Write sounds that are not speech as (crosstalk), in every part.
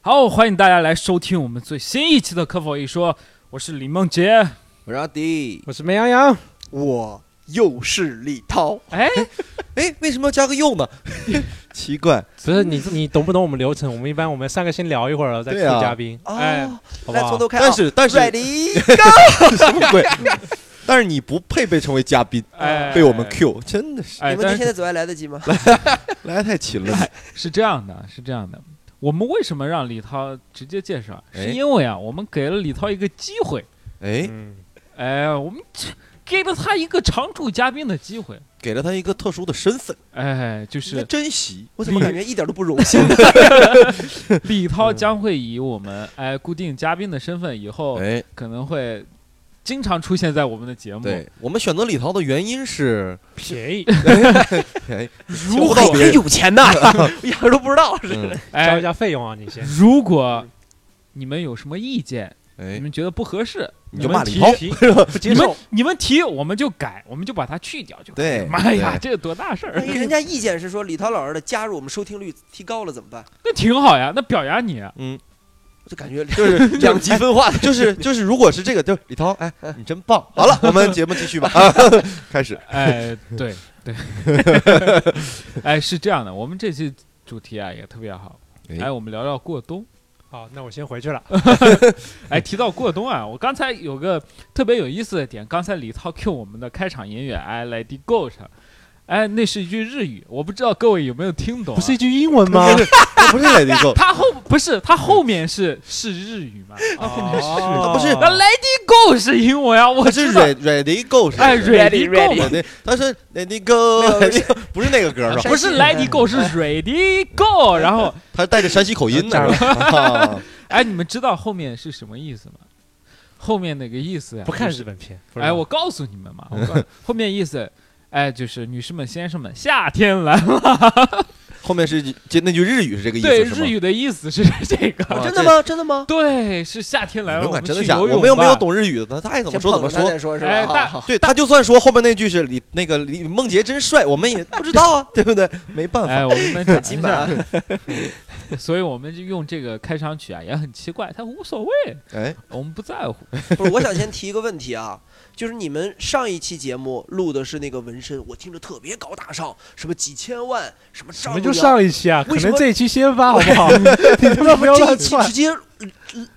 好，欢迎大家来收听我们最新一期的《可否一说》，我是李梦洁。我是阿迪，我是梅洋洋，我又是李涛，哎， (laughs) 哎，为什么要加个又呢？ (laughs) 奇怪，不是你，你懂不懂我们流程？我们一般我们三个先聊一会儿，然后再出对啊嘉宾，哎哦，好不来好从？头开啊，但是但是 ready，什么鬼？ (laughs) 但是你不配被成为嘉宾，哎，被我们 Q，真的是哎，你们但这是现在走还来得及吗？来得太勤了。是这样的，是这样的。我们为什么让李涛直接介绍？哎是因为啊，我们给了李涛一个机会。哎，嗯，哎，我们这给了他一个常驻嘉宾的机会。给了他一个特殊的身份，哎，就应该是珍惜。我怎么李感觉一点都不荣幸呢？李涛将会以我们哎固定嘉宾的身份，以后哎，可能会经常出现在我们的节目。对我们选择李涛的原因是，便宜， (laughs) 哎，如不果到别还人有钱呢，我一点都不知道。 (laughs) 是嗯交哎一，下费用啊，(laughs) 你先。如果你们有什么意见，你哎，们觉得不合适，你就骂李提涛，提不你们你们提我们就改，我们就把它去掉就可以了。对妈呀，对哎这多大事儿！万一人家意见是说李涛老师的加入我们收听率提高了怎么办？那挺好呀，那表扬你。啊嗯，我就感觉 (laughs) 就是哎两极分化的，就是就是，如果是这个，就是李涛，哎，你真棒。 (laughs) 好了，我们节目继续吧，啊 (laughs) 开 (laughs) 始。哎，对对，哎，是这样的，我们这期主题啊也特别好。哎哎，我们聊聊过冬。好，那我先回去了。哎，提到过冬啊，我刚才有个特别有意思的点，刚才李涛 (laughs) Q 我们的开场音乐《I Let It Go》上，哎，那是一句日语，我不知道各位有没有听懂、啊。不是一句英文吗？那不是 Let it (laughs) go，他后不是他后面是是日语嘛？ (laughs) 啊， (laughs) 后面是日语。哦不是那 Lady Go 是英文啊，我它是知道。 Ready Ready Go 是哎，Ready Ready- Go 嘛 Ready，他是 Ready Go，不 (laughs) 是那个歌是吧？不是 Lady Go 是 Ready Go，然后他带着山西 (laughs) 口音这样呢。啊是吧哎，你们知道后面是什么意思吗？后面那个意思呀、不看就是日本片。不知哎，道我告诉你们 (laughs) 嘛，我告诉后面意思，哎，就是女士们、先生们，夏天来了。后面是接那句日语是这 (laughs) 个意对，思是吗日？语的意思是这个。 (laughs) 啊真的吗？真的吗？对，是夏天来你了，们我管们真的去假的？游泳我们又没有吧。懂日语的，他爱怎么先说怎么捧着他说再。说，是哎吧？好大好，对他就算说后面那句是李那个李梦洁真帅，我们也不知道 (laughs) 啊，对不对？没办法，哎，我们 (laughs) 讲基一本下啊， (laughs) 所以我们就用这个开场曲啊，也很奇怪，它无所谓，哎，我们不在乎。不是，我想先提一个问题啊，就是你们上一期节目录的是那个纹身，我听着特别高大上，什么几千万，什么什丈么量，就上一期啊？可为什能么这一期先发好不好？ (laughs) 你他妈不要这一乱期窜直。接呃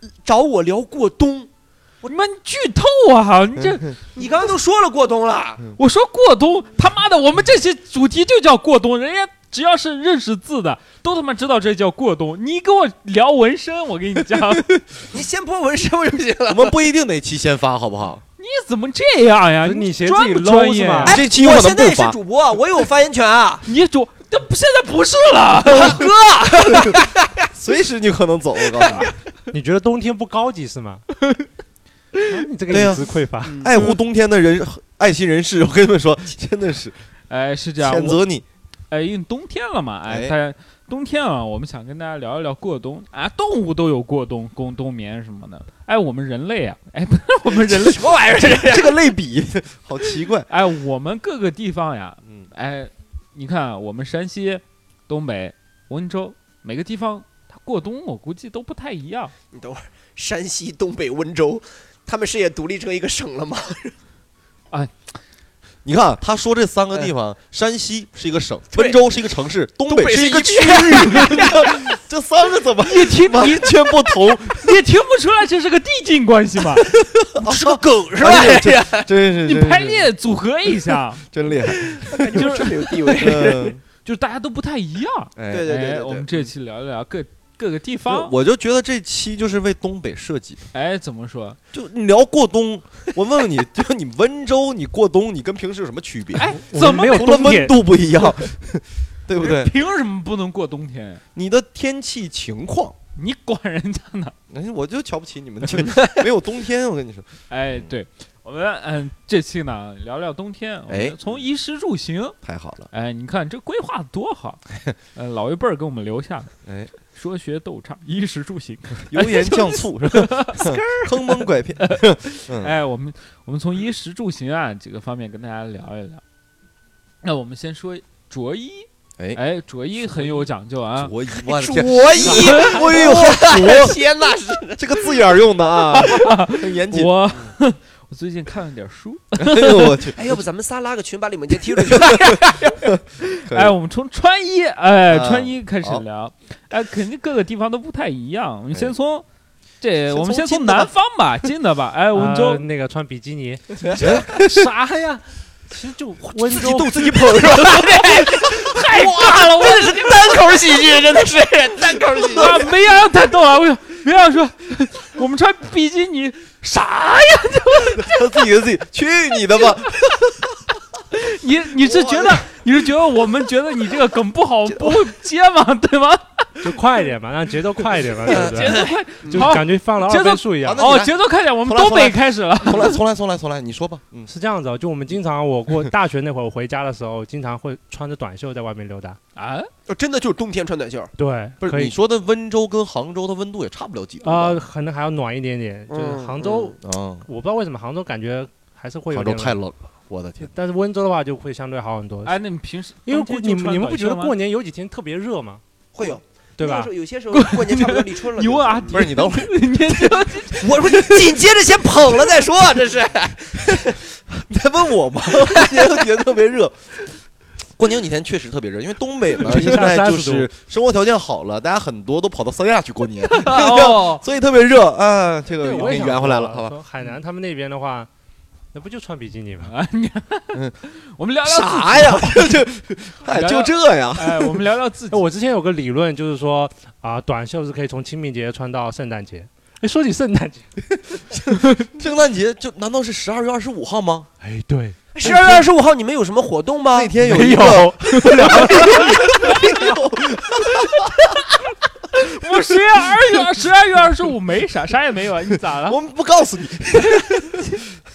呃找我聊过冬，你们剧透啊！哎你嗯这你刚刚都说了过冬了，我说过冬，他妈的，我们这些主题就叫过冬，人家只要是认识字的，都他妈知道这叫过冬。你跟我聊纹身，我跟你讲，你你先播纹身不就行了 (laughs) 我？们不一定哪期先发，好不好？ (laughs) 怎么这样呀？不是你嫌专自己不 low 专业是吗啊呀？哎这期我能现不在能也是发？主播，我有发言权 (laughs) 啊！你主，这不现在不是了。 (laughs) 随时你可能走，我告诉 (laughs) 你，你觉得冬天不高级是吗？啊你这个对啊饮食匮乏，爱护冬天的人，爱心人士，我跟你们说，真的是哎，是这样，谴我 (laughs) 责你。哎，因为冬天了嘛，哎，哎大家冬天啊，我们想跟大家聊一聊过冬啊，动物都有过冬、冬冬眠什么的。哎，我们人类啊，哎，不是我们人类，什么玩意儿？这是这个类比好奇怪。哎，我们各个地方呀，嗯，哎，你看啊我们山西、东北、温州每个地方，它过冬我估计都不太一样。 (laughs) 你等会儿，山西、东北、温州，他们是也独立成一个省了吗？你看啊他说这三个地方，山西是一个省，对温州是一个城市，东北是是一个一区域。 (laughs) 这三个怎么你听完全不同？你听不出来这是个递进关系吗？是个梗是吧？哎呀这呀，真是你真是排列组合一下，真厉害。就是这么有地 (laughs) 位。嗯，就是大家都不太一样。哎对对对哎，对我们这期聊一聊各各个地就方。我就觉得这期就是为东北设计。哎，怎么说？就你聊过冬， (laughs) 我问问你，就你温州，你过冬，你跟平时有什么区别？哎，我怎们么没有除了冬温天？度不一样，对不对？凭什么不能过冬天呀？你的天气情况，你管人家呢？哎，我就瞧不起你们，就没有冬天。我跟你说，哎，对，我们嗯，这期呢聊聊冬天，我哎们从衣食住行，太好了，哎，你看这规划得多好，呃，老一辈儿给我们留下的，哎，说学逗唱，衣食住行，油盐酱 (laughs) 醋是吧？坑蒙拐骗，嗯，哎，我们我们从衣食住行啊几个方面跟大家聊一聊。那我们先说着衣，哎哎，卓一很有讲究啊，卓一，我的卓天，一，哎 (laughs) 呦，我天哪，是这个字眼儿用的啊，很严谨。我嗯 (laughs) 我最近看了点书，哎呦我去，哎，要不咱们仨拉个群，把李梦洁踢出去？可以哎，我们从穿衣，哎，嗯啊穿衣开始好聊，哎，肯定各个地方都不太一样。我们哎先从这，先我们先从从近的吧南方吧，近的吧，哎，温州呃那个穿比基尼，哎啥呀？其实就温自己州动自己捧是 (laughs) 吧？太大了，我这是 (laughs) 单口喜 (laughs) 剧，真的是单口喜剧。啊，没让他动啊，我说没让说，我们穿比基尼啥呀？他自己的自己，去你的吧！你你是觉得你是觉得我们觉得你这个梗不好不会接吗？对吗？就快一点嘛，让节奏快一点嘛，对不节对？奏快， (laughs) 就好感觉放了节二奏倍速一样好。那你哦，来节奏快点，我们重来东重来北开始了。 (laughs) 重来，重来，重来，重来，你说吧。嗯，是这样子哦，就我们经常，我过大学那会儿，我回家的时候，经常会穿着短袖在外面溜达。啊，哦真的就是冬天穿短袖，对，不是可你以说的温州跟杭州的温度也差不了几度吧啊，可能还要暖一点点。就是嗯杭州，啊，我不知道为什么杭州感觉还是会有杭州点太冷了，我的天！但是温州的话就会相对好很多。哎，那你平时因为冬过天你就穿们你们不短觉袖得吗啊过年有几天特别热吗？会有对那吧个啊时候？有些时候过年差不多立 (laughs) 春了。你问阿就是迪 (laughs) (laughs) 不是你等会儿，你这我说你紧接着先捧了再说，这是。你在问我吗？今天觉得特别热。过年有几天确实特别热，因为东北 (laughs) 呢零现下在30就是生活条件好了，大家很多都跑到三亚去过年，哦，所以特别热啊。这个对，我我给也你想圆回来了，好说吧？说海南他们那边的话，那不就穿比 (laughs) 基尼吗？啊，你嗯 (laughs) 我们聊聊自啥呀？就哎，就这呀？啊哎，我们聊聊自己哎，。我之前有个理论，就是说啊、短袖是可以从清明节穿到圣诞节。哎，说起圣诞节，圣诞节就难道是十二月二十五号吗？哎，对，十二月二十五号你们有什么活动吗那？天有没一有个， (laughs) 我十月二月十二月二十五没啥，啥也没有啊，你咋了？我们不告诉你。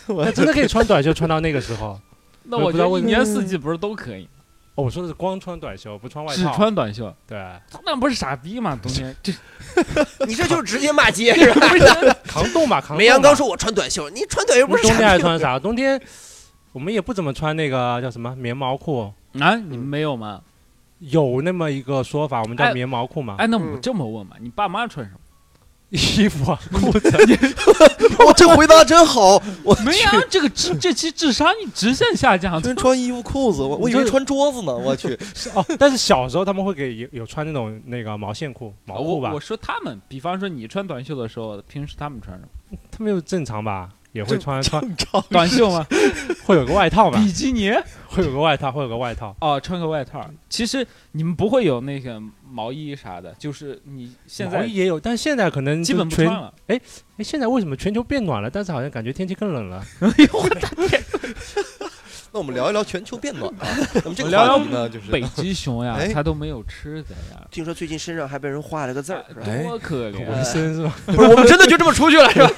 那真的可以穿短袖穿到那个时候。那我我不觉知道得为一什么年四季不是都可以，哦，我说的是光穿短袖，不穿外只套。穿短袖，对，那不是傻逼吗？冬天这你这就是直接骂街 (laughs) (laughs) 是吧？啊扛冻吧，扛冻吧。梅阳刚说我穿短袖，你穿短袖不你是冬天傻还逼吗？穿啥？冬天我们也不怎么穿那个叫什么棉毛裤，啊，你们没有吗？有那么一个说法，我们哎叫棉毛裤嘛。哎，那我嗯这么问吧，你爸妈穿什么？衣服啊，裤子啊，我这回答真好，我没去啊，这个智这期智商你直线下降，真穿衣服裤子，我我以为你这穿桌子呢，我去。是 (laughs) 哦，但是小时候他们会给有有穿那种那个毛线裤、毛我裤吧哦我，说他们，比方说你穿短袖的时候，平时他们穿什么？他们又正常吧，也会穿穿，常短袖吗？会有个 (laughs) 外 (laughs) 套吧，比基尼？会有个外套，会有个外套。哦，穿个外套。其实你们不会有那个毛衣啥的，就是你现毛在衣也有，但现在可能基就本不全穿了。哎，现在为什么全球变暖了，但是好像感觉天气更冷了？那我们聊一聊全球变暖啊，那么这个聊聊话题呢，就是北极熊呀哎，它都没有吃的呀，听说最近身上还被人画了个字儿，是吧哎多可纹怜！啊身是吧？ (laughs) 不是我们真的就这么出去了是吧？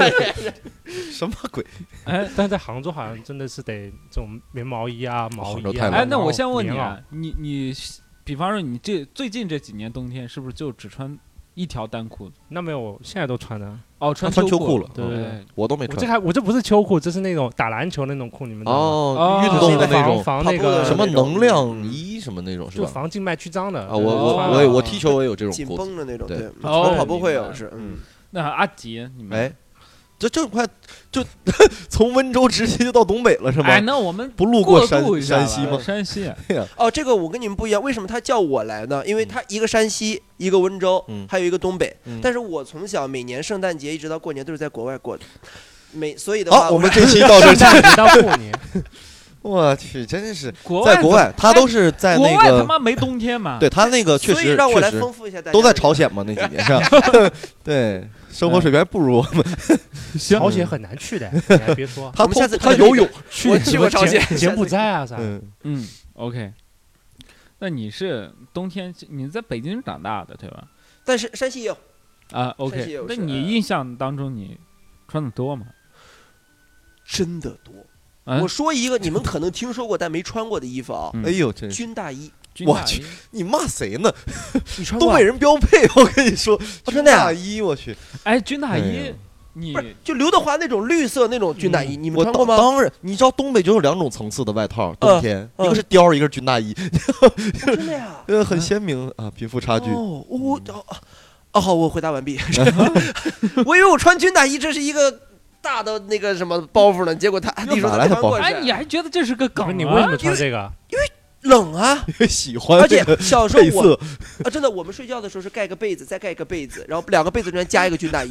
(laughs) 什么鬼？哎但是在杭州好像真的是得这种棉毛衣啊、毛杭衣州太啊。冷了哎，那我先问你棉袄啊，你你，比方说你这最近这几年冬天是不是就只穿一条单裤子？那没有，我现在都穿的。哦，他穿啊穿秋裤裤了，对对对哎我都没我这穿。还我这不是秋裤，这是那种打篮球那种裤，你们知道吗？哦，哦运动的那防种，防跑那步的个时什候么那种能量衣什么那种是就吧？防静脉曲张的啊，我我哦 (laughs) 我也我踢球我也有这种紧裤子。绷的那种，对对，嗯哦跑步会明有白是，嗯，那阿吉，你们哎，这这么快就从温州直接就到东北了是吗？哎，那我们不路过过山渡一下山吧西吗？山西，啊哦，这个我跟你们不一样，为什么他叫我来呢？因为他一个山西，一个温州嗯，还有一个东北嗯。但是我从小每年圣诞节一直到过年都是在国外过的，每所以的话，好，我们 (laughs) 这期到这儿结束。你到过 (laughs) 年，我去，真是国外哎在国外，哎他都是在国那外他个，妈没冬天嘛？对他那个确所以实让我来确实丰富一下大家的都在这个朝鲜嘛，那几年是吧？ (laughs) (laughs) 对，生活水平不如我们。行朝鲜很难去的，你还别说， (laughs) 他嗯我们下通次他看看游泳，去我什去么过朝柬鲜柬埔寨啊啥。嗯，嗯，OK。那你是冬天你在北京长大的对吧？但是山西也有，啊山西也，OK。有呃那是你印象当中你穿的多吗？真的多。嗯我说一个你们可能听说过但没穿过的衣服啊，嗯哎呦，真是军大衣，军我大去衣你骂谁呢？你穿东过啊北？人标配，我跟你说， (laughs) 哦真的呀军大衣，我去，哎，军大哎衣呦你不是，就刘德华那种绿色那种军大衣，你们嗯我穿过当吗？当然，你知道东北就有两种层次的外套，嗯冬天一个是貂儿，一个是军大衣，真的呀？呃，很鲜明啊，贫富差距。哦，我嗯哦啊哦，好，我回 (laughs) 答完毕。 (laughs) 我以为我穿军大衣这是一个大的那个什么包袱呢，结果他哪地说来他的穿包袱过哎，你去，还觉得这是个不梗是啊？你为什么穿这个？(laughs) 冷啊！喜欢而这且个小时候配我色，啊，真的，我们睡觉的时候是盖个被子，再盖一个被子，然后两个被子中间加一个军大衣。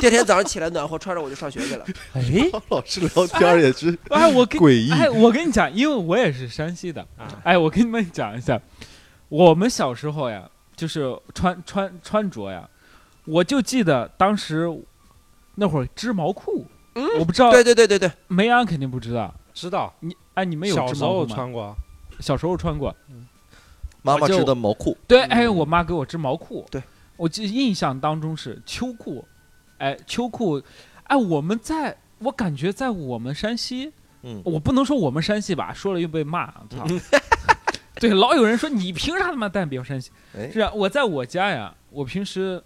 第二天早上起来暖和，穿着我就上学 (laughs) 去了。哎，老师聊天儿也是哎，我跟诡异。哎，我跟你讲，因为我也是山西的啊，哎，我跟你们讲一下，我们小时候呀，就是穿穿穿着呀，我就记得当时那会儿织毛裤，嗯我不知道，对对对对对，梅安肯定不知道，知道，你哎，你们有小织时毛候裤吗？穿过，小时候穿过，妈妈我就织的毛裤，对，哎，我妈给我织毛裤，对我记印象当中是秋裤，哎，秋裤，哎，我们在。我感觉在我们山西，嗯，我不能说我们山西吧，说了又被骂，啊操！ (laughs) 对，老有人说你凭啥他妈代表山西？哎，是啊，我在我家呀，我平时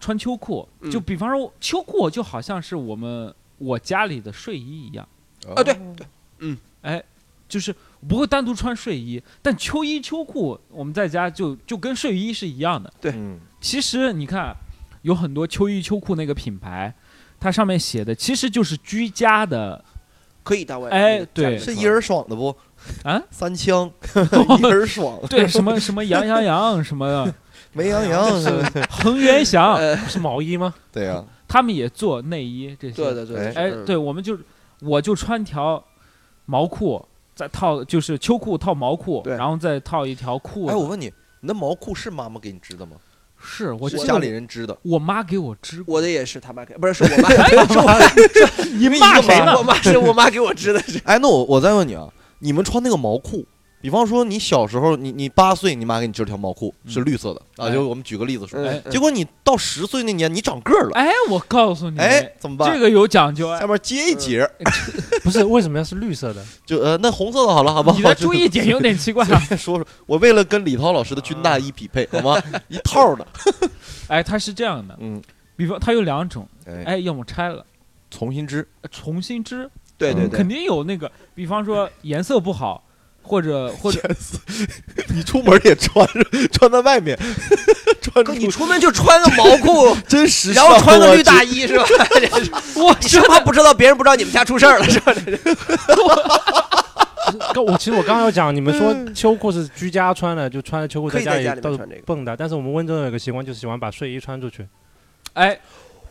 穿秋裤，就嗯比方说秋裤，就好像是我们我家里的睡衣一样，啊对，就是我不会单独穿睡衣，但秋衣秋裤我们在家就就跟睡衣是一样的。嗯，其实你看，有很多秋衣秋裤那个品牌，它上面写的其实就是居家 (laughs) 的，可以单位。哎那个家里对面是穿一人爽的不？啊，三枪，一人爽，对什么什么羊羊羊什么 (laughs) 的，美羊 (laughs) 羊，恒源祥，呃，是毛衣吗？对呀，他们也做内衣这些。对对嗯对，哎，嗯对，我们就我就穿条毛裤，再套就是秋裤套毛裤，对然后再套一条裤子。哎，我问你，你的毛裤是妈妈给你织的吗？是我是记得家我里人织的，我妈给我织过，我的也是他妈给，不是是我妈，是我你骂谁呢我妈是我妈给我织的，是哎，那我我再问你啊，你们穿那个毛裤，比方说你小时候，你你八岁，你妈给你织了条毛裤是嗯绿色的啊，哎就我们举个例子说，哎 (laughs) 嗯，结果你到十岁那年你长个儿了，哎，我告诉你，哎，怎么办？这个有讲究下哎。面接一节儿， (laughs) 不是，为什么要是绿色的？就呃，那红色的好了，好不好？你的注意点有点奇怪随啊！便 (laughs) 说说，我为了跟李涛老师的军大衣匹配，好吗？一套的， (laughs) 哎，它是这样的，嗯，比方它有两种，哎，哎，要么拆了重新织，呃重新织，对对对肯，定有那个，比方说颜色不好，或者或者你出门也穿 (laughs) 着，穿在外面， (laughs) 穿哥着你出门就穿个毛 (laughs) 裤，真时然尚，啊后穿个绿大衣，衣是吧？ (laughs) 我你生怕不知道别人不知道你们家出事儿了是吧？刚我其实我刚刚有讲，你们说秋裤是居家穿的，就穿着秋裤可以在家家里里到面处穿这个。蹦跶。但是我们温州人有个习惯，就是喜欢把睡衣穿出去。哎，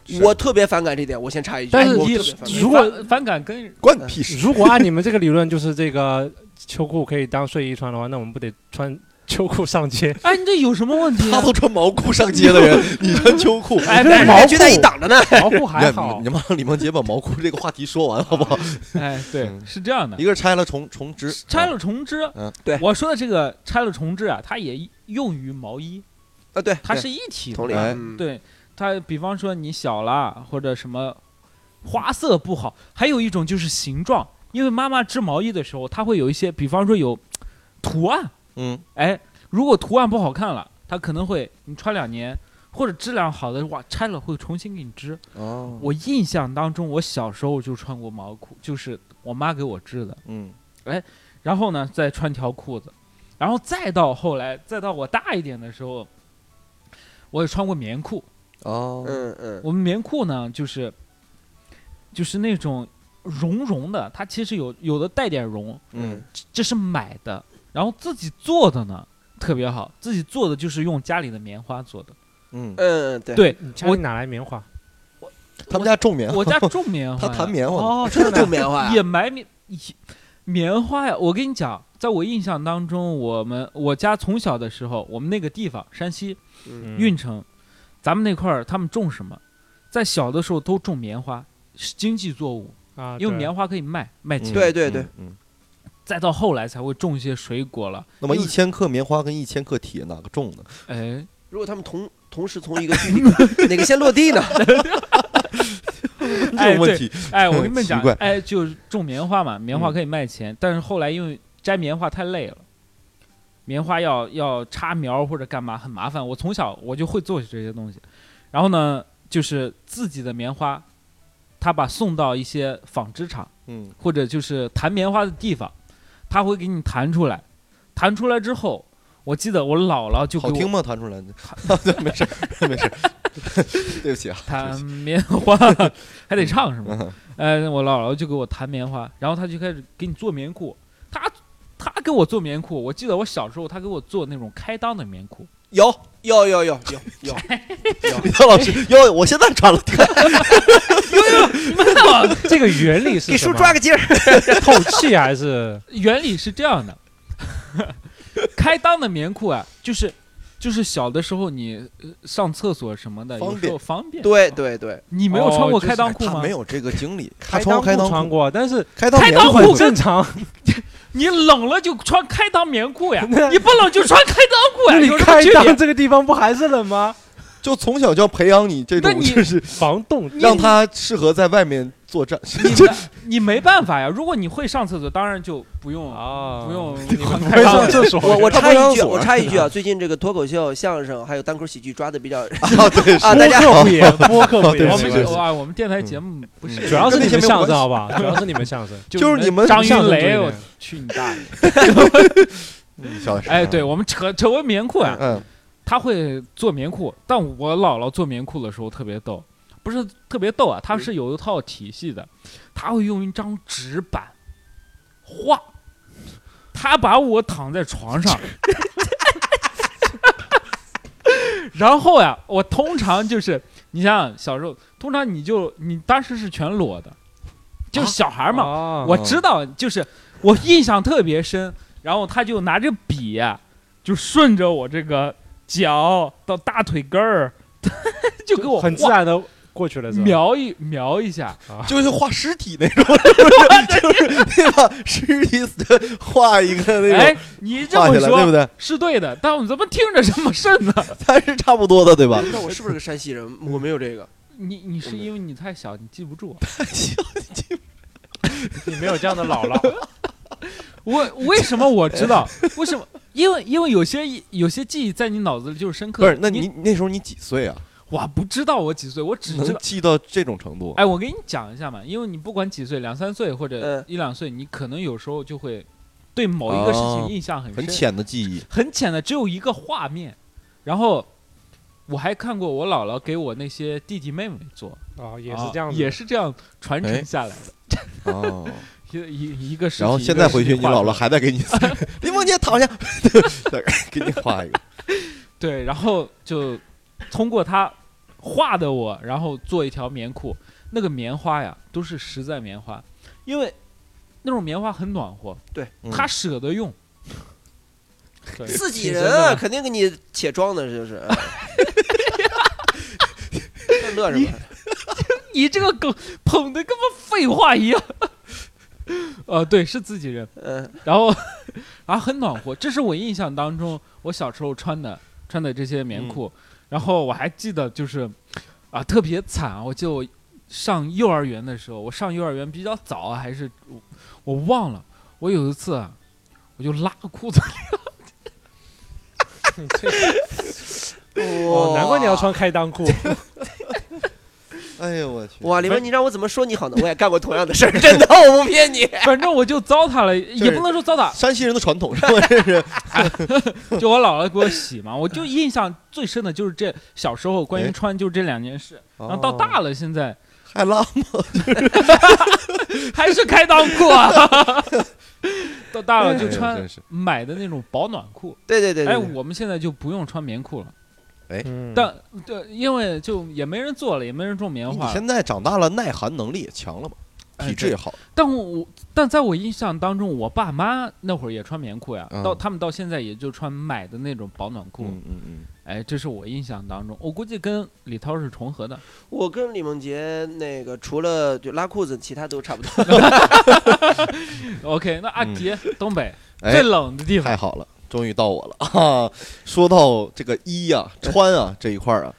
是我特别反感这点，我先插一句，但是我你特别反感你如果反反感跟关你屁事。如果按你们这个理论，就是这个秋裤可以当睡衣穿的话，那我们不得穿秋裤上街？哎，你这有什么问题他啊？都穿毛裤上街的人，你穿秋裤， (laughs) 哎，这但是是毛还裤觉得一挡着呢。毛裤还你好 (laughs) 看，你，们让李梦洁把毛裤这个话题说完好不好？哎，对，嗯是这样的一，个是拆了重重织，拆了重织。嗯对我说的这个拆了重织啊，它也用于毛衣，啊，对，它对是一体的。同理，哎嗯，对它，比方说你小啦，或者什么花色不好，还有一种就是形状，因为妈妈织毛衣的时候，它会有一些，比方说有图案，嗯，哎，如果图案不好看了，它可能会你穿两年。或者质量好的哇，拆了会重新给你织。哦，我印象当中，我小时候就穿过毛裤，就是我妈给我织的。嗯，然后呢再穿条裤子，然后再到后来，再到我大一点的时候，我也穿过棉裤。哦，嗯嗯，我们棉裤呢，就是就是那种绒绒的，它其实有有的带点绒，嗯，这这是买的，然后自己做的呢特别好，自己做的就是用家里的棉花做的。嗯，嗯嗯，对对 (laughs) 你家里哪来棉花？他们家种棉花我，家种棉花他呀，弹棉花呢，哦，真的种 (laughs) 棉花也呀，买棉也棉花呀！我跟你讲，在我印象当中，我们我家从小的时候，我们那个地方山西嗯运城，咱们那块儿他们种什么？在小的时候都种棉花，是经济作物，啊，因为棉花花可以卖卖钱。对对对嗯，嗯，再到后来才会种一些水果了。那么因一为千克棉花跟一千克铁哪个重呢？哎，如果他们同同时从一个距离， (laughs) 哪个先落地呢？这种问题， (laughs) 哎，我 (laughs) 跟你们讲奇怪，嗯哎，就是种棉花嘛，棉花可以卖钱，但是后来因为摘棉花太累了。棉花要要插苗或者干嘛很麻烦，我从小我就会做这些东西，然后呢，就是自己的棉花他把送到一些纺织厂嗯或者就是弹棉花的地方，他会给你弹出来，弹出来之后，我记得我姥姥就给好听我吗？弹出来的，对， (laughs) 没事儿没事儿， (laughs) 对不起啊，弹棉花，还得唱是吗？呃，我姥姥就给我弹棉花，然后她就开始给你做棉裤，她她给我做棉裤，我记得我小时候她给我做那种开裆的棉裤， (laughs) 有有有有有有，姚老哎师，哟，我现在穿了， (laughs) 这个原理给是什叔么？啊抓个筋儿。 (laughs) 透气还是原理是这样的， (laughs) 开裆的棉裤啊，就是就是小的时候你呃上厕所什么的，方有时便候方便。对对对，你没有哦穿过就开是裆裤他吗？没有这个经历，他开从裆开来裆穿裤，过，但是开裆开棉裆裤裤很真正常。你冷了就穿开裆棉裤呀，你不冷就穿开裆裤呀，那你有什 (laughs) 么开区别裆？这个地方不还是冷吗？就从小就要培养你这那种，你就是防冻让他适合在外面作战。你没你没办法呀，如果你会上厕所，当然就不用啊，不 (laughs) 用你们没开上裆。厕所。我我他不插一上句，锁我插一句啊， (laughs) 最近这个脱口秀、相声还有单口喜剧抓的比较啊，对，啊，大家播客不也播客不对也 (laughs) 我不起们哦是对不起嗯哇，我们电台节目不是，主要是跟那你些没有们相声关系好不好？主要是你们相声。就是你们张相云声雷，多我一点去你大爷！小啊点声哎，对，我们扯扯回棉裤啊，嗯，他会做棉裤，但我姥姥做棉裤的时候特别逗，不是特别逗啊，他是有一套体系的，他会用一张纸板画，他把我躺在床 (laughs) 上，然后呀、我通常就是你想想小时候，通常你就你当时是全裸的，啊就是小孩嘛，嘛我知道，就是我印象特别深。然后他就拿着笔呀、就顺着我这个脚到大腿根儿， (laughs) 就给我很自画然的过去了，是吧？描一描一下。就是画尸体那种，是不是？就是对吧？ (laughs) 尸体的画一个那哎种，，你这画么起来，对不说对？是对的，但我怎么听着这么瘆呢？它是差不多的，对吧？那我是不是个山 (laughs) 西人？我没有这个，你你是因为你太小，你记不住。你没有这样的姥姥，我为什么我知道？ (laughs) 为什么？因为因为有些有些记忆在你脑子里就是深刻不的。是，那你那时候你几岁啊？我不知道我几岁，我只知能道。记到这种程度？哎，我给你讲一下嘛，因为你不管几岁，两三岁或者嗯一两岁，你可能有时候就会对某一个事哦情印象很深，很浅的记 (laughs) 忆，很浅的，只有一个画面。然后我还看过我姥姥给我那些弟弟妹妹做， (laughs) 哦，也是啊这样子，也是这样传哎承下来的。哦，一一一个是，然后现在回去，你姥姥了，还在 (laughs) 给你林梦姐躺下， (laughs) 再给你画一个，对，然后就通过他画的我，然后做一条棉裤。那个棉花呀，都是实在棉花，因为那种棉花很暖和，嗯他舍得用。自己挺深的人啊肯定给你且装的，这是。这乐什么？你这个梗捧的跟个废话一样。呃，对，是自己人，嗯，然后啊很暖和，这是我印象当中我小时候穿的穿的这些棉裤，嗯然后我还记得就是啊特别惨啊，我记得我上幼儿园的时候，我上幼儿园比较早啊，还是我我忘了，我有一次啊，我就拉裤子， (laughs) (laughs) 哦，难怪你要哇穿开裆裤。哎呦我去！哇，李文，你让我怎么说你好呢？我也干过同样的事儿，真的，我不骗你。反正我就糟蹋了，也是不能说糟蹋，山西人的传统是吧？这是就我姥姥给我洗嘛，我就印象最深的就是这小时候关于哎穿就这两件事， (laughs) 然哦后到大了现在还拉还是开裆裤 (laughs) 啊，到大了就哎穿真是买的那种保暖裤，对对对哎，对对，我们现在就不用穿棉裤了，嗯但对，因为就也没人做了，也没人种棉哎你花，现在长大了，耐寒能力也强了嘛，哎体质也好。但我我但在我印象当中，我爸妈那会儿也穿棉裤呀，嗯到他们到现在也就穿买的那种保暖裤，嗯嗯嗯，哎，这是我印象当中，我估计跟李涛是重合的， (laughs) 我跟李梦洁那个除了就拉裤子，其他都差不多。 OK，那阿杰，东北最哎，冷的地方太，好了，终于到我了 (laughs) 啊！说到这个衣呀、穿啊这一块儿啊，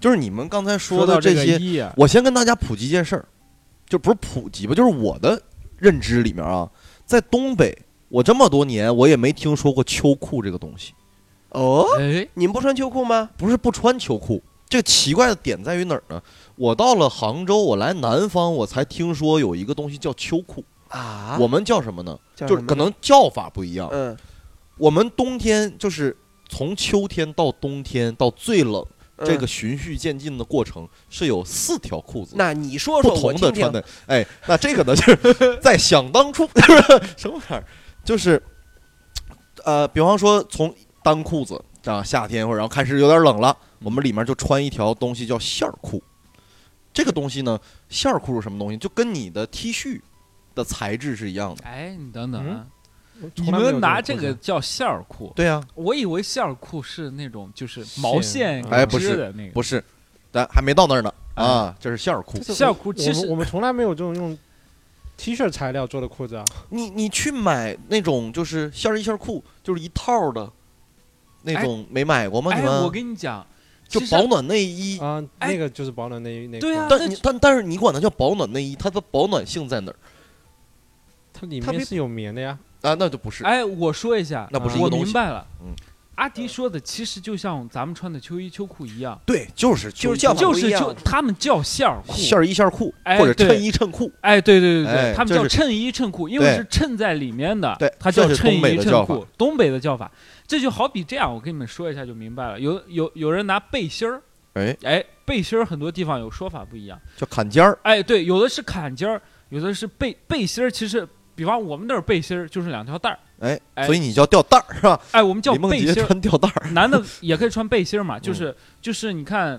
就是你们刚才说的到这个些，衣啊，我先跟大家普及一件事儿，就不是普及吧，就是我的认知里面啊，在东北，我这么多年我也没听说过秋裤这个东西，哦，哎，你们不穿秋裤吗？不是不穿秋裤，这个奇怪的点在于哪儿呢？我到了杭州，我来南方，我才听说有一个东西叫秋裤，啊，我们叫什么呢？叫就什是么可呢能叫法不一样。嗯我们冬天就是从秋天到冬天到最冷，嗯这个循序渐进的过程是有四条裤子。那你说说不我同的听听穿，戴，哎，那这个呢，就是在想当初， (laughs) 就是什么玩意儿，就是，呃，比方说从单裤子啊，夏天或者然后开始有点冷了，我们里面就穿一条东西叫线儿裤。这个东西呢，线儿裤是什么东西？就跟你的 T 恤的材质是一样的。哎，你等嗯等啊，从你来没有们拿这这种个裤子叫线儿裤，对呀、我以为线儿裤是那种就是毛线线哎不织是的那个，不是，咱还没到那儿呢啊，这是线儿裤。这线儿裤我其们实我们从来没有这种用 T 恤材料做的裤子啊，你你去买那种就是线儿衣线儿裤，就是一套的，那哎种没买过吗？你哎，们我跟你讲，就其实保暖内衣啊，哎那个就是保暖内衣那对啊裤但你但但是你管它叫保暖内衣，它的保暖性在哪儿它里它面比是有棉的呀，啊？那就不是，哎，我说一下，那不是啊一我个东明西。白了，嗯阿迪说的其实就像咱们穿的秋衣秋裤一样，对，就是就是叫就不一是样就他们叫线儿裤，线儿衣线儿裤哎或者对衬衣衬裤，哎，对对对对，哎他们这叫是衬衣衬裤，因为对是衬在里面的，对它这叫是衬东北衣的衬叫裤，东北的叫法。这就好比这样，我跟你们说一下就明白了。有有有人拿背心儿，哎，哎，背心儿很多地方有说法不一样，叫坎肩儿。哎，对，有的是坎肩儿，有的是背背心儿。其实，比方我们那儿背心儿就是两条带儿，哎哎，所以你叫吊带儿是吧？哎，我们叫李梦背洁心儿，穿吊带儿，男的也可以穿背心儿嘛，嗯就是就是你看。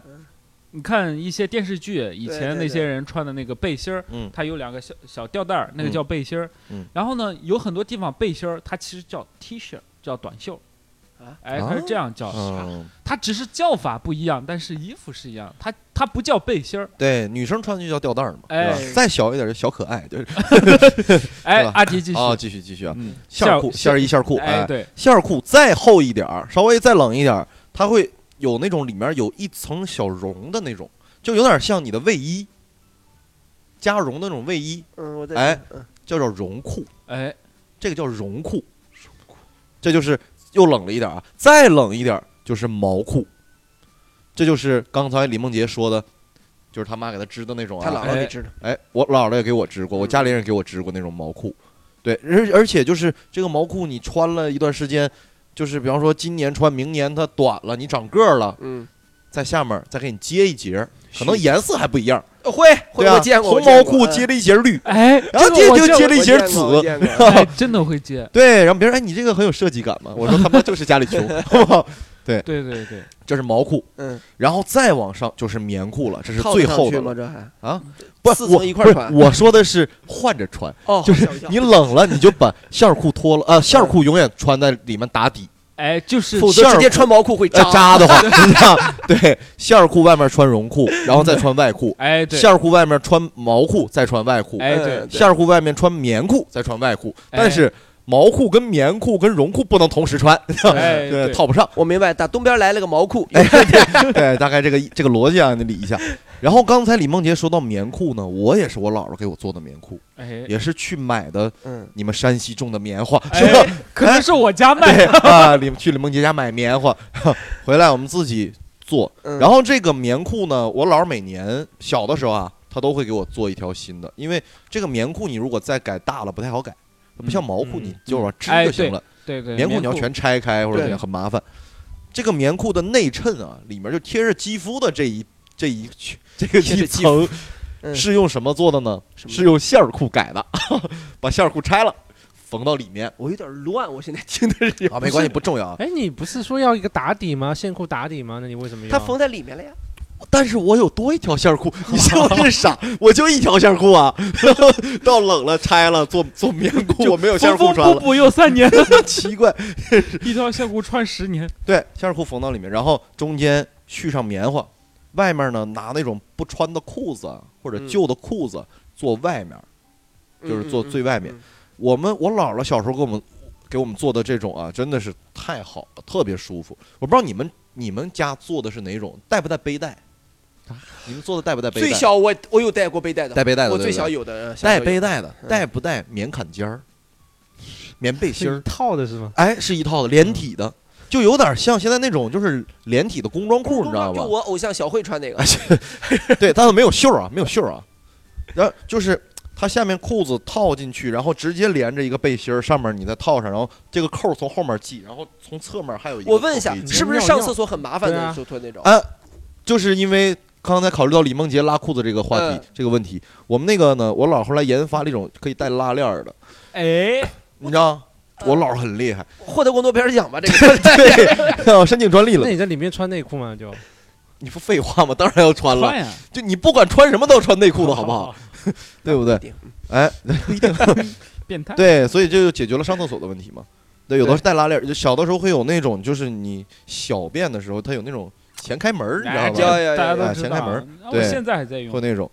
你看一些电视剧，以对前对那些对人穿的那个背心儿，嗯它有两个小小吊带儿，那个嗯叫背心儿。嗯然后呢，有很多地方背心儿它其实叫 T 恤，叫短袖。啊哎，啊它 (laughs) 是这样叫，嗯，它只是叫法不一样，但是衣服是一样。它它不叫背心儿。对，女生穿就叫吊带儿嘛，对吧哎再小一点就小可爱，就是哎是，吧阿迪继续，啊，继续继续啊，嗯，线儿裤、线儿衣线儿裤，哎，对，线儿裤再厚一点儿，稍微再冷一点儿，它会有那种里面有一层小绒的那种，就有点像你的卫衣，加绒的那种卫衣，嗯，我在哎这，嗯叫做绒裤， (laughs) 哎，这个叫绒裤。这就是又冷了一点儿啊，再冷一点儿就是毛裤，这就是刚才李梦洁说的，就是他妈给他织的那种啊，他姥姥哎给织的，哎，我姥姥也给我织嗯过，我家里人也给我织过那种毛裤。对，而而且就是这个毛裤，你穿了一段时间，就是比方说今年穿，明年它短了，你长个儿了，嗯，在下面再给你接一截儿，可能颜色还不一样。呃会对会啊，我见过红嗯毛裤 (laughs) 接了一截绿，哎，然后这接个我就这接了一截紫。 (laughs) 紫，哎，真的会接。对，然后别人哎，你这个很有设计感嘛。我说他妈就是家里 (laughs) 穷，好不好？对对对，这是毛裤，嗯，然后再往上就是棉裤了，这是套最得上厚去的吗？了。这还嗯不，四层我一块不是穿我说的是换着穿。哦就是你冷了，你就把线儿裤脱了，呃，线儿裤永远穿在里面打底，哎，就是否则直接穿毛裤会呃，扎扎的话，你看， (laughs) 对，线儿裤外面穿绒裤，然后再穿外裤，哎， (laughs) 对，线儿裤外面穿毛裤，再穿外裤，哎对嗯线儿裤外面穿棉裤，再穿外裤，哎但是毛裤跟棉裤跟绒裤不能同时穿，哎对，对 (laughs) 套不上，我明白，打东边来了个毛裤，哎对，大概这个这个逻辑啊，你理一下。然后刚才李梦洁说到棉裤呢，我也是我姥姥给我做的棉裤，哎，也是去买的嗯，你们山西种的棉花，是吧？哎，可能是我家卖对啊，李去李梦洁家买棉花， (laughs) 回来我们自己做。嗯然后这个棉裤呢，我姥儿每年小的时候啊，她都会给我做一条新的，因为这个棉裤你如果再改大了不太好改，它不像毛裤嗯你嗯就往织哎就行了，对对，棉裤你要全拆开或者对怎样很麻烦。这个棉裤的内衬啊，里面就贴着肌肤的这一这一区这个贴着一肌肤层嗯是用什么做的呢？什么是用线儿裤改的， (laughs) 把线儿裤拆了缝到里面我有点乱，我现在听的是啊，没关系，不重要啊。哎，你不是说要一个打底吗？线裤打底吗？那你为什么要？它缝在里面了呀，但是我有多一条线儿裤， (laughs) 你是不是 (laughs) 傻？我就一条线儿裤啊， (laughs) 到冷了拆了做做棉裤，我没有线儿缝裤缝穿补了，补又三年， (laughs) 奇怪。一条线裤穿十年。对，线儿裤缝到里面，然后中间续上棉花，外面呢拿那种不穿的裤子啊或者嗯旧的裤子做外面。就是做最外面嗯。嗯嗯我们我姥姥小时候给我们给我们做的这种啊，真的是太好了，特别舒服。我不知道你们你们家做的是哪种，带不带背带？你们做的带不带背带？啊最小我我有带过背带的，带背带的，我对最不对小有的呃小带时候有背带的，嗯带不带棉坎肩儿、棉背心是一儿？套的是吗？哎，是一套的，连体的，就有点像现在那种就是连体的工装裤，你知道就吧？我偶像小慧穿那个哎，对，但是没有袖儿啊，没有袖儿啊。然后就是它下面裤子套进去，然后直接连着一个背心儿，上面你再套上，然后这个扣儿从后面系，然后从侧面还有一个。我问一下，以是不是尿上尿厕所很麻烦对的啊就穿那种？哎就是因为刚才考虑到李梦洁拉裤子这个话题、嗯这个问题，我们那个呢，我姥后来研发了一种可以带拉链儿的，哎，你知道，嗯我姥儿很厉害，获得过诺贝尔奖吧？这个 (laughs) 对，我申请专利了那。你在里面穿内裤吗？就你不废话吗？当然要穿了穿，呀，哦就你不管穿什么都要穿内裤的好不好？？ (laughs) 对不对定？哎，不一定。 (laughs) 变态。对，所以这就解决了上厕所的问题嘛。对，有的是带拉链儿，就小的时候会有那种，就是你小便的时候，它有那种前开门儿，你知哎道这吧？哎呀呀大家呀都知前道开门啊。我对现在还在用会。那种。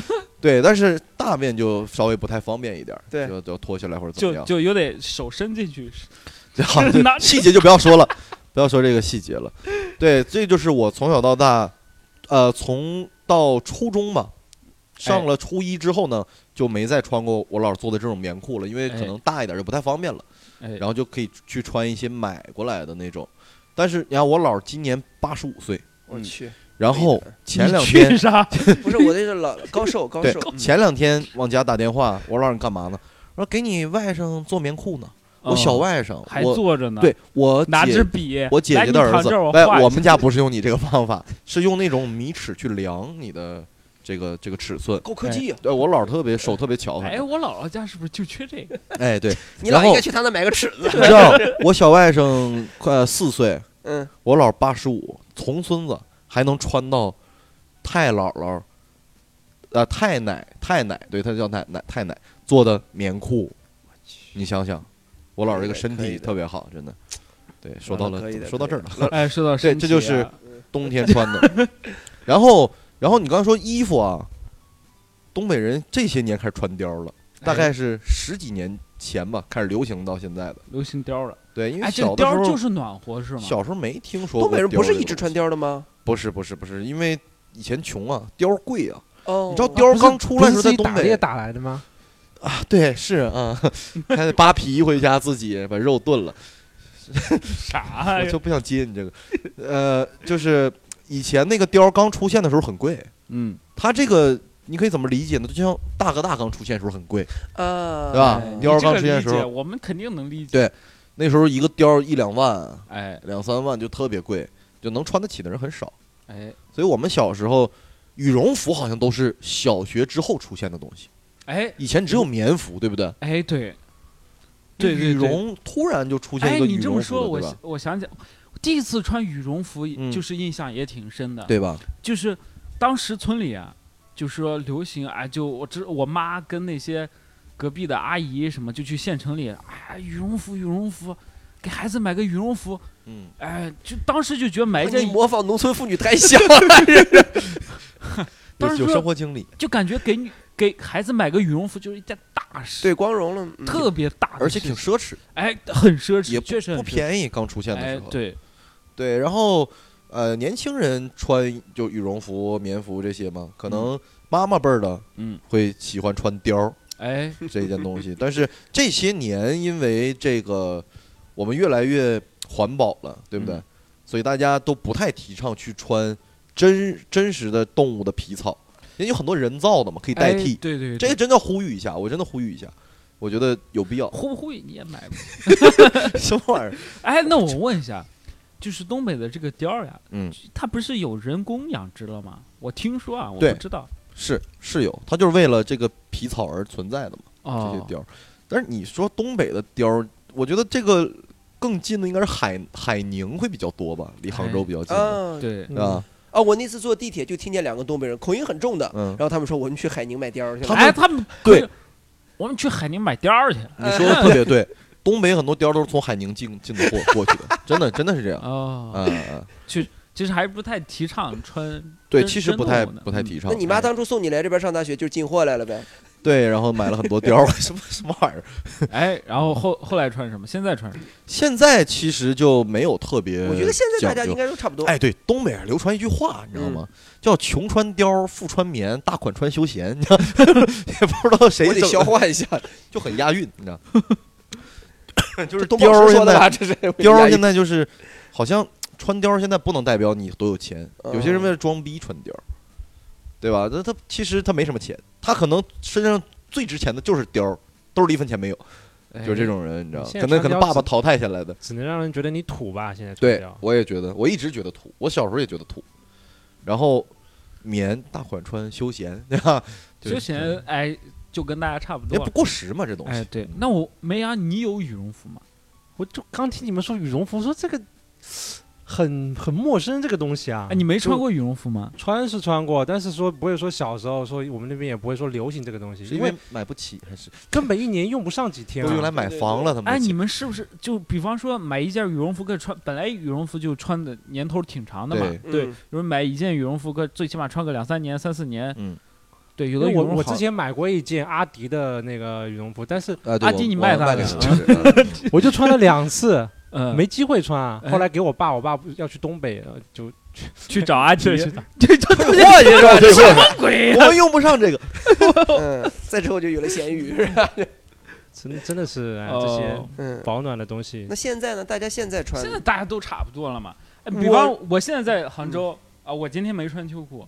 (laughs) 对，但是大便就稍微不太方便一点儿，对就就脱下来或者怎么就样。就有点手伸进去，(laughs) 对 (laughs) 好，就对拿细节就不要说了， (laughs) 不要说这个细节了。对，这就是我从小到大，呃，从到初中吧，哎上了初一之后呢，就没再穿过我姥儿做的这种棉裤了，因为可哎能大一点儿就不太方便了。哎，然后就可以去穿一些买过来的那种。但是你看，我姥儿今年八十五岁，我去，然后前两哎你去天啥？不是我那是老高寿高对寿，嗯前两天往家打电话，我姥儿你干嘛呢？我说给你外甥做棉裤呢， (laughs) 我小嗯外甥，还我坐着呢，对我拿姐支笔， (laughs) 我姐来姐你的儿躺子这儿，我画哎，一我下们家不是用你这个方法，是用那种米尺去量你的这个这个尺寸。高科技啊呀！对我姥儿特别手特别巧，反哎，正我姥姥家是不是就缺这 (laughs) 个？哎 (laughs) 对，你老然后应该去他那买个尺子。 (laughs) 你知道我小外甥快四岁，嗯，我姥八十五，重孙子还能穿到太姥姥，呃太奶太奶，对，她叫奶奶太奶做的棉裤，你想想，我姥这个身可以体的特别好，真的。对，说完到了了可以的，说到可这以儿了，哎，说到对身这体就啊是冬天穿 (laughs) 的。然后，然后你刚才说衣服啊，东北人这些年开始穿貂了，大哎概是十几年前吧，开始流行到现在的。流行貂了。对，因为哎，这小的时貂候就是暖和是吗？小时候没听说过东貂这个东西。北人不是一直穿貂的吗？不是不是不是，因为以前穷啊，貂贵啊。哦，你知道貂刚出来的时候在东猎北打来的吗？啊， (laughs) 对，是啊， (laughs) 还得扒皮回家自己把肉炖了。啥我呀就？不想接你这个，呃，就是以前那个貂刚出现的时候很贵，嗯，它这个你可以怎么理解呢？就像大哥大刚出现的时候很贵，啊，对吧哎貂儿刚这个出现的理时候解我们肯定能理解。对那时候一个貂一两万、哎两三万就特别贵，就能穿得起的人很少。哎所以我们小时候，羽绒服好像都是小学之后出现的东西，哎以前只有棉服，对不对？哎，对，对对羽对绒突然就出现哎，一个你羽这绒么说，服我了，想我想起来，第一次穿羽绒服嗯就是印象也挺深的，对吧？对吧？就是当时村里啊，就说流行啊，就我知我妈跟那些隔壁的阿姨什么，就去县城里啊，羽绒服羽绒服，给孩子买个羽绒服，嗯，哎，就当时就觉得买一你件，模仿农村妇女太像了。 (laughs) 当有时有说生活经历，就感觉给你给孩子买个羽绒服就是一件大事，对，光荣了，嗯特别大的而且事情，挺奢侈，哎，很奢侈，也啊确实不很奢侈便宜。刚出现的哎时，候，对，对然后呃，年轻人穿就羽绒服、棉服这些嘛，可能妈妈辈儿的嗯，会喜欢穿貂儿哎， (laughs) 这件东西，但是这些年因为这个我们越来越环保了，对不对？嗯所以大家都不太提倡去穿真真实的动物的皮草，因为有很多人造的嘛，可以代哎替。对对，这对。个真的呼吁一下，我真的呼吁一下，我觉得有必要 (laughs) 会不会你也买吧？什么玩意儿？哎，那我问一下，就是东北的这个貂儿呀，嗯，它不是有人工养殖了吗？我听说啊，我对不知道是是有，它就是为了这个皮草而存在的嘛，这些哦。貂儿。但是你说东北的貂儿，我觉得这个更近的应该是海海宁会比较多吧，离杭州比较近的，啊对，嗯对吧？啊！我那次坐地铁就听见两个东北人口音很重的，嗯然，后他们说我们去海宁买貂儿去他了。们哎，他们对，我们去海宁买貂儿去你说的特别 (laughs) 对，东北很多貂儿都是从海宁进进的货过去的，真的真的是这样。哦。啊、啊其实还不太提倡穿， (laughs) 对，真其实真不动太物呢不太提倡。嗯哎那你妈当初送你来这边上大学就是进货来了呗？对，然后买了很多貂 (laughs) 儿，什么什么玩意儿。哎，然后后后来穿什么？现在穿什么？现在其实就没有特别呃讲究，我觉得现在大家应该都嗯差不多。哎，对，东北人流传一句话，你知道吗？叫“穷穿貂，富穿棉，大款穿休闲”，你知道， (laughs) 也不知道谁我得整消 (laughs) 的，化一下。就很押韵，你知道。就这是董貂老儿师说现的吧？在这是貂儿压抑现在就是好像穿貂儿现在不能代表你多有钱，有嗯些人为了装逼穿貂儿，对吧？那他其实他没什么钱，他可能身上最值钱的就是貂儿，兜里一分钱没有，哎就是这种人，你知道吗？现在可能穿可能貂爸爸淘汰下来的。只能让人觉得你土吧？现在穿对貂，我也觉得，我一直觉得土，我小时候也觉得土。然后棉大款穿休闲， (laughs) 对吧？就是休闲哎，就跟大家差不也多不了。过时嘛，这东西。哎，对，那我梅阳，你有羽绒服吗？我就刚听你们说羽绒服，说这个很很陌生这个东西啊。哎，你没穿就过羽绒服吗？穿是穿过，但是说不会说小时候说我们那边也不会说流行这个东西，是因因为为买不起，还是根本一年用不上几天、都用来啊。买对对房了？他们哎，的你钱们是不是就比方说买一件羽绒服，可以穿本来羽绒服就穿的年头挺长的嘛对，嗯对， (laughs) 比如买一件羽绒服，可最起码穿个两三年、三四年，嗯，对，有因的为羽我绒我好之前买过一件阿迪的那个羽绒服，但是啊，对阿我基你我卖他卖给嗯了你了是 (laughs) 我就穿了两次，嗯没机会穿啊。哎后来给我爸，我爸不要去东北，呃就去找 (laughs) 阿杰，去这这这退货去 (laughs) 是吧？退货去，鬼 (laughs) 我们用不上这个。嗯，再之后就有了咸鱼，是吧？真真的是、哎这些哦，嗯，保暖的东西那。现在呢？大家现在穿现在大家都差不多了嘛。哎，我比方我现在在杭州嗯啊，我今天没穿秋裤，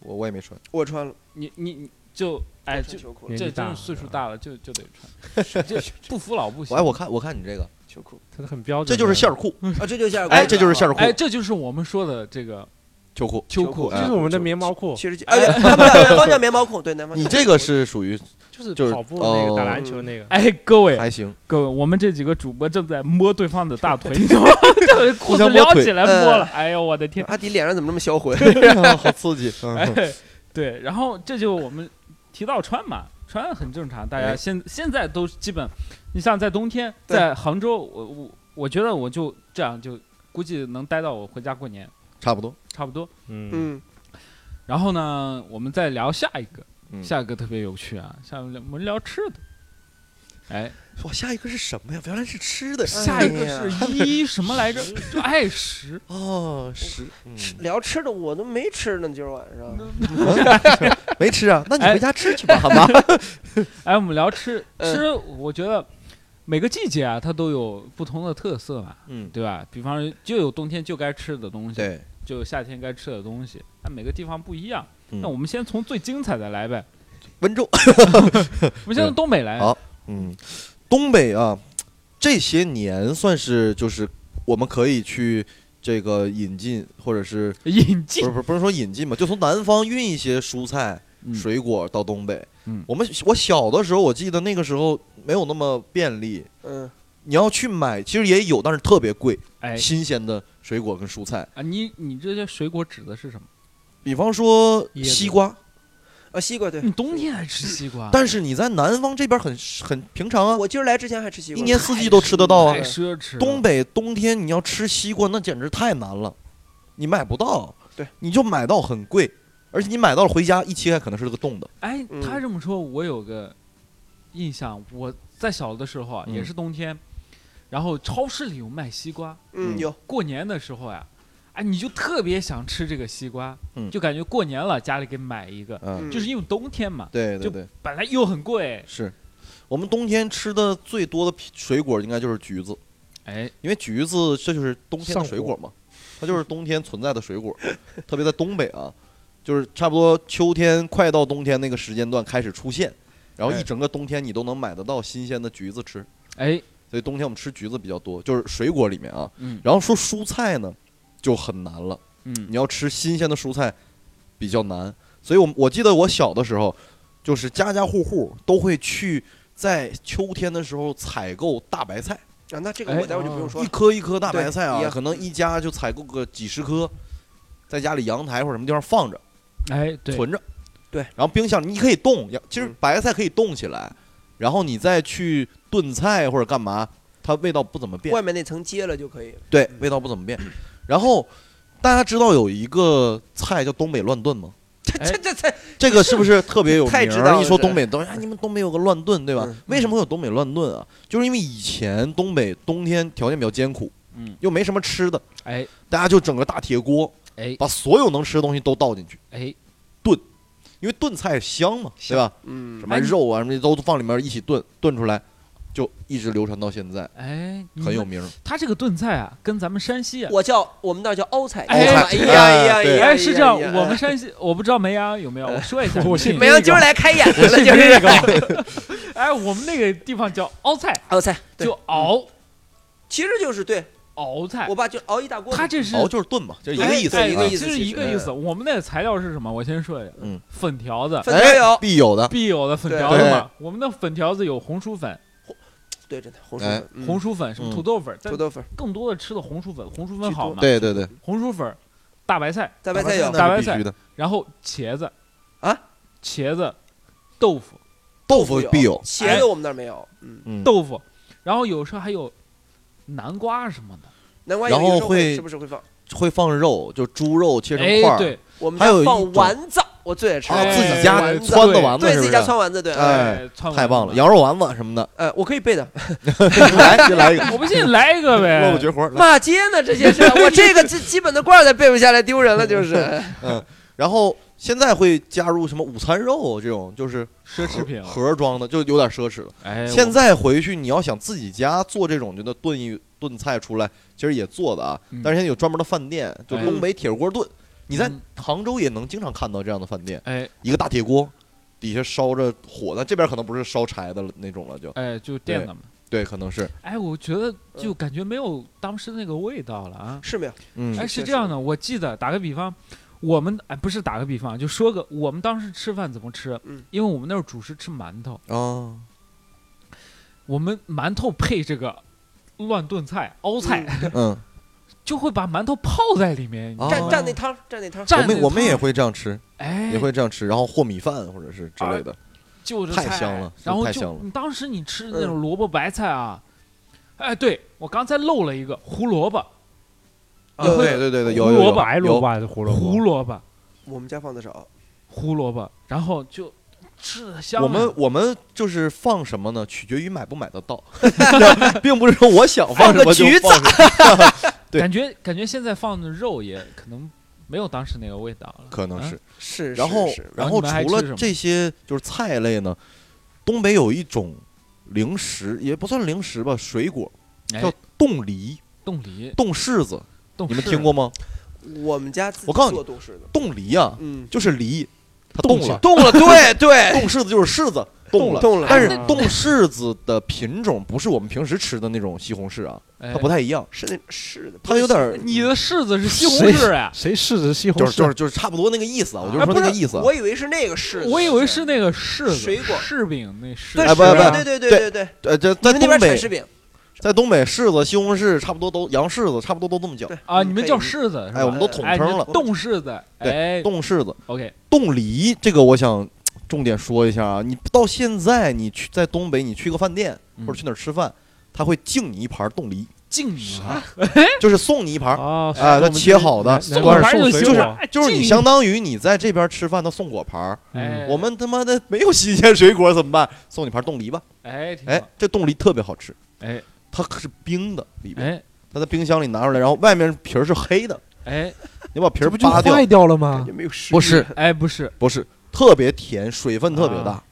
我我也没穿，我穿了，你你你就哎我就穿。秋裤你嗯了，年这纪大真了是岁数大了，就就得 (laughs) 穿，这不服老不行哎，。我看我看你这个，秋裤它是很标准的，这就是线儿裤，啊，这就下哎，这就是线儿儿裤，哎，这就是我们说的这个秋裤。哎秋秋裤裤，这是我们的棉毛裤裤。，其实就哎，对他们南 (laughs) 方叫棉毛裤，对，南方叫你这个是属于就是就是跑步那个、打哦篮球那个。哎，各 (laughs) 位还行，各位，我们这几个主播正在摸对方的大 (laughs) 腿，你知道吗？ (laughs) 这裤子互相摸撩腿嗯起来摸了，哎呦我的天！阿迪啊脸上怎么这么销魂？ (laughs) 好刺激。嗯哎，对，然后这就我们提到穿嘛，穿很正常，大家哎现现在都基本，你像在冬天，对在杭州，我我我觉得我就这样就估计能待到我回家过年，差不多。差不多。嗯，嗯，然后呢，我们再聊下一个，嗯下一个特别有趣啊，下面我们聊吃的。哎，哇，下一个是什么呀？原来是吃的下哎一个嗯是一什么 (laughs) 来着？就爱食。哦，食嗯吃聊吃的我都没吃呢，今儿晚上嗯没吃啊？那你哎回家吃去吧，好吗？哎，我们聊吃呃嗯吃，我觉得每个季节啊，它都有不同的特色嘛，嗯，对吧？比方说就有冬天就该吃的东西，对，就有夏天该吃的东西，那每个地方不一样。嗯那我们先从最精彩的来呗，温州。我们先从东北来好。嗯，东北啊，这些年算是就是我们可以去这个引进，或者是引不进是不是不是说引进吧，就从南方运一些蔬菜、嗯水果到东北。嗯我们我小的时候，我记得那个时候没有那么便利，嗯，你要去买，其实也有，但是特别贵，哎新鲜的水果跟蔬菜，啊，你你这些水果指的是什么？比方说椰子西瓜，啊，西瓜对你，嗯冬天还吃西瓜？ (laughs) 但是你在南方这边很很平常啊，我今儿来之前还吃西瓜，哎一年四季都吃得到啊太。奢侈了。东北冬天你要吃西瓜，那简直太难了，你买不到，对，你就买到很贵，而且你买到了回家一切开可能是个冻的，哎，嗯他这么说，我有个印象，我在小的时候啊，嗯也是冬天，然后超市里有卖西瓜。嗯有过年的时候呀、哎，你就特别想吃这个西瓜，嗯就感觉过年了，家里给买一个，嗯，嗯就是因为冬天嘛，对对就对，本来又很贵，是我们冬天吃的最多的水果应该就是橘子，哎，因为橘子这就是冬天上的火水果嘛，它就是冬天存在的水果，特别在东北啊，就是差不多秋天快到冬天那个时间段开始出现，然后哎一整个冬天你都能买得到新鲜的橘子吃，哎，所以冬天我们吃橘子比较多，就是水果里面啊。嗯然后说蔬菜呢，就很难了，嗯，你要吃新鲜的蔬菜比较难，所以我我记得我小的时候，就是家家户户都会去。在秋天的时候采购大白菜，啊，那这个哎我待会儿就不用说一了，颗一颗大白菜对一啊，样可能一家就采购个几十颗，在家里阳台或者什么地方放着哎，对，存着。对，然后冰箱你可以冻，要其实嗯白菜可以冻起来，然后你再去炖菜或者干嘛，它味道不怎么变外。面那层揭了就可以了，对，味道不怎么变。然后大家知道有一个菜叫东北乱炖吗？这哎这这才这个是不是特别有名 (laughs) 太知儿？道了一说是东北，都哎，你们东北有个乱炖，对吧嗯？为什么会有东北乱炖啊？就是因为以前东北冬天条件比较艰苦，嗯，又没什么吃的，哎大家就整个大铁锅，哎把所有能吃的东西都倒进去，哎，因为炖菜香嘛，对吧？嗯什么肉啊什么的都放里面一起炖，炖出来就一直流传到现在，哎，嗯你很有们。名儿。他这个炖菜啊，跟咱们山西啊，我叫我们那叫凹菜，哎呀哎呀呀对呀！哎是这样，哎呀我们山西我不知道梅阳有没有，我说一下，我信你没那有个今儿来开眼我的了，信就这是个。 (laughs) 哎，我们那个地方叫熬菜，凹菜，对就熬其实就是对熬菜我，爸就熬一大锅。哎他这是熬就是炖嘛，就是一个哎意思，哎一个啊意思其实其一个实意思。我们那个材料是什么？我先说一下，嗯，粉条子粉条有，哎必有的。必有的粉条子嘛，我们的粉条子有红薯粉、对，真的红薯哎粉，嗯红薯粉什么嗯土豆粉，但土豆粉，更多的吃的红薯粉，红薯粉好嘛，对对对，红薯粉、大白菜，大白菜有那，是大白必菜须的，然后茄子啊，茄子、豆腐、豆腐必有。茄子我们那儿没有，嗯，嗯，豆腐，然后有时候还有南瓜什么的。南瓜有然后有时候会是不是会放？会放肉，就猪肉切成哎块，儿，对，我们还有家一放种丸子，我最爱吃啊，丸子，自己家哎撺的丸子对是自不己家是？汆丸子，对，哎窜太棒了，羊羊肉丸子什么的， (laughs) 呃，我可以背的。来就来 (laughs) 一个，我不信来一个呗。 (laughs) 落不绝活。来骂街呢，这些 (laughs) 是我这个基基本的罐儿再背不下来，丢人了就是。 (laughs) 然后现在会加入什么午餐肉这种，就是奢侈品了。盒装的，就有点奢侈了。哎，现在回去你要想自己家做这种，就那炖一炖菜出来，其实也做的啊嗯，但是现在有专门的饭店，就哎东北铁锅炖，你在嗯杭州也能经常看到这样的饭店，我哎一个大铁锅。底下烧着火，但这边可能不是烧柴的了那种了，就哎，就垫子嘛。对，可能是，哎，我觉得就感觉没有当时那个味道了啊。是没有，嗯，哎，是是是这样的，我记得打个比方，我们哎不是打个比方，就说个我们当时吃饭怎么吃？嗯，因为我们那儿主食吃馒头，啊，我们馒头配这个乱炖菜、熬菜，嗯，就会把蘸蘸那汤馒头泡在里面，你知道吗蘸蘸那汤，蘸那汤。我们我们也会这样吃，哎也会这样吃，然后和米饭或者是之类的，就着太菜香了然后太就香了嗯你当时你吃那种萝卜白菜啊，哎，对我刚才漏了一个胡萝卜，啊也会哦呃对对对对，有胡有萝有卜、哎白萝有卜还是胡萝胡卜？萝卜，我们家放的少，胡萝卜，然后就吃的香啊。我们我们就是放什么呢？取决于买不买得到， (laughs) 并不是说我想放什么就放什么，对感觉感觉现在放的肉也可能没有当时那个味道了，可能啊是。是然后然后后你们还除吃了什么这些就是菜类呢，东北有一种零食，也不算零食吧，水果哎叫冻梨、冻梨，冻柿子，冻你们柿听过吗？我们家自己我告诉你做冻柿子，冻梨啊，嗯，就是梨，它冻冻起了来，冻了，对对，冻柿子就是柿子冻了。哎冻了，但是啊冻柿子的品种不是我们平时吃的那种西红柿啊，哎？它不太一样，是那是的，它有点儿你的柿子是西红谁柿哎，谁柿子西红就柿？是就是就是差不多那个意思啊，我就哎说不那个是意思啊。我以为是那个柿子，我以为是那个柿子水果柿饼那柿对哎子不柿不饼对对对对对，呃，这你在们那东边产柿北，饼，在东北柿子、西红柿差不多都洋柿子差不多都这么叫，对啊，你们叫可以柿子是哎，吧？我们都统哎，称你了冻柿子，对哎冻柿子、 ，OK，冻梨。这个我想重点说一下啊，你到现在你去在东北，你去个饭店嗯或者去哪儿吃饭，他会敬你一盘冻梨，敬你啊，就是送你一盘，啊， (laughs) 哎它切好的送果我盘盘就送行水就是果了，哎就是敬你相当于你在这边吃饭，他送果盘儿。哎，我们他妈的没有新鲜水果怎么办？送你盘冻梨吧。哎，挺哎好，这冻梨特别好吃，哎它可是冰的，里边哎它在冰箱里拿出来，然后外面皮儿是黑的，哎你把皮这儿不就扒掉坏，掉了感吗觉？没有柿，不是哎，不是，不是特别甜，水分特别大啊，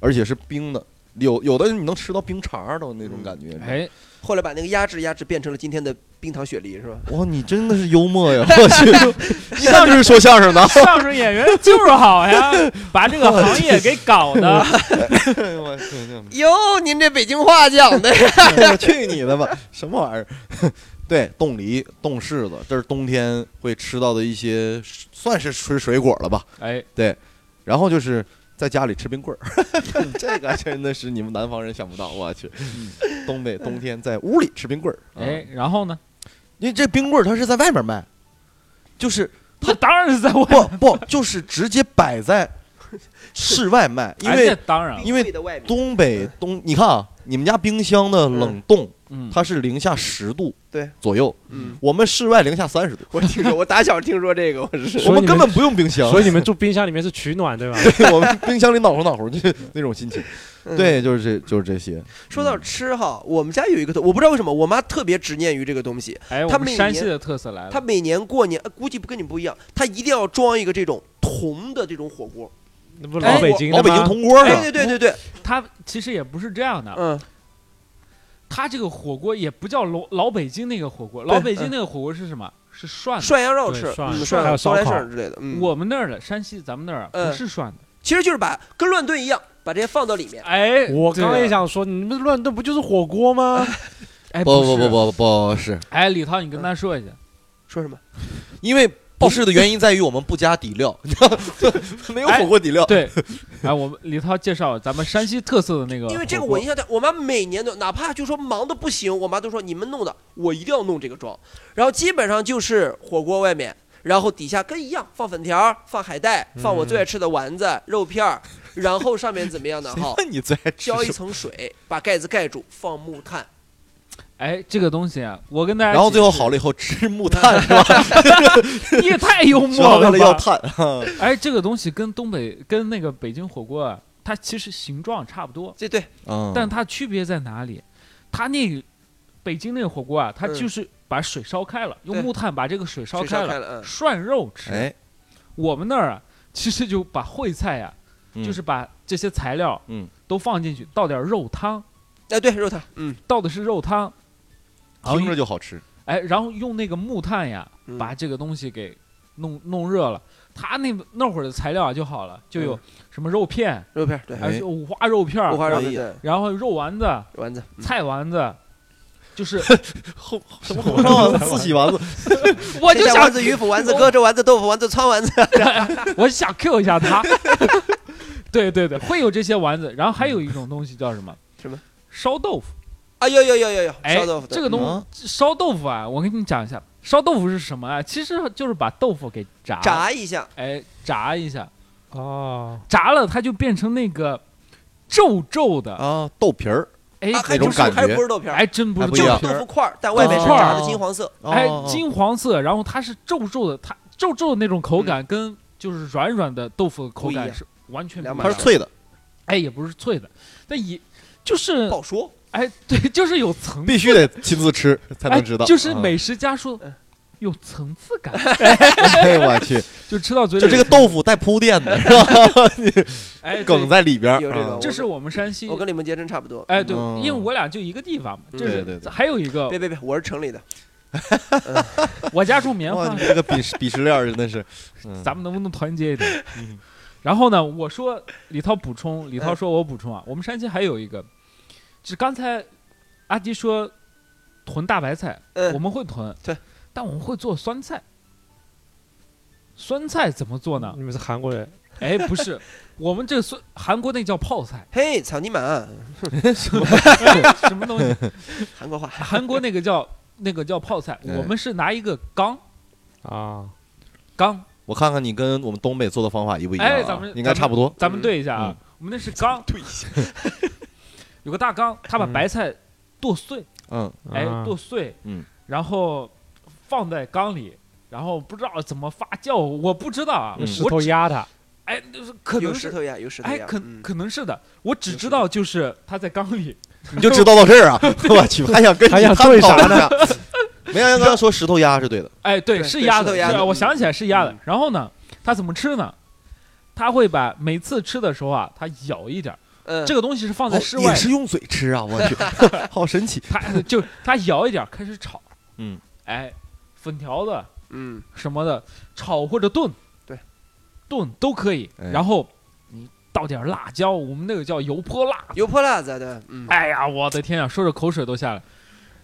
而且是冰的。有有的你能吃到冰碴儿都那种感觉，哎，后来把那个压制压制变成了今天的冰糖雪梨是吧？哇，你真的是幽默呀！我去，一看就是说相声的。相声演员就是好 (laughs) 呀，把这个行业给搞的，哎呦我去 (laughs) 哟，您这北京话讲 (laughs) 的，我 (laughs) 去你的吧！什么玩意儿？ (laughs) 对，冻梨、冻柿子，这是冬天会吃到的一些，算是吃水果了吧。哎，然后就是在家里吃冰棍儿， (laughs) 这个真的是你们南方人想不到，我去，东北冬天在屋里吃冰棍儿，啊嗯哎，，然后呢？因为这冰棍儿它是在外面卖，就是 (laughs) 他当然是在外不不就是直接摆在室外卖， (laughs) 因 (laughs) 哎这为当然了，因为 (laughs) 冰柜的外面，东北东，你看啊，你们家冰箱的冷冻嗯，它是零下十度对左右，嗯，我们室外零下三十 (laughs) 度， (laughs) 我听说，我打小听说这 (laughs) 个，我是我所以们你们根本不用冰箱，所以 (laughs) 你们住冰箱里面是取暖对吧？我们冰箱里暖和暖和，就是那种心情。嗯对，就是这就是这些。说到吃哈，我们家有一个东，我不知道为什么，我妈特别执念于这个东西。哎，我他们们那山年西的特色来了，她每年过年，呃估计不跟你不一样，她一定要装一个这种铜的这种火锅。那不哎嗯老北京的老哦吗北京铜锅哎呢？对对对对，他其实也不是这样的，嗯，它这个火锅也不叫老老北京那个火锅，老北京那个火锅是什么？是啊涮的。涮羊肉对吃，涮嗯，的涮还有羊烧烧来烤涮之类的，嗯，我们那儿的山西，咱们那儿嗯不是涮的。其实就是把跟乱炖一样，把这些放到里面，哎，我对刚也了，想说，你们乱炖不就是火锅 (laughs) 吗？哎，不是不不，不不是，哎，李涛，你跟他说一下，说什么？因为不是的原因在于我们不加底 (laughs) 料，你知道没有火锅底料。对，哎，我们李涛介绍咱们山西特色的那个火锅，因为这个我印象在，我妈每年都哪怕就说忙的不行，我妈都说你们弄的，我一定要弄这个装。然后基本上就是火锅外面，然后底下跟一样放粉条儿、放海带、放我最爱吃的丸子、肉片 (laughs) 儿，然后上面怎么样呢？谁 (laughs) 哈，问哎你最爱吃浇一什么？层水，把盖子盖住，放木炭。哎，这个东西啊，我跟大家，然后最后好，了以后吃木 (laughs) 炭是吧？你也太幽学默 (laughs) 会了了要吧？炭。哎，这个东西跟东北跟那个北京火锅啊，它其实形状差不多，这 (laughs) 对，嗯，但它区别在哪里？它那个北京那个火锅啊，它嗯就是把水烧开了，用对木炭把这个水烧谁开烧开了，了，嗯涮肉吃。哎，我们那儿啊，其实就把烩菜啊，嗯就是把这些材料嗯都放进去，倒点肉汤，嗯，哎对，肉汤，嗯，倒的是肉汤，然后听着就好 (laughs) 吃。哎，然后用那个木炭呀，嗯把这个东西给弄弄热了。它那那会儿的材料啊就好了，就有嗯什么肉片，肉片儿，对，还有五花肉片儿，五花肉然后片儿，然后肉丸子、对丸子，嗯菜丸子，就是 (laughs) 后什么红烧丸子、四喜哦 (laughs) 丸子？我就这想丸子、鱼腐丸子、搁着丸子、豆腐丸子、川丸子， (laughs) (laughs) 我想 Q 一下他。 (laughs) 对对对，会有这些丸子，然后还有一种东西叫什么？嗯什么？烧豆腐。啊，有有有有有，哎烧豆腐，，这个东、嗯烧豆腐啊，我跟你讲一下，烧豆腐是什么啊？其实就是把豆腐给炸，炸一下，哎，炸一下，哦，炸了它就变成那个皱皱的，啊，豆皮儿，哎，啊，还种不是感还觉不是豆片儿，还真哎不还是不就一是豆样皮豆儿腐，块儿，但外面是炸的金黄色。哦哎，哦金黄色，然后它是皱皱的，它皱皱的那种口嗯感跟就是软软的豆腐的口不一感样是完全两不一码它样是的，脆事的，哎，也不是脆的，但也就是不好说，哎， (laughs) 对，就是有层必须得亲自吃才能知道。哎，就是嗯美食家说嗯有层次 (laughs) 感，哎我去，就吃到嘴里就这个豆腐带铺垫的，是吧？你哎对梗在里边儿。有这种嗯这是我们山西我，跟李梦洁真差不多。哎，对，嗯因为我俩就一个地方嘛，这对对是对还有一个别别别，我是城里的，我家住棉哇，花你，这个鄙视鄙视链儿真 (laughs) 的是，嗯咱们能不能团结一点嗯？哎然后呢，我说李涛补充，李涛嗯说我补充啊，我们山西还有一个，就是刚才阿迪说囤大白菜，我嗯，们会囤，对，，但我们会做酸菜。酸菜怎么做呢？你们是韩国人，哎，不 (laughs) 是，我们这个酸韩国那叫泡菜嘿，草泥马，什么东西？韩国话，韩国那个叫那个叫泡菜，哎我们是拿一个缸啊，缸，我看看你跟我们东北做的方法一不一样啊？哎咱们应该差不多。嗯咱们对一下啊，我们那是缸，对一下， (laughs) 有个大缸，他把嗯白菜剁碎， (laughs) 嗯，哎，啊剁碎，嗯，然后放在缸里，然后不知道怎么发酵，我不知道啊，嗯石我头只压它，哎，就是可有能石是，头呀，有石头哎，呀，可嗯可能是的，我只有知石道头就是他在缸 (laughs) 里，你就知道到这儿 (laughs) 啊？我去，还想跟你还想探对讨啥一下？ (laughs) 梅阳刚刚说石头鸭是对的，哎，对，对是对鸭石头的，鸭是的我想起来是鸭的嗯。然后呢，他怎么吃呢？他会把每次吃的时候啊，他咬一点儿。嗯，这个东西是放在室哦外也，是用嘴吃 (laughs) 啊！我去，好神奇。他呃就他咬一点儿开始炒，嗯，哎，粉条子嗯，什么的，炒或者炖，对，炖都可以。哎然后你倒点儿辣椒，我们那个叫油泼辣子。油泼辣子的，嗯，哎呀，我的天呀，说着口水都下来。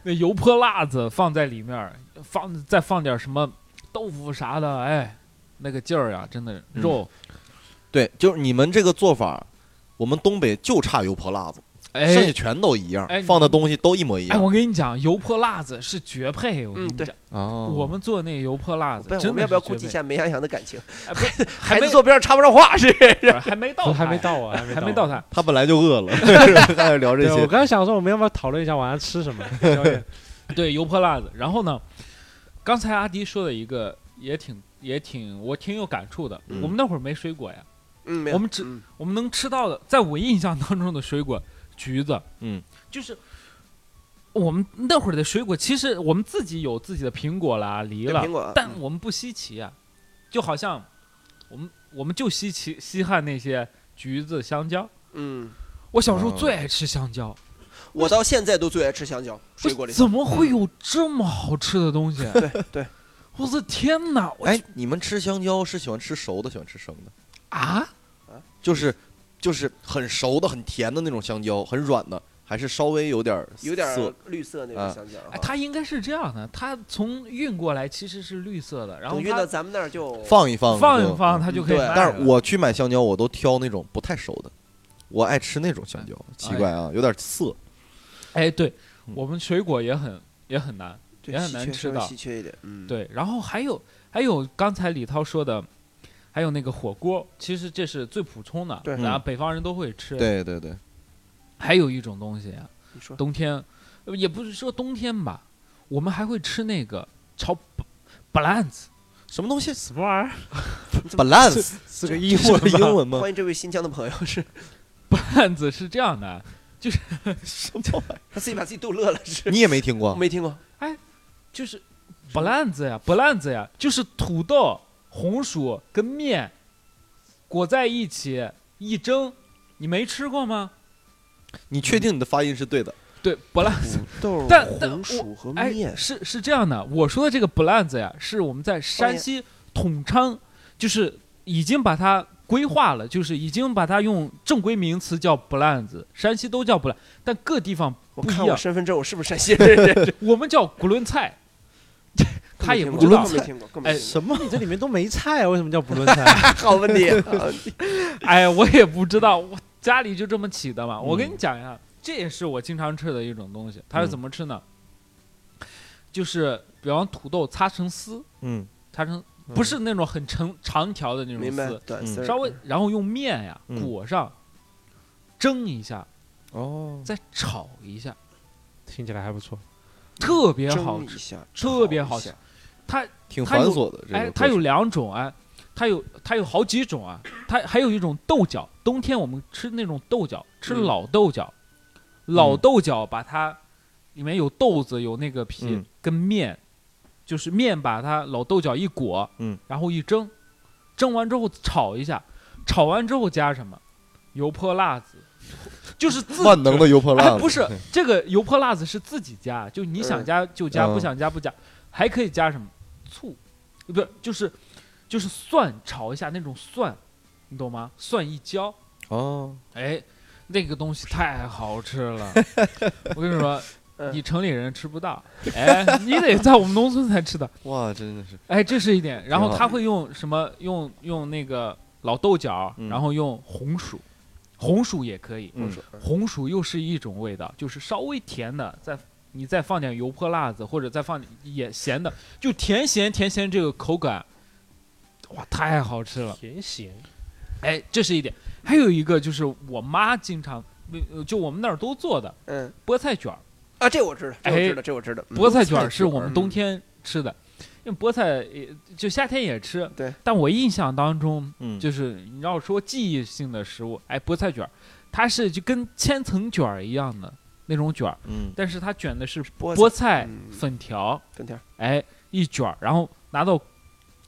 那油泼辣子放在里面儿，放再放点儿什么豆腐啥的，哎，那个劲儿呀，真的嗯肉。对，就是你们这个做法，我们东北就差油泼辣子，剩下哎全都一样哎，放的东西都一模一哎，样。我跟你讲，油泼辣子是绝配。我跟你嗯对讲，哦我们做那个油泼辣子不，然我真们的要是不要绝顾及一配下梅洋洋的感情？哎不是还孩没子坐边上插不上话是？还没到，还没，到啊，还没哎还没到到。他。他本来就 (laughs) 饿了，还要聊这对，我些。刚才想说，我们要不要讨论一下晚上吃什 (laughs) 么？宵夜 (laughs) 对，油泼辣子。然后呢，刚才阿迪说的一个也挺也挺我挺有感触的。嗯我们那会儿没水果呀，嗯，没有，我们只嗯我们能吃到的，在我印象当中的水果，橘子，嗯，就是。我们那会儿的水果，其实我们自己有自己的苹果啦、梨对啦苹，果，但我们不稀奇啊，就好像我们我们就稀奇稀罕那些橘子、香蕉。嗯，我小时候最爱吃香蕉，我到现在都最爱吃香蕉，水果我里。怎么会有这么好吃的东西？对对，我的天哪！我哎，你们吃香蕉是喜欢吃熟的，喜欢吃生的？啊，就是就是很熟的、很甜的那种香蕉，很软的，还是稍微有点儿有点涩儿绿色那种啊香蕉，哎，它应该是这样的，它从运过来其实是绿色的，然后等运到它咱们那儿就放一放放就一放，嗯它就可以对卖了。但是我去买香蕉，我都挑那种不太熟的，我爱吃那种香蕉，奇怪啊，有点涩。哎，对嗯我们水果也很也很难，对也很稀难缺吃稍微到稀缺一点。嗯，，对，然后还有还有刚才李涛说的，还有那个火锅，其实这是最普通的，对嗯然后北方人都会吃。，对对对，还有一种东西，啊你说冬天呃也不是说冬天吧，我们还会吃那个炒 b l a n c 什么东西 (laughs) 什么玩意儿？ ？balance 是个英文英 (laughs) 文吗？欢迎这位新疆的朋友，是 b l a n c 是这样的，他自己把自己逗乐了，是你也没听过？没听过。就是 b l a n c 呀 b l a n c 呀，就是土豆、红薯跟面裹在一起一蒸，你没吃过吗？你确定你的发音是对的？对 b l a n 豆但但红我薯和哎，是是这样的，我说的这个 b l a n c 呀，是我们在山西统称，就是已经把它规划了，就是已经把它用正规名词叫 b l a n c 山西都叫 b l a n 但各地方我不一看样我身份证，我是不是山西人？我们叫囫囵 (laughs) 菜，他也不知更道没。听过，更没哎听过。什么？你这里面都没菜啊？为什么叫不论菜？ (laughs) 好问题，好 (laughs) 哎，我也不知道，我家里就这么起的嘛。我跟嗯你讲一下，这也是我经常吃的一种东西。它是怎么吃呢？就是比方土豆擦成丝，嗯擦成不是那种很长长条的那种明白丝，，短嗯丝儿稍微然后用面呀嗯裹上，蒸一下，哦，再炒一下，听起来还不错。特别好嗯蒸一吃。下，特别炒好一吃下。它挺它繁有琐的这个过哎程。，它有两种哎，它有它有好几种啊，它还有一种豆角，冬天我们吃那种豆角，吃嗯老豆角，嗯老豆角把它里面有豆子有那个皮、嗯跟面，就是面把它老豆角一裹，嗯，然后一蒸，蒸完之后炒一下，炒完之后加什么？油泼辣子，就是自万能的油泼辣哎，子，不是这个油泼辣子是自己加，就你想加就加，嗯不想加不加，还可以加什么醋，不是就是就是蒜炒一下那种蒜，你懂吗？蒜一浇，哦，哎，那个东西太好吃 (laughs) 了。我跟你说，嗯你城里人吃不到，哎，你得在我们农村才吃到。哇，真的是哎，这是一点。然挺后好他会用什么？用用那个老豆角，嗯然后用红薯，红薯也可以。嗯我说嗯红薯又是一种味道，就是稍微甜的，再你再放点油泼辣子，或者再放点也咸的，就甜咸甜咸这个口感，哇，太好吃了！甜咸，哎，这是一点。还有一个就是我妈经常，呃就我们那儿都做的嗯菠菜卷儿，啊，这我知道，这我哎知道，这我知道。嗯菠菜卷儿是我们冬嗯天吃的，因为菠菜也就夏天也吃。对，但我印象当中，嗯，就是你要说记忆性的食物，哎，菠菜卷儿，它是就跟千层卷儿一样的那种卷儿。嗯但是它卷的是菠菠菜嗯粉条，粉条儿哎，一卷儿，然后拿到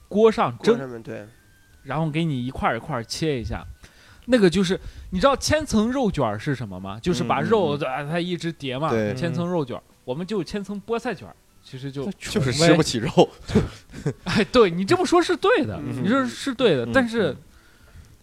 锅上锅蒸，上面对，然后给你一块儿一块儿切一下。那个就是你知道千层肉卷儿是什么吗？就是把嗯嗯肉、啊它一直叠嘛，对千层肉卷儿，我们就千层菠菜卷儿。其实 (laughs) 就就是吃不起。起肉，哎，对你这么说是对的，嗯你说是对的，嗯但是嗯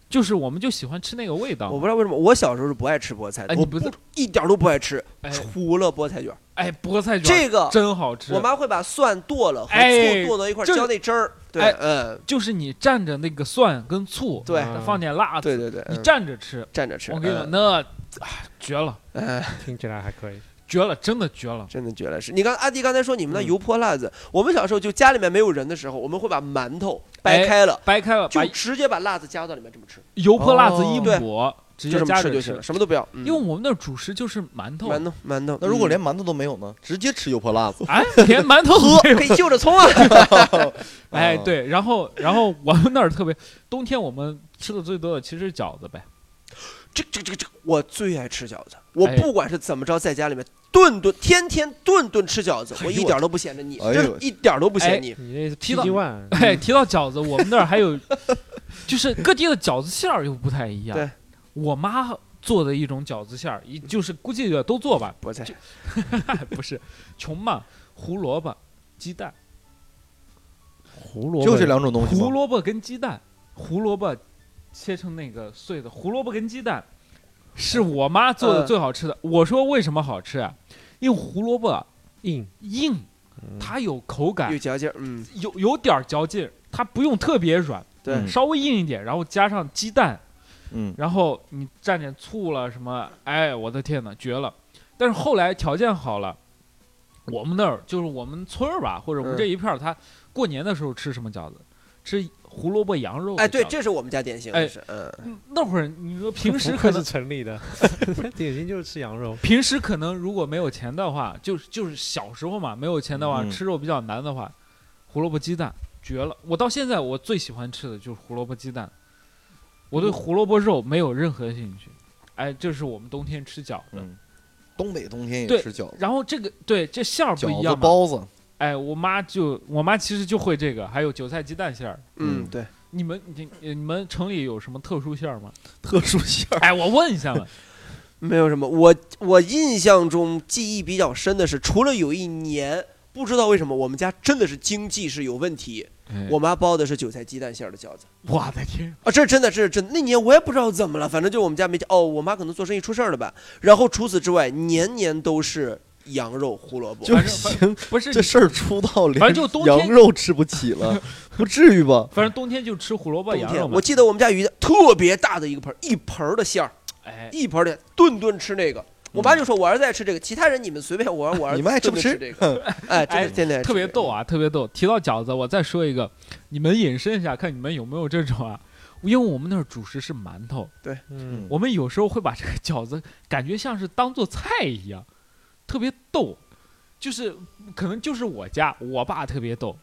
就是我们就喜欢吃那个味道我嘛。不知道为什么，我小时候是不爱吃菠菜的，哎你我不是一点儿都不爱吃，哎除了菠菜卷儿。哎，菠菜卷儿这个真好吃。我妈会把蒜剁了和哎醋剁到一块儿这浇那汁儿。对哎，嗯，就是你蘸着那个蒜跟醋，啊对再放点辣子，对对对，你嗯蘸着吃，蘸着吃。我跟你讲，嗯那啊绝了，听起来还可以。绝了，真的绝了。真的觉得是你刚阿迪刚才说你们那嗯油泼辣子，我们小时候就家里面没有人的时候，我们会把馒头掰哎开了，掰开了，把就直接把辣子加到里面这么吃，油泼辣子一哦抹，直就接这么加吃着就行了，。什么都不要。嗯因为我们那儿主食就是馒头，馒头馒头，那如果嗯连馒头都没有呢？直接吃油泼辣子，哎，连馒头都没有可以就着葱啊，嗯哎，对，然后然后我们那儿特别，冬天我们吃的最多的其实是饺子呗。这这这这，我最爱吃饺子。我哎不管是怎么着，在家里面顿顿天天顿顿吃饺子，我一点都不嫌着腻，哎呦真的一点都不哎嫌腻。你那是提到 PG One，嗯哎，提到饺子， (laughs) 我们那儿还有，就是各地的饺子馅儿又不太一样对。我妈做的一种饺子馅儿，一就是估计也都做吧， (laughs) 菠菜不是 (laughs) 穷嘛，胡萝卜、鸡蛋，胡萝卜就这两种东西胡吗？萝卜跟鸡蛋，胡萝卜切成那个碎的，胡萝卜跟鸡蛋是我妈做的呃最好吃的。嗯我说为什么好吃啊？因为胡萝卜啊硬，硬，嗯它有口感有，嚼劲儿，嗯，有有点儿嚼劲儿，它不用特别软，对，嗯稍微硬一点，然后加上鸡蛋，嗯，然后你蘸点醋了什么，哎，我的天呐，绝了！但是后来条件好了，我们那儿就是我们村儿吧，或者我们嗯这一片儿，他过年的时候吃什么饺子？吃胡萝卜羊肉的饺子。哎，对，这是我们家典型，哎就是嗯，嗯那会儿你说平 (laughs) 时不可愧是能城里的，典型就是吃羊肉。平时可能如果没有钱的话，就是就是小时候嘛，没有钱的话、嗯吃肉比较难的话，胡萝卜鸡蛋绝了。我到现在我最喜欢吃的就是胡萝卜鸡蛋，我对胡萝卜肉没有任何兴趣。哎，这是我们冬天吃饺子。嗯，东北冬天也对吃饺子，然后这个对这馅儿不一饺子样嘛，包子，哎，我妈就我妈其实就会这个，还有韭菜鸡蛋馅儿。嗯，嗯对，你们你你们城里有什么特殊馅儿吗？特殊馅儿。哎，我问一下嘛。没有什么。我我印象中记忆比较深的是，除了有一年，不知道为什么我们家真的是经济是有问题，哎我妈包的是韭菜鸡蛋馅儿的饺子我的天，啊，这是真的，这是真的。那年我也不知道怎么了，反正就我们家没哦，我妈可能做生意出事儿了吧。然后除此之外，年年都是羊肉胡萝卜，就反正行，不是这事儿出到反正连就冬天羊肉吃不 (laughs) 起了，不至于吧？反正冬天就吃胡萝卜冬羊肉天，嘛。我记得我们家有一特别大的一个盆儿，一盆儿的馅儿，哎，嗯一盆儿的，顿顿吃那个。我妈就说：“我儿子爱吃这个，其他人你们随便。”我儿我儿你们爱吃顿不顿吃吃这个，哎，(laughs) 真哎的天天爱吃特别这个逗！啊，特别逗。提到饺子，我再说一个，你们引申一下，看你们有没有这种啊？因为我们那儿主食是馒头，嗯，我们有时候会把这个饺子感觉像是当做菜一样，特别逗。就是可能就是我家，我爸特别逗。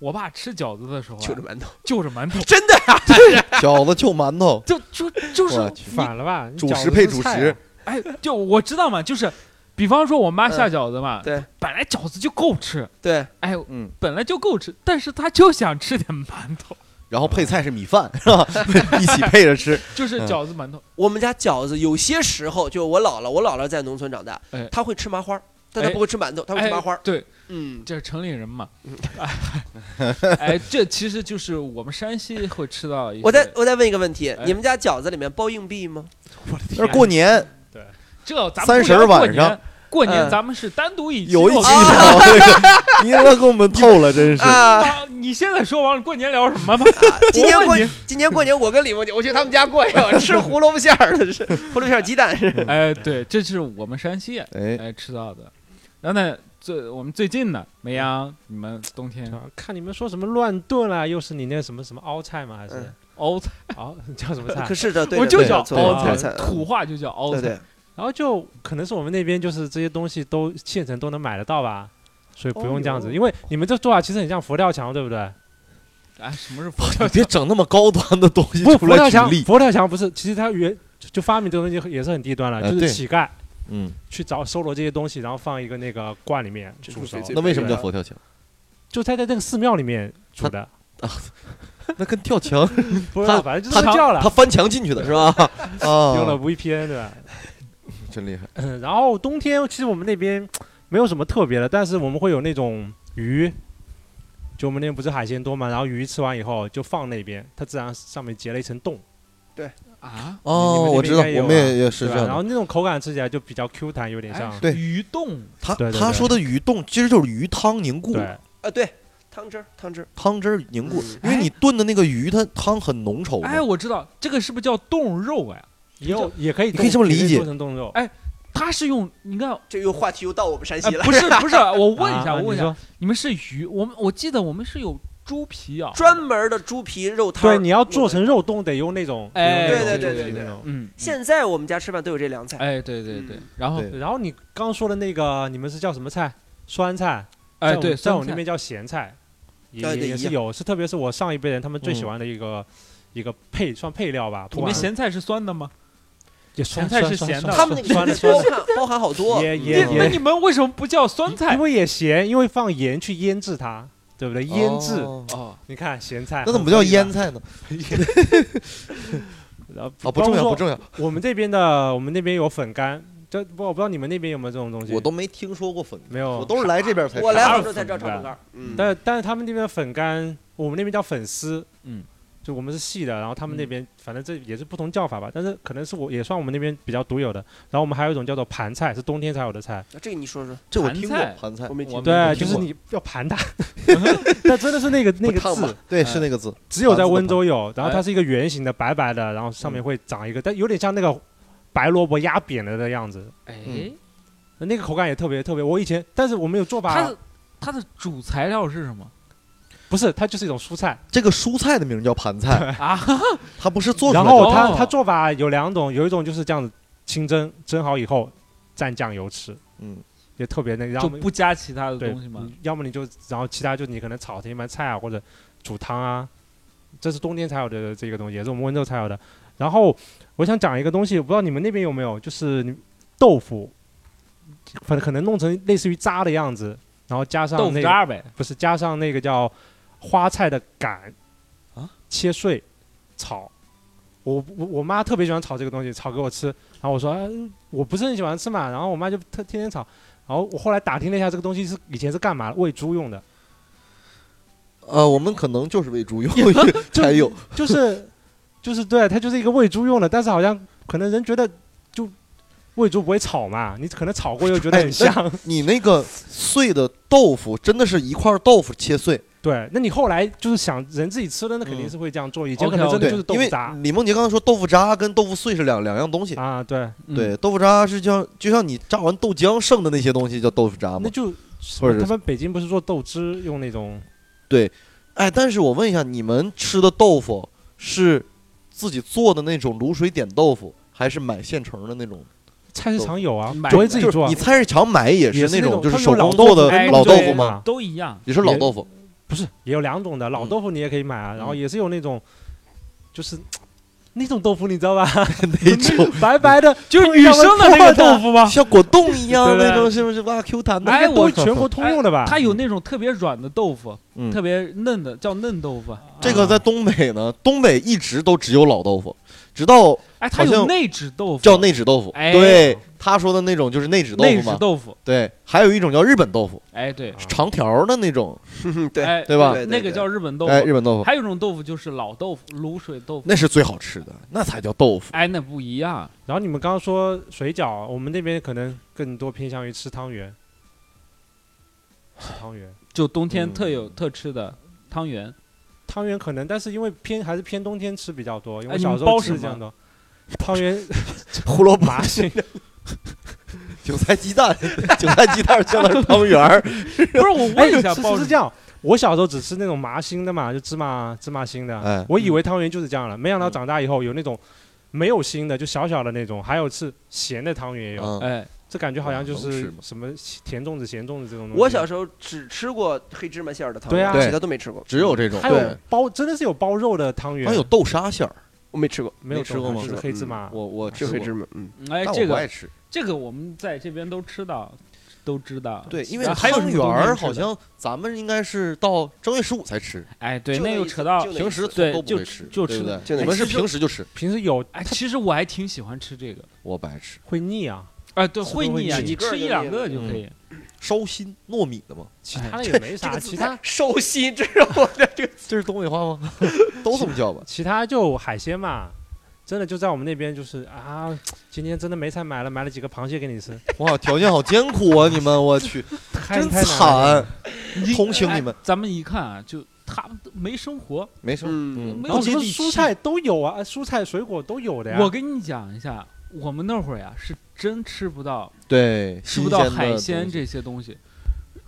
我爸吃饺子的时候、啊， (laughs) 就着馒头，就着馒头，真的呀、饺子就馒头，就就就是我去你反了吧？你主饺食子配是主菜啊食，哎，就我知道嘛，就是比方说我妈下嗯饺子嘛，对本来饺子就够吃，对，哎，嗯，本来就够吃，但是她就想吃点馒头，然后嗯配菜是米饭，(laughs) 是吧？一起配着吃，就是嗯饺子馒头。我们家饺子有些时候就我姥姥，我姥姥在农村长大哎，她会吃麻花儿，但她哎不会吃馒头，她会吃麻花哎儿。对，嗯，这是城里人 (laughs) 嘛。哎，这其实就是我们山西会吃到一些。我再我再问一个问题嗯哎，你们家饺子里面包硬币吗？那是过年这咱们三不聊十过晚上年过年，嗯咱们是单独一期有一我期聊 (laughs) 这个，你他妈给我们透了，真是。啊，啊你现在说完过年聊什么吧？今年过我问今年过年我跟李梦姐，我去他们家过 (laughs) 呀，吃胡萝卜馅儿的是胡萝卜馅儿鸡蛋是。你 (laughs) 哎，对，这是我们山西 (laughs) 哎，哎吃到的。然后呢，最我们最近的梅阳，你们冬天啊看你们说什么乱炖啦、又是你那什么什么凹菜吗？还是嗯呃凹菜，凹 (laughs) 叫什么菜可？是的，对我的就对的叫错了凹对菜，土话就叫凹对菜对。然后就可能是我们那边就是这些东西都现成都能买得到吧，所以不用这样哦子，哟因为你们这做法啊其实很像佛跳墙，对不对？哎，什么是佛你跳别墙？整那么高端的东西不，出佛来跳举墙，例。佛跳墙不是，其实它原就就发明这个东西也是很低端了，呃就对是乞丐嗯，去找搜罗这些东西，然后放一个那个罐里面就是煮熟最，最那为什么啊叫佛跳墙？就他在那个寺庙里面煮的，那跟跳墙， (laughs) 不知道，他反正就他是这么叫了他，翻墙进去的是吧？啊，用了 VPN 对吧？真厉害。嗯然后冬天其实我们那边没有什么特别的，但是我们会有那种鱼，就我们那边不是海鲜多嘛，然后鱼吃完以后就放那边，它自然上面结了一层冻，啊，你们那哦，边我知道，应该有啊我们也也是这对吧？样然后的。那种口感吃起来就比较 Q 弹，有点像哎对鱼冻他对对他对说的鱼冻其实就是鱼汤凝固，对啊，对，汤汁儿汤汁儿，汤汁儿凝固，因哎为你炖的那个鱼，它汤很浓稠哎，嘛。我知道这个是不是叫冻肉啊呀？也有也可以你冻，可以这么理解也做成冻肉。哎它是用你看，这又话题又到我们山哎西了。不是不是，我问一下，啊我问一，下你，说你们是鱼，我们我记得我们是有猪皮啊， (laughs) 专门的猪皮肉汤儿。对，你要做成肉冻得用那种，哎用那种对对对就是对对那种嗯，现在我们家吃饭都有这凉菜，哎，对对对嗯，然后对然后你刚说的那个，你们是叫什么菜？酸菜，哎在我对，们在我们酸那菜边叫咸菜，也对对也也一是样有，是特别是我上一辈人他们最喜嗯欢的一个一个配算配料吧。你们咸菜是酸的吗？咸菜是咸的他们那个酸的里酸面的，包含包含好多。也那也那也你们为什么不叫酸菜因？为也咸，因为放盐去腌制它，对不对？腌制，哎哦哦，你看咸菜，那怎么不叫腌？菜呢？的啊，不重要，不要。重要，我们这边的，我们那边有粉干，这不我不知道哦你们那边有没有这种东西。我都没听说过粉，没有，我都是来这边才。我来啥杭州才知道炒粉干儿，嗯，但但是他们那边的粉干，我们那边叫粉丝，嗯，就我们是细的，然后他们那嗯边、反正这也是不同叫法吧，但是可能是我也算我们那边比较独有的。然后我们还有一种叫做盘菜，是冬天才有的菜，这个你说说，这我听过盘菜盘菜我，没听我过。没对，听就是过嗯你要盘它， (laughs) 但真的是那个那不个烫字吧，？对，哎是那个字，只有在盘子的温州有，然后哎它是一个圆形的白白的，然后上面会长一个，但有点像那个白萝卜压扁了的样子，哎嗯，那个口感也特别特别。我以前，但是我没有做它法的，它的主材料是什么不是，它就是一种蔬菜。这个蔬菜的名叫盘菜，啊？它不是做出来然的。后它哦它做法有两种，有一种就是这样子清蒸，蒸好以后蘸酱油吃，嗯，也特别那个。然就后不加其他的对嗯东西吗？，要么你就然后其他就你可能炒成一盘菜啊，或者煮汤啊，这是冬天才有的这个东西，也是我们温州才有的。然后我想讲一个东西，我不知道你们那边有没有，就是你豆腐，反正可能弄成类似于渣的样子，然后加上豆腐那个渣儿呗，不是加上那个叫花菜的杆啊，切碎炒。我我我妈特别喜欢炒这个东西，炒给我吃。然后我说、啊我不是很喜欢吃嘛，然后我妈就特天天炒。然后我后来打听了一下，这个东西是以前是干嘛的？喂猪用的，呃，我们可能就是喂猪 (laughs) 用才有，就是就是对，它就是一个喂猪用的。但是好像可能人觉得就喂猪不会炒嘛，你可能炒过又觉得哎很那香。 (laughs) 你那个碎的豆腐真的是一块豆腐切碎，对，那你后来就是想人自己吃的，那肯定嗯是会这样做。以前 OK，可能真的对就是，豆因腐为渣李梦洁刚才说豆腐渣跟豆腐碎是两两样东西，啊，对，嗯对，豆腐渣是像就像你炸完豆浆剩的那些东西叫豆腐渣那嘛。就或者他们北京不是做豆汁用那种哎，但是我问一下，你们吃的豆腐是自己做的那种卤水点豆腐，还是买现成的那种？菜市场有啊，买不会的自己就是做啊你，菜市场买也也是是那种种就是他们手有老工做豆腐的哎老豆对腐吗？都一样。也是老也豆腐，不是也有两种的，老嗯豆腐你也可以买啊，然后嗯也是有那种就是那种豆腐你知道吧，那 (laughs) 种白白的，就是碰女一下生的那个温破的豆腐吗？像果冻一样对啊那种，是不是？哇，Q 弹的。哎 (laughs) 那个都我哎是全国通用的吧？它有那种特别软的豆腐，嗯特别嫩的叫嫩豆腐。啊这个在东北呢，东北一直都只有老豆腐，直到哎，它好有像内酯豆腐，叫内酯豆腐。哎对，他说的那种就是内酯豆内腐酯嘛。豆腐。对，还有一种叫日本豆腐，哎，对啊，长条的那种，对哎对吧对对那个叫日本豆腐哎，，日本豆腐还有一种豆腐就是老豆腐，卤水豆腐。那是最好吃的，那才叫豆腐。哎，那不一样。然后你们刚刚说水饺，我们那边可能更多偏向于吃汤圆，吃汤圆，就冬天嗯特有特吃的汤圆，汤圆可能，但是因为偏还是偏冬天吃比较多，因哎为你小们时候包吃什这么样的汤圆 (laughs) 胡萝卜、麻杏，韭菜鸡蛋、韭菜鸡蛋像的汤 (laughs) 圆儿，不是我哎，问一下，是包是子是这样，我小时候只吃那种麻心的嘛，就芝麻芝麻心的。哎我以为汤圆就是这样了，没想到嗯长大以后有那种没有心的，就小小的那种，还有是咸的汤圆也有。嗯哎，这感觉好像就能吃是吗什么甜粽子、咸粽子这种东西。我小时候只吃过黑芝麻馅儿的汤对圆啊，其他都没吃过，只有这种。还对有，包，真的是有包肉的汤圆，还有豆沙馅儿，我没吃过，没有你吃过粽吗子是黑芝啊麻。我我只有黑过芝麻，嗯，哎，但这我不个爱吃。这个我们在这边都吃到，都知道。对，因为啊还有什汤么圆冬天儿吃的好像咱们应该是到正月十五才吃，哎，对，就那那又一扯次到就那平时对都不就会吃，就对吃不的对？就那你们是其实平时就吃，平时有，哎，其实我还挺喜欢吃这个。我不爱吃。会腻啊，哎，对，是会都会腻啊，腻你几个吃就一两腻个了就可以。烧心糯米的吗？其他的也没啥，其他手心，这是我的 (laughs) 这个这是东北话吗？ (laughs) 都这么叫吧？其他就海鲜嘛，真的就在我们那边就是啊，今天真的没菜买了，买了几个螃蟹给你吃，哇，条件好艰苦啊！你们，我 (laughs) 去，太真太难了惨。你同情哎你们咱们一看啊，就他们都没生活，没事儿，嗯嗯没然后有什接么地气蔬。菜都有啊，蔬菜水果都有的呀。我跟你讲一下，我们那会儿呀，是真吃不到对，吃不到新鲜的海鲜东西这些东西。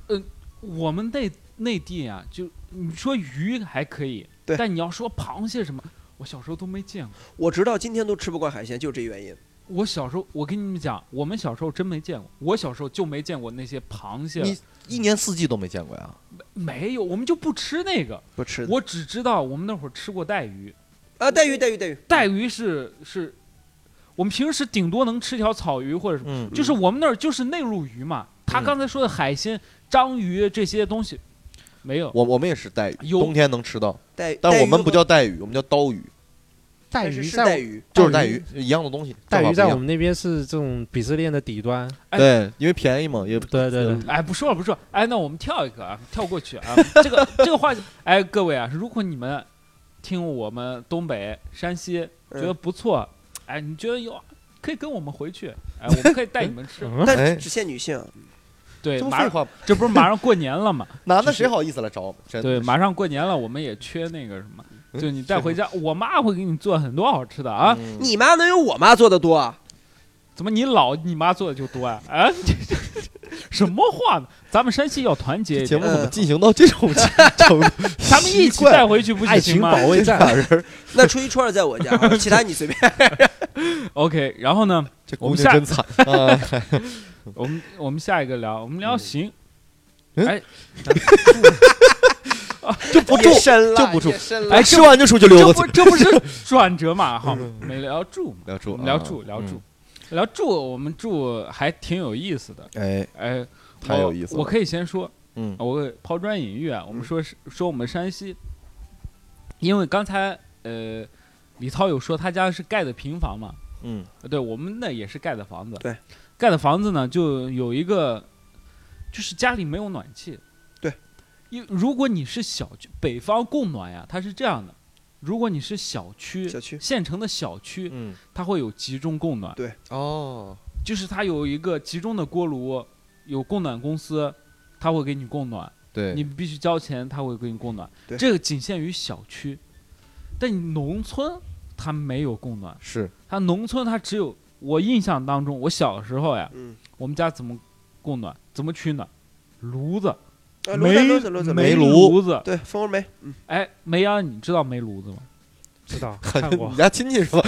呃，我们内内地啊，就你说鱼还可以，对但你要说螃蟹什么，我小时候都没见过。我直到今天都吃不惯海鲜，就这原因。我小时候，我跟你们讲，我们小时候真没见过，我小时候就没见过那些螃蟹，你一年四季都没见过呀？没有，我们就不吃那个。不吃我只知道我们那会儿吃过带鱼，啊，带鱼带鱼带鱼，带鱼是是，我们平时顶多能吃条草鱼或者什么，嗯就是我们那儿就是内陆鱼嘛。他嗯刚才说的海鲜、章鱼这些东西，没有。我我们也是带鱼，有冬天能吃到，带，但带我鱼们不和叫带鱼，我们叫刀鱼。带但是鱼是在带我鱼，就是带鱼一样的东西，带鱼在我们们那边是这种鄙视链的底端。哎对，因为便宜嘛，也嗯对对对，哎，不说了，不说了。哎，那我们跳一个啊，跳过去啊。这个这个话题，哎，各位啊，如果你们听我们东北、山西觉得嗯不错，哎，你觉得有可以跟我们回去，哎，我们可以带你们吃。嗯但哎只限女性。对，这不马废上话吗？这不是马上过年了 (laughs) 嘛？男的就是谁好意思来找我们？真的嗯对，是马上过年了，我们也缺那个什么，嗯就你带回家，我妈会给你做很多好吃的啊。嗯你妈能有我妈做的多啊？怎么你老你妈做的就多呀、啊？这这这 (laughs) 什么话呢？咱们山西要团结一节点，目怎么进行到这 (laughs) 种 (laughs) 程度？咱呃们一起带回去不爱就行情吗保卫这战，俩人，那初一初二在我家啊，其他你随便。 ？OK，然后呢，这我姑们下娘真 (laughs) 惨啊！我们我们下一个聊，我们嗯聊行，就不住夜，深了，就不住夜深了。哎吃完就出去溜这达不去。这不是转折嘛？ (laughs) 哈嗯，没聊住嘛，聊住我啊，们聊住聊住聊住，我们住还挺有意思的，嗯，哎，哎，太我有意思了我可以先说，嗯我抛砖引玉啊，我们嗯说是说我们山西，因为刚才呃李涛有说他家是盖的平房嘛，嗯对我们那也是盖的房子，对，盖的房子呢就有一个，就是家里没有暖气，对，因如果你是小区，北方供暖呀，它是这样的，如果你是小区，小区县城的小区，嗯，它会有集中供暖，哦，就是它有一个集中的锅炉，有供暖公司，它会给你供暖。对，你必须交钱，他会给你供暖。对这个仅限于小区，但你农村它没有供暖，是它农村它只有我印象当中，我小时候呀，嗯，我们家怎么供暖，怎么取暖，炉子，啊煤炉子炉子煤煤煤炉炉子。对，蜂窝煤。嗯，哎，梅阳，你知道煤炉子吗？知道看过你，家亲戚是吧？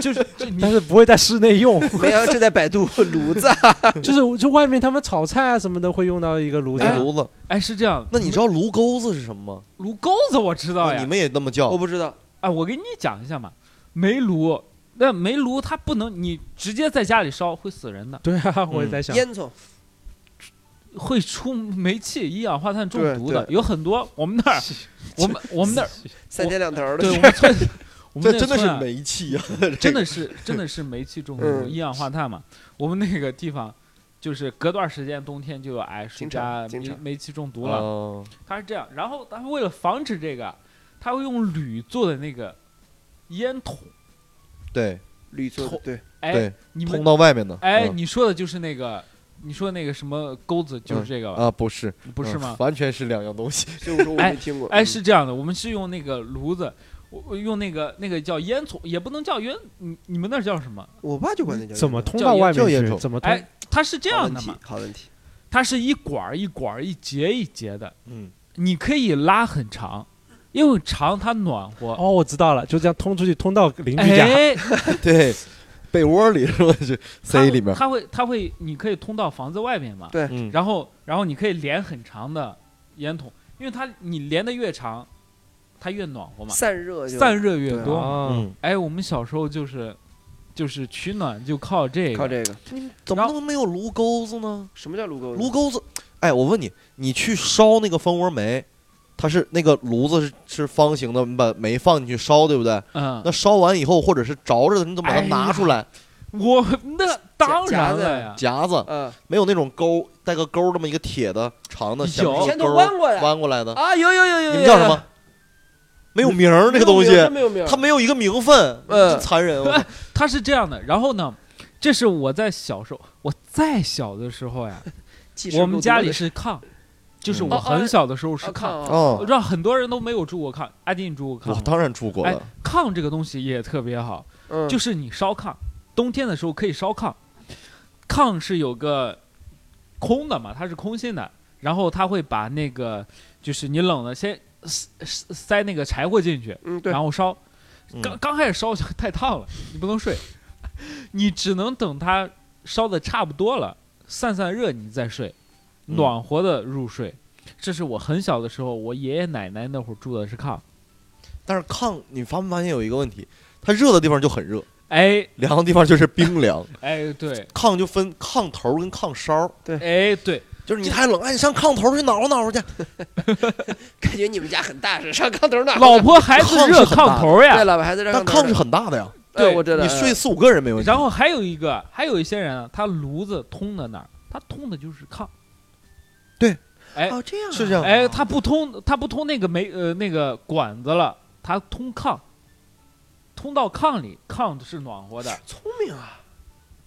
就是这你 (laughs) (laughs) 但是不会在室内用，梅阳正在百度炉子。 (laughs) 啊就是就外面他们炒菜啊什么的会用到一个炉子啊煤，炉子。哎是这样，那你知道炉钩子是什么吗？炉钩子我知道啊呀你，们也那么叫我？不知道，哎，我给你讲一下嘛，煤炉。那煤炉它不能，你直接在家里烧会死人的，对啊，我也在想，烟囱会出煤气、一氧化碳中对毒的，有很多。我们那儿我们我们那儿，三天两头的对我。们村，我们 (laughs) 这那真的村是啊，煤气啊！ (laughs) 这真个的是真的是煤气中 (laughs) 毒、嗯一氧化碳嘛。我们那个地方就是隔段时间冬天就有哎，暑经假常经煤常煤气中毒了，哦，它是这样。然后他为了防止这个，他会用铝做的那个烟筒，对，绿色的头对，哎对，你通们到外面的。哎，嗯你说的就是那个，你说那个什么钩子就是嗯这个吧？啊，不是，不是嗯吗？完全是两样东西。所以我说我没听过。哎，嗯是这样的，我们是用那个炉子，我我用那个那个叫烟囱，也不能叫烟，你你们那儿叫什哦么？我爸就管那叫怎么烟囱通到外面叫烟去？囱怎么通？哎，它是这好样问的题嘛，，好问题。它是一管儿一管儿一节一节的，嗯，你可以拉很长，因为长它暖和。哦，我知道了，就这样通出去，通到邻居家。哎，对，被窝里是吧？就它塞里面。它会它会，你可以通到房子外面嘛。对嗯，然后然后你可以连很长的烟筒，因为它你连的越长，它越暖和嘛，散热就散热越对啊多。哦，嗯，哎，我们小时候就是就是取暖就靠这个，靠这个。怎么能没有炉钩子呢？什么叫炉钩子？炉钩子，哎，我问你，你去烧那个蜂窝煤，它是那个炉子是是方形的，你把煤放进去烧，对不对？嗯，那烧完以后，或者是着着的，你怎么把哎呀它拿出来？我那当然了呀，夹子嗯，没有那种钩，带个钩儿那么一个铁的长的，有像以一前个都钩弯儿过来弯过来的，啊，有有有有。你有们叫什？么？没有名儿，有这个东西没有名儿没有名儿，它没有一个名分，嗯真残忍。我靠它是这样的。然后呢，这是我在小时候，我再小的时候呀，技术我够们多家的里是炕，就是嗯我哦哦很小的时候是啊看炕，啊，我哦，让很多人都没有住过炕。阿迪，你住过我炕吗？当然住过哎了，炕这个东西也特别好，嗯就是你烧炕，冬天的时候可以烧炕，炕是有个空的嘛，它是空心的，然后它会把那个就是你冷了先塞塞塞那个柴火进去，嗯对然，后烧。嗯刚刚开始烧太烫了， (laughs) 你不能睡，你只能等它烧的差不多了，散散热你再睡，嗯暖和的入睡。这是我很小的时候，我爷爷奶奶那会儿住的是炕，但是炕，你发没发现有一个问题？它热的地方就很热，哎凉的地方就是冰凉。哎对，炕就分炕头儿跟炕梢儿，哎对，就是你太冷，哎，你上炕头去挠挠挠去。感觉你们家很大似的，上炕头那老婆孩子热炕是很大炕的头呀 (laughs) 对，，老婆孩子上但炕炕头是很大的呀，哎我知道，你嗯睡四五个人没问题。然后还有一个，还有一些人啊，他炉子通的哪儿，他通的就是炕。对，哎哦这样啊是这样哎，他不通，他不通那个煤呃那个管子了，他通炕，通到炕里，炕是暖和的，聪明啊，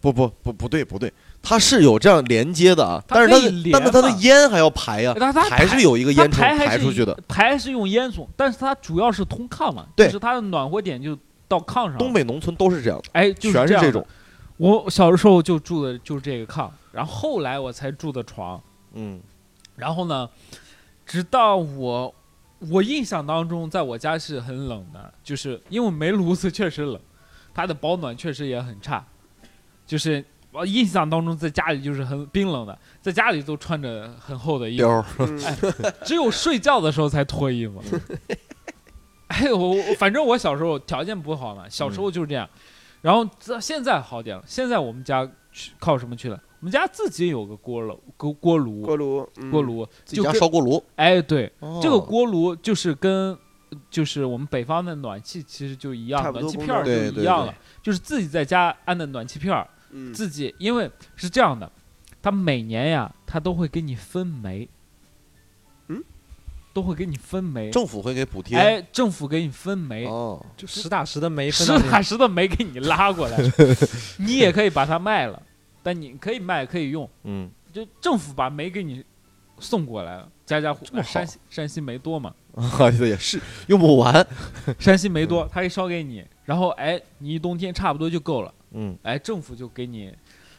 不不不不对不对，它是有这样连接的啊，它但是它可以的连但是它的嘛烟还要排呀、他他啊还是有一个它烟囱排还排是出去以的。排是用烟囱，但是它主要是通炕嘛，对就是它的暖和点就到炕上了。东北农村都是这样的，哎，就是全这是样这的种。。我小时候就住的就是这个炕，然后后来我才住的床，嗯，然后呢，直到我我印象当中，在我家是很冷的，就是因为煤炉子确实冷，它的保暖确实也很差，就是我印象当中在家里就是很冰冷的，在家里都穿着很厚的衣服，貂儿嗯哎 (laughs) 只有睡觉的时候才脱衣服。哎呦，我我反正我小时候条件不好嘛，小时候就是这样。然后到现在好点了，现在我们家去靠什么去了？我们家自己有个锅炉，锅锅炉，锅炉，嗯锅，炉自己就家跟烧锅炉。哎对，这个哦锅炉就是跟就是我们北方的暖气其实就一样差，不暖多气功片儿能就对一对样对了，就是自己在家安的暖气片儿，嗯自己因为是这样的，他每年呀，他都会给你分煤，嗯，都会给你分煤，政府会给补贴。哎，政府给你分煤，哦，啊就实打实的没实分到你打实的煤给你拉过 (laughs) 来，你也可以把它卖了，但你可以卖可以用，嗯， (laughs) 就政府把煤给你送过来了，家家户这么好山西山西煤多嘛，啊对，也是用不完。 (laughs) 山西煤嗯多，它可以烧给你，然后哎，你一冬天差不多就够了。嗯，哎，政府就给你，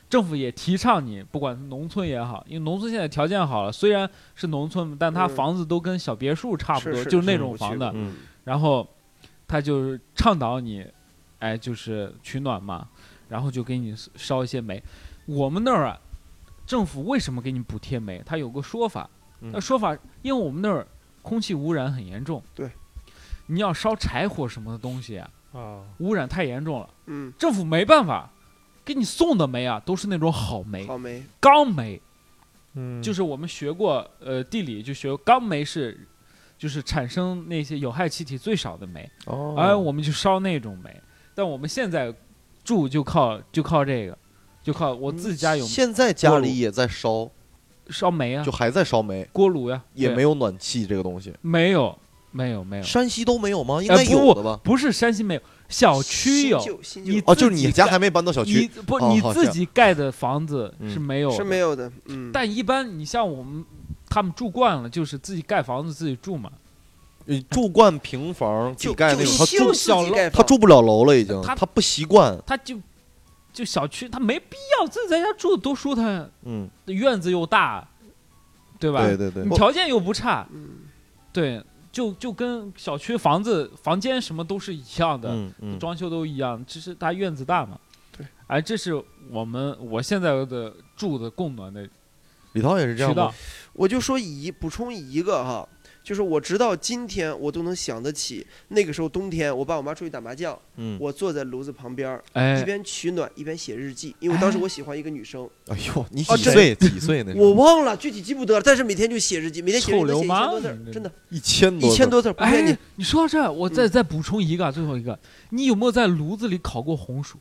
政府也提倡你，不管是农村也好，因为农村现在条件好了，虽然是农村，但它嗯房子都跟小别墅差不是多，是就是那是种我去房过子。嗯然后他就是倡导你，哎，就是取暖嘛，然后就给你烧一些煤。我们那儿啊，政府为什么给你补贴煤？它有个说法，嗯那说法，因为我们那儿空气污染很严重，对，你要烧柴火什么的东西啊，啊，污染太严重了。嗯，政府没办法，给你送的煤啊，都是那种好煤，好梅，钢煤，嗯，就是是我们学过呃地理就学过钢煤是，就是产生那些有害气体最少的煤，哦哎而哎我们去烧那种煤，但我们现在住就靠就靠这个，就靠我自己家有嗯现在家里也在烧，烧煤啊就，还在烧煤，锅炉呀、也对没有暖气这个东西。没有没有没有，山西都没有吗？应该不有的吧？不是山西没有，小区有新。旧新你旧哦，自就是你己家盖还没搬到小你区。不、哦你好自像己盖的房子嗯是没有的，是没有的，嗯，哦但一般你像我们他们住惯了，就是自己盖房子自己住嘛。你呃住惯平房，自就己盖那就种，他修住自小己楼盖他房住不了楼了，已经，他他不习惯。他就就小区，他没必要自己在家住得多舒坦，嗯，院子又大，对吧？对对对你，条件又不差，嗯，对，就就跟小区房子房间什么都是一样的，嗯嗯，装修都一样，只是他院子大嘛。对，哎，这是我们我现在的住的供暖的李涛也是这渠样道吗？。我就说一补充一个哈，就是我直到今天我都能想得起那个时候冬天，我爸我妈出去打麻将，嗯，我坐在炉子旁边儿，一哎，边取暖一边写日记，因为当时我喜欢一个女生，哎呦，你啊几这岁？几岁那时候？我忘了具体记不得了，但是每天就写日记，每天写日记臭流能写一千氓多字儿，真的，一千多，一千，多字儿不骗你哎。，你说到这儿，我再嗯再补充一个啊，最后一个，你有没有在炉子里烤过红薯？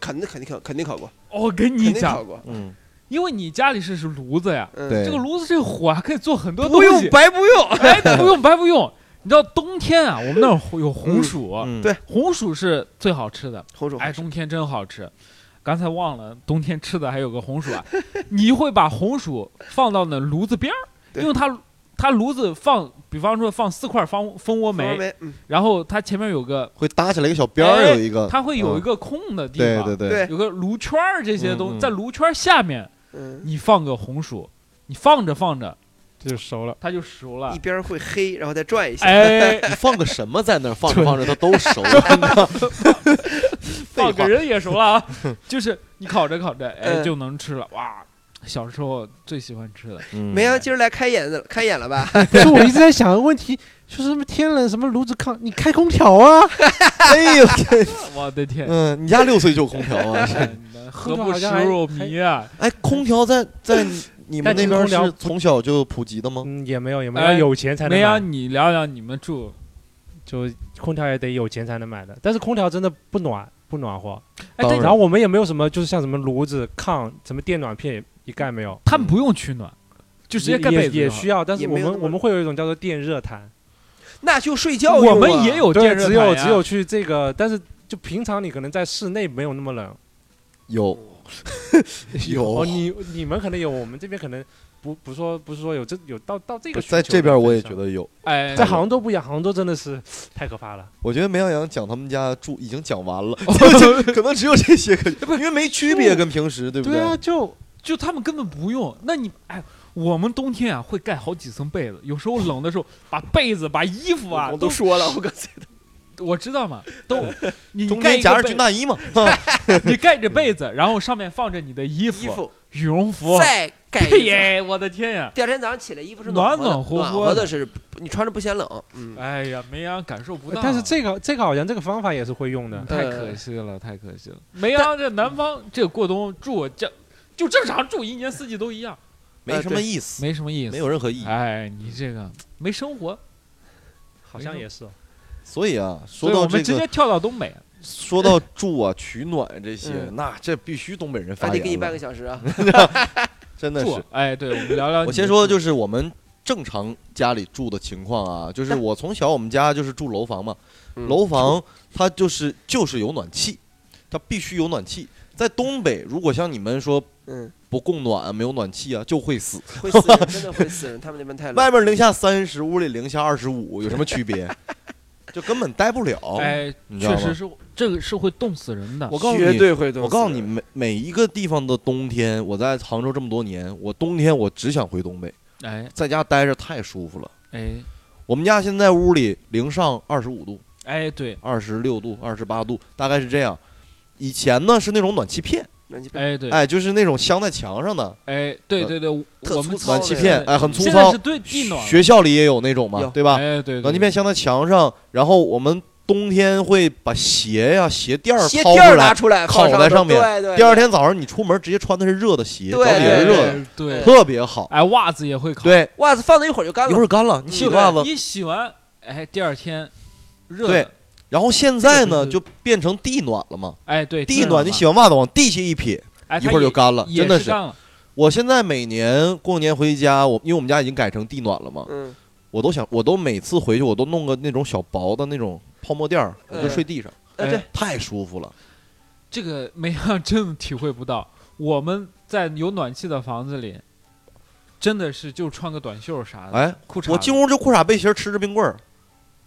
肯定肯定考，肯定考过，我跟你肯定考讲，过。嗯，因为你家里是是炉子呀，嗯，对这个炉子这个火啊，可以做很多不东用西，白不用。哎，不用白不用。你知道冬天啊，我们那儿有红薯，嗯对红薯是最好吃的，红薯，哎，冬天真好吃。刚才忘了，冬天吃的还有个红薯啊，你会把红薯放到那炉子边儿，对因为它它炉子放，比方说放四块蜂蜂窝煤，梅，嗯，然后它前面有个，会搭起来一个小边儿，哎有一个，它会有嗯一个空的地对方，对对对有个炉圈儿这些嗯东，嗯在炉圈儿下面嗯，你放个红薯，你放着放着这就熟了。 (laughs) 它就熟了一，边儿会黑，然后再转一下，哎，你放个什么在那儿，放着对放着它都熟了。放个废话人也熟了啊，就是你烤着烤着，哎，嗯就能吃了，哇！小时候最喜欢吃的，嗯没啊，今儿来开演的，开演了吧？所以我一直在想个问题，说什么天冷，什么炉子炕，你开空调啊？哎呦，这我的天！嗯， (laughs) 你家六岁就有空调啊？哎何不食肉糜啊？哎，空调在在你们但那清边空调是不从小就普及的吗？嗯，也没有也没哎有，有钱才能梅阳，买，你聊聊你们住，就空调也得有钱才能买的。但是空调真的不暖，不暖和。哎，但当然然后我们也没有什么，就是像什么炉子、炕、什么电暖片也一概没有，他们不用取暖，就直接也盖被也子也就好需要，但也是我没有那们么我们会有一种叫做电热毯，那就睡觉我用们啊也有对，电热毯只有呀只有去这个，但是就平常你可能在室内没有那么冷。有 (laughs) 有哦，，你你们可能有，我们这边可能不不说不是说有这有到到这个需求在的这边我也觉份上。得有。哎，在杭州不一样，杭州真的是太可怕了。我觉得梅阳阳讲他们家住已经讲 (laughs) 完了，就可能只有这些可，哎因为没区别跟平时，对不对啊，就就他们根本不用。那你哎，我们冬天啊会盖好几层被子，有时候冷的时候把被子、把衣服啊我都都说了，我刚才我知道嘛，都你中盖间一夹个着军被，哎大 (laughs) 衣嘛，你盖着被子，然后上面放着你的衣衣服、服羽绒服。再盖嘿一层。 (laughs) 耶，我的天呀！第二天早上起来，衣服是暖和的，暖暖和和的的是你穿着不嫌冷。嗯，哎呀，梅阳感受不到，啊哎但是这个这个好像这个方法也是会用的嗯。太可惜了，太可惜了。梅阳这南方这过冬住这就正常住，一年四季都一样，没什么意思， (laughs) 没什么意没思。有任何意义。哎，你这个没生活，好像也是哦，所以啊，说所以我们到这直接个，跳到东北。说到住啊、取暖这些，嗯那这必须东北人还发得给你言半个了，小时啊。真的住是。，哎，对，我们聊聊你的住。我先说就是我们正常家里住的情况啊，就是我从小我们家就是住楼房嘛，嗯楼房它就是就是有暖气，它必须有暖气。在东北，如果像你们说嗯，不供暖啊，没有暖气啊，就会死。会死人，真的会死人，他们那边太外冷。面零下三十，屋里零下二十五，有什么区别？ (laughs) 就根本待不了。哎，哦你知道确吗实是这个是会冻死人的。我告诉绝你，对会冻死人。我告诉你，每每一个地方的冬天，我在杭州这么多年，我冬天我只想回东北，哎在家待着太舒服了。哎我们家现在屋里零上二十五度、哎，对，二十六度、二十八度，大概是这样。以前呢是那种暖气片，暖气片，哎对，哎，呃就是那种镶在墙上的哎对对对，特我们粗糙暖的气那片，种哎，很粗现在糙是。对地暖了，学啊校里也有那种嘛有，对吧？哎对，暖对气片镶在墙上，然后我们冬天会把鞋呀、鞋垫儿鞋掏垫儿出拿来，出来，烤放在上上面对对，第二天早上你出门直接穿的是热的鞋，脚对底对也对是热的，哎对，对特别好。哎袜子也会烤，对，袜子放那一会儿就干一了会。儿干嗯了，你洗袜子。一洗完，哎第二天热对的，然后现在呢，对对就变成地暖了嘛。哎对地暖暖，你洗完袜子往地下一撇，哎一会儿就，干了，它也真的也是。干了，我现在每年过年回家，我因为我们家已经改成地暖了嘛，嗯，我都想，我都每次回去我都弄个那种小薄的那种泡沫垫儿，我就嗯睡地上，哎哎对，太舒服了。这个没让真的体会不到。我们在有暖气的房子里，真的是就穿个短袖啥的，哎，裤衩我子进屋就裤衩背心儿，吃着冰棍儿，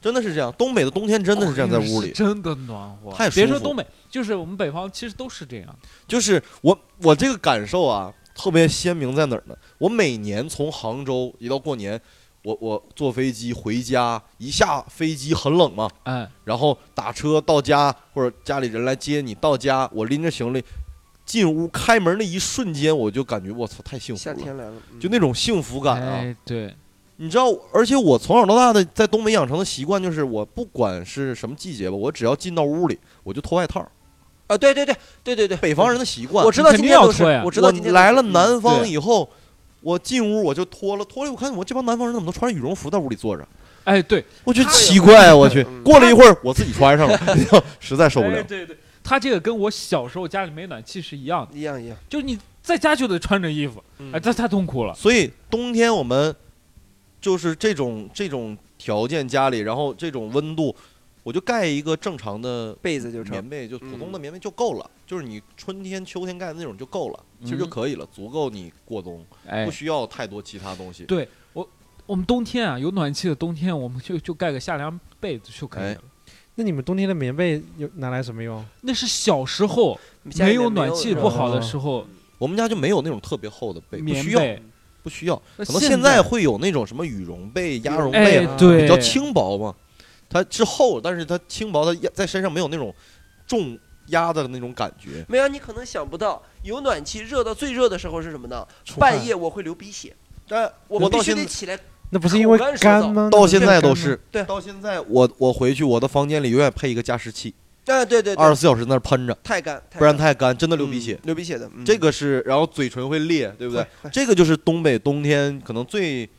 真的是这样。东北的冬天真的是这样，在哎呦屋是哦里，真的暖和。太舒别说服东北，就是我们北方其实都是这样。就是我我这个感受啊，特别鲜明在哪儿呢？我每年从杭州一到过年，我我坐飞机回家，一下飞机很冷嘛，哎，然后打车到家或者家里人来接你到家，我拎着行李进屋开门那一瞬间，我就感觉我操太幸福夏了，天来了，嗯就那种幸福感啊。哎，对，你知道，而且我从小到大的在东北养成的习惯就是，我不管是什么季节吧，我只要进到屋里，我就脱外套。啊，对对对对对对，北方人的习惯，我知道你肯今定天要都是脱呀，我知道我今天都来是了嗯南方对以后，我进屋我就脱了，脱了我看我这帮南方人怎么都穿着羽绒服在屋里坐着，哎，对，我觉得他有奇怪，我去。嗯过了一会儿，我自己穿 (laughs) 上了，实在受不哎了。对对，他这个跟我小时候家里没暖气是一样的，一样一样。就是你在家就得穿着衣服，嗯哎，这太痛苦了。所以冬天我们就是这种这种条件家里，然后这种温度，我就盖一个正常的被子就成棉。被就普通的棉被就够了，就是你春天、秋天盖的那种就够了，其实就嗯可以了，足够你过冬，哎不，需要太多其他东西。对我们冬天啊，有暖气的冬天，我们就就盖个夏凉被子就可以哎了。那你们冬天的棉被有拿来什么用？那是小时候家里没面有暖气人不好的哦时候，我们家就没有那种特别厚的被，不棉需要，被。不需要。那可能现在在会有那种什么羽绒被、鸭绒哎被，啊对比较轻薄嘛，它是厚，但是它轻薄，它压在身上没有那种重压的那种感觉。没有，你可能想不到，有暖气热到最热的时候是什么呢？出汗半夜我会流鼻血，但我到必须现得在起来。那不是因为口干舌燥干吗？到现在都是对啊到现在我我回去我的房间里永远配一个加湿器，哎，对对二对十，四小时在那儿喷着，太干，不然干太干，真的流嗯鼻血。流鼻血的，嗯这个是，然后嘴唇会 (laughs) 裂，对不对？会会这个就是东北冬天可能最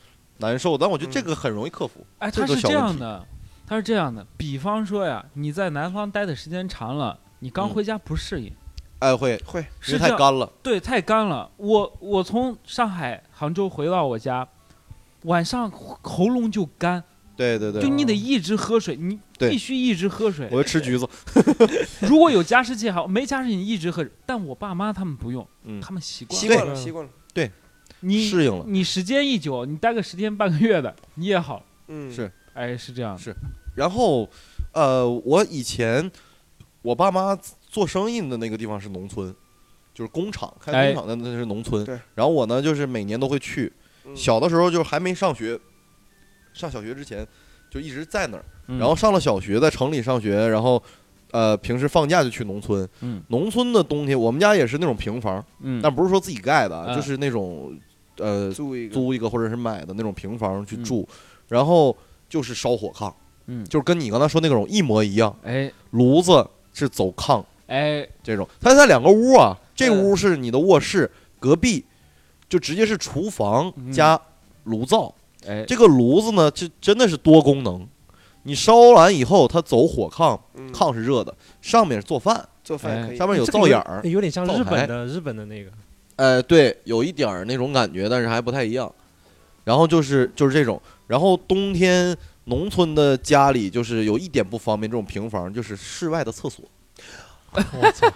难受，但我觉得这个很容易克嗯服。哎，这它个是小这问样题的，它是这样的。比方说呀，你在南方待的时间长了，你刚嗯回家不适应，哎，会会，因是为这太样干了，对，太干了。我我从上海、杭州回到我家，晚上喉喉咙就干，对对就对，你得一直喝水，你对必须一直喝水我。就吃橘子，如果有加湿器好，没加湿器你一直喝。但我爸妈他们不用，嗯他们习惯习了。惯了，对习惯了，你适应了。你时间一久，你待个十天半个月的，你也好。嗯，是哎，是这样的是。然后，呃，我以前我爸妈做生意的那个地方是农村，就是工厂开哎工厂的那是农村对。然后我呢，就是每年都会去，嗯小的时候就还没上学，上小学之前就一直在那儿，嗯然后上了小学，在城里上学，然后呃平时放假就去农村。嗯农村的冬天，我们家也是那种平房，嗯，但不是说自己盖的啊，嗯就是那种呃租一个，租一个或者是买的那种平房去嗯住，然后就是烧火炕，嗯就是跟你刚才说那种一模一样，哎炉子是走炕哎这种，它它两个屋啊，这嗯屋是你的卧室，隔壁就直接是厨房嗯加炉灶。哎，这个炉子呢，就真的是多功能。你烧完以后，它走火炕，嗯炕是热的，上面是做饭，做饭哎可以，上面有这个灶眼儿。有点像灶日台本的日本的那个，呃，对，有一点儿那种感觉，但是还不太一样。然后就是就是这种，然后冬天农村的家里就是有一点不方便，这种平房就是室外的厕所，我操，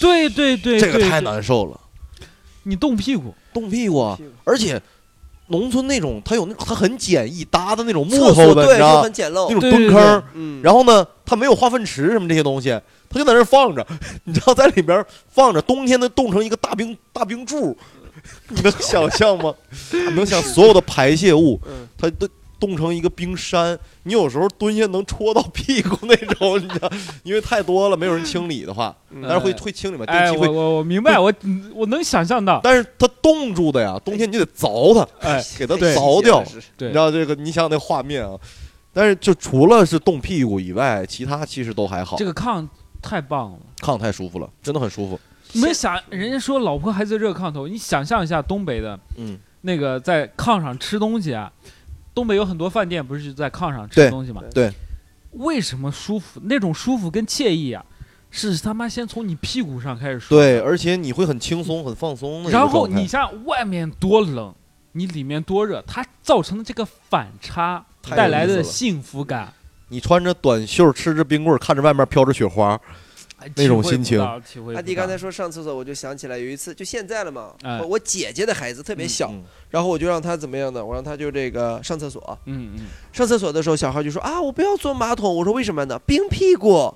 对对对，这个对太对难受了，你冻屁股，冻屁股啊，屁股而且农村那种它有那它很简易搭的那种木厕头所的，你对，知道就吗很简那陋，种对蹲对坑对儿。嗯，然后呢，它没有化粪池什么这些东西，它就在那儿放着， (laughs) 你知道，在里边儿放着，冬天都冻成一个大冰大冰柱， (laughs) 你能想象吗？你能想所有的排泄物，嗯它都冻成一个冰山，你有时候蹲下能戳到屁股那种，你知道，因为太多了，没有人清理的话，嗯但是会哎会清理嘛，定哎，期我会，我我明白，我我能想象 (laughs) 到，但是它冻住的呀，冬天你就得凿它，哎，给它对凿掉，是是对你知，道这个，你想想那画面啊。但是，就除了是冻屁股以外，其他其实都还好。这个炕太棒了。炕太舒服了，真的很舒服。你们想，人家说老婆孩子热炕头，你想象一下东北的嗯，那个在炕上吃东西啊，东北有很多饭店不是在炕上对吃东西嘛？对为什么舒服？那种舒服跟惬意啊，是他妈先从你屁股上开始说。对，而且你会很轻松、很放松的一个状态。然后你像外面多冷，你里面多热，它造成的这个反差太有带来意思的了幸福感，你穿着短袖，吃着冰棍儿，看着外面飘着雪花，哎那体种会心不情到体会不到。阿迪啊刚才说上厕所，我就想起来有一次，就现在了嘛，哎我我姐姐的孩子特别小，嗯然后我就让他怎么样呢？我让他就这个上厕所，嗯嗯，上厕所的时候，小孩就说啊，我不要坐马桶，我说为什么呢？冰屁股。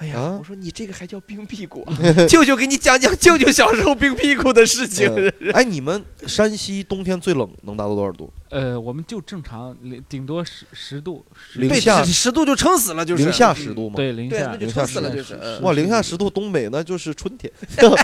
哎呀，啊我说你这个还叫冰屁股啊、 (laughs) 舅舅给你讲讲舅舅小时候冰屁股的事情。嗯哎，你们山西冬天最冷能达到多少度？呃，我们就正常，零顶多十十度，十零对，下十十度就撑死了，就是零下十度吗？嗯对零对下那就零下撑死了，十就是。嗯哇，零下十度，东北那就是 (laughs) 春天，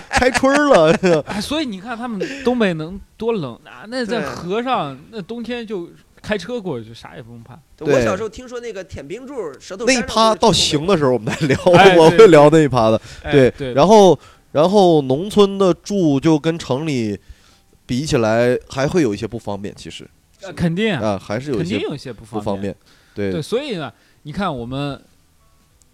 开春儿了。哎，所以你看他们东北能多冷啊？那在对河上，那冬天就开车过去，啥也不用怕。我对小时候听说那个舔冰柱，舌头那一粘上趴就是到吃东行的时候我们再聊，哎 (laughs) 我对会聊那一趴的。哎、对对，然后然后农村的住就跟城里比起来，还会有一些不方便，其实呃肯定啊，啊，还是有肯一定些有一些不不方方。便。对对，所以呢，你看我们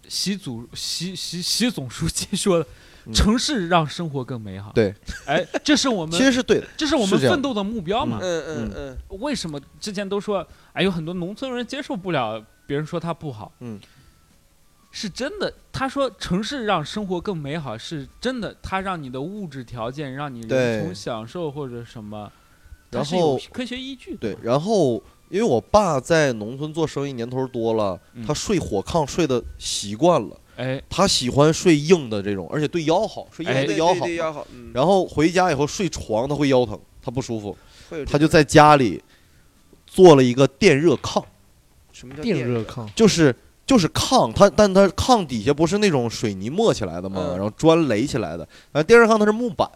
习总习习习总书记说的。嗯城市让生活更美好。对， (laughs) 哎，这是我们，其实是对的，这是我是们这样奋斗的目标嘛呃西。嗯嗯嗯，为什么之前都说，哎，有很多农村人接受不了别人说他不好？嗯，是真的。他说城市让生活更美好，是真的。它让你的物质条件，让你对人从享受或者什么，它然是有后科学依据的对，然后因为我爸在农村做生意年头多了，嗯他睡火炕睡的习惯了，哎，他喜欢睡硬的这种，而且对腰好，睡硬哎的对对对腰对好。对腰好，嗯，然后回家以后睡床他会腰疼，他不舒服，会有这他就种在家里做了一个电热炕，什么叫电电热炕，就是。就是炕，它但它炕底下不是那种水泥抹起来的嘛，嗯然后砖垒起来的，啊，电热炕它是嗯木板，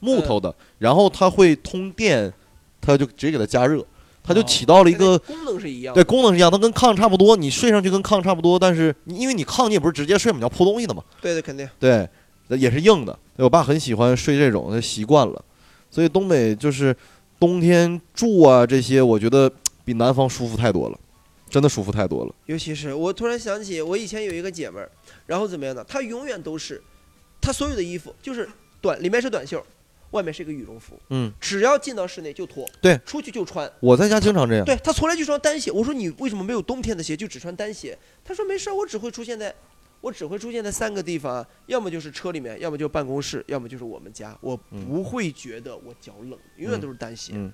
木头的，然后它会通电，它就直接给它加热，它哦就起到了一个功能是一样的对，功能是一样，它跟炕差不多，你睡上去跟炕差不多，但是你因为你炕你也不是直接睡嘛，你要铺东西的嘛，对对，肯定对，也是硬的。对我爸很喜欢睡这种，他习惯了，所以东北就是冬天住啊这些，我觉得比南方舒服太多了，真的舒服太多了。尤其是我突然想起，我以前有一个姐们儿，然后怎么样呢？她永远都是，她所有的衣服就是短，里面是短袖，外面是一个羽绒服，嗯，只要进到室内就脱，对，出去就穿。我在家经常这样，对她从来就穿单鞋。我说你为什么没有冬天的鞋，就只穿单鞋？她说没事儿，我只会出现在，我只会出现在三个地方啊，要么就是车里面，要么就办公室，要么就是我们家。我嗯不会觉得我脚冷，永远都是单鞋。嗯嗯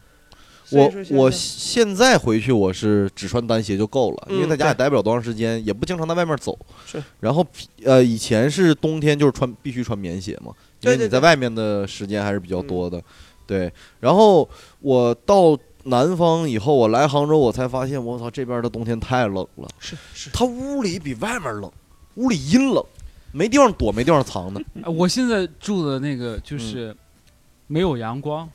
所以我说现我在现在回去我是只穿单鞋就够了，因为嗯在家对也待不了多长时间，也不经常在外面走。是。然后呃，以前是冬天就是穿必须穿棉鞋嘛，因对为对你在对嗯外面的时间还是比较多的。对。然后我到南方以后，我来杭州，我才发现我操这边的冬天太冷了，是是，它屋里比外面冷，屋里阴冷，没地方躲，没地方藏 (laughs) 的。啊我现在住的那个就是没有阳光，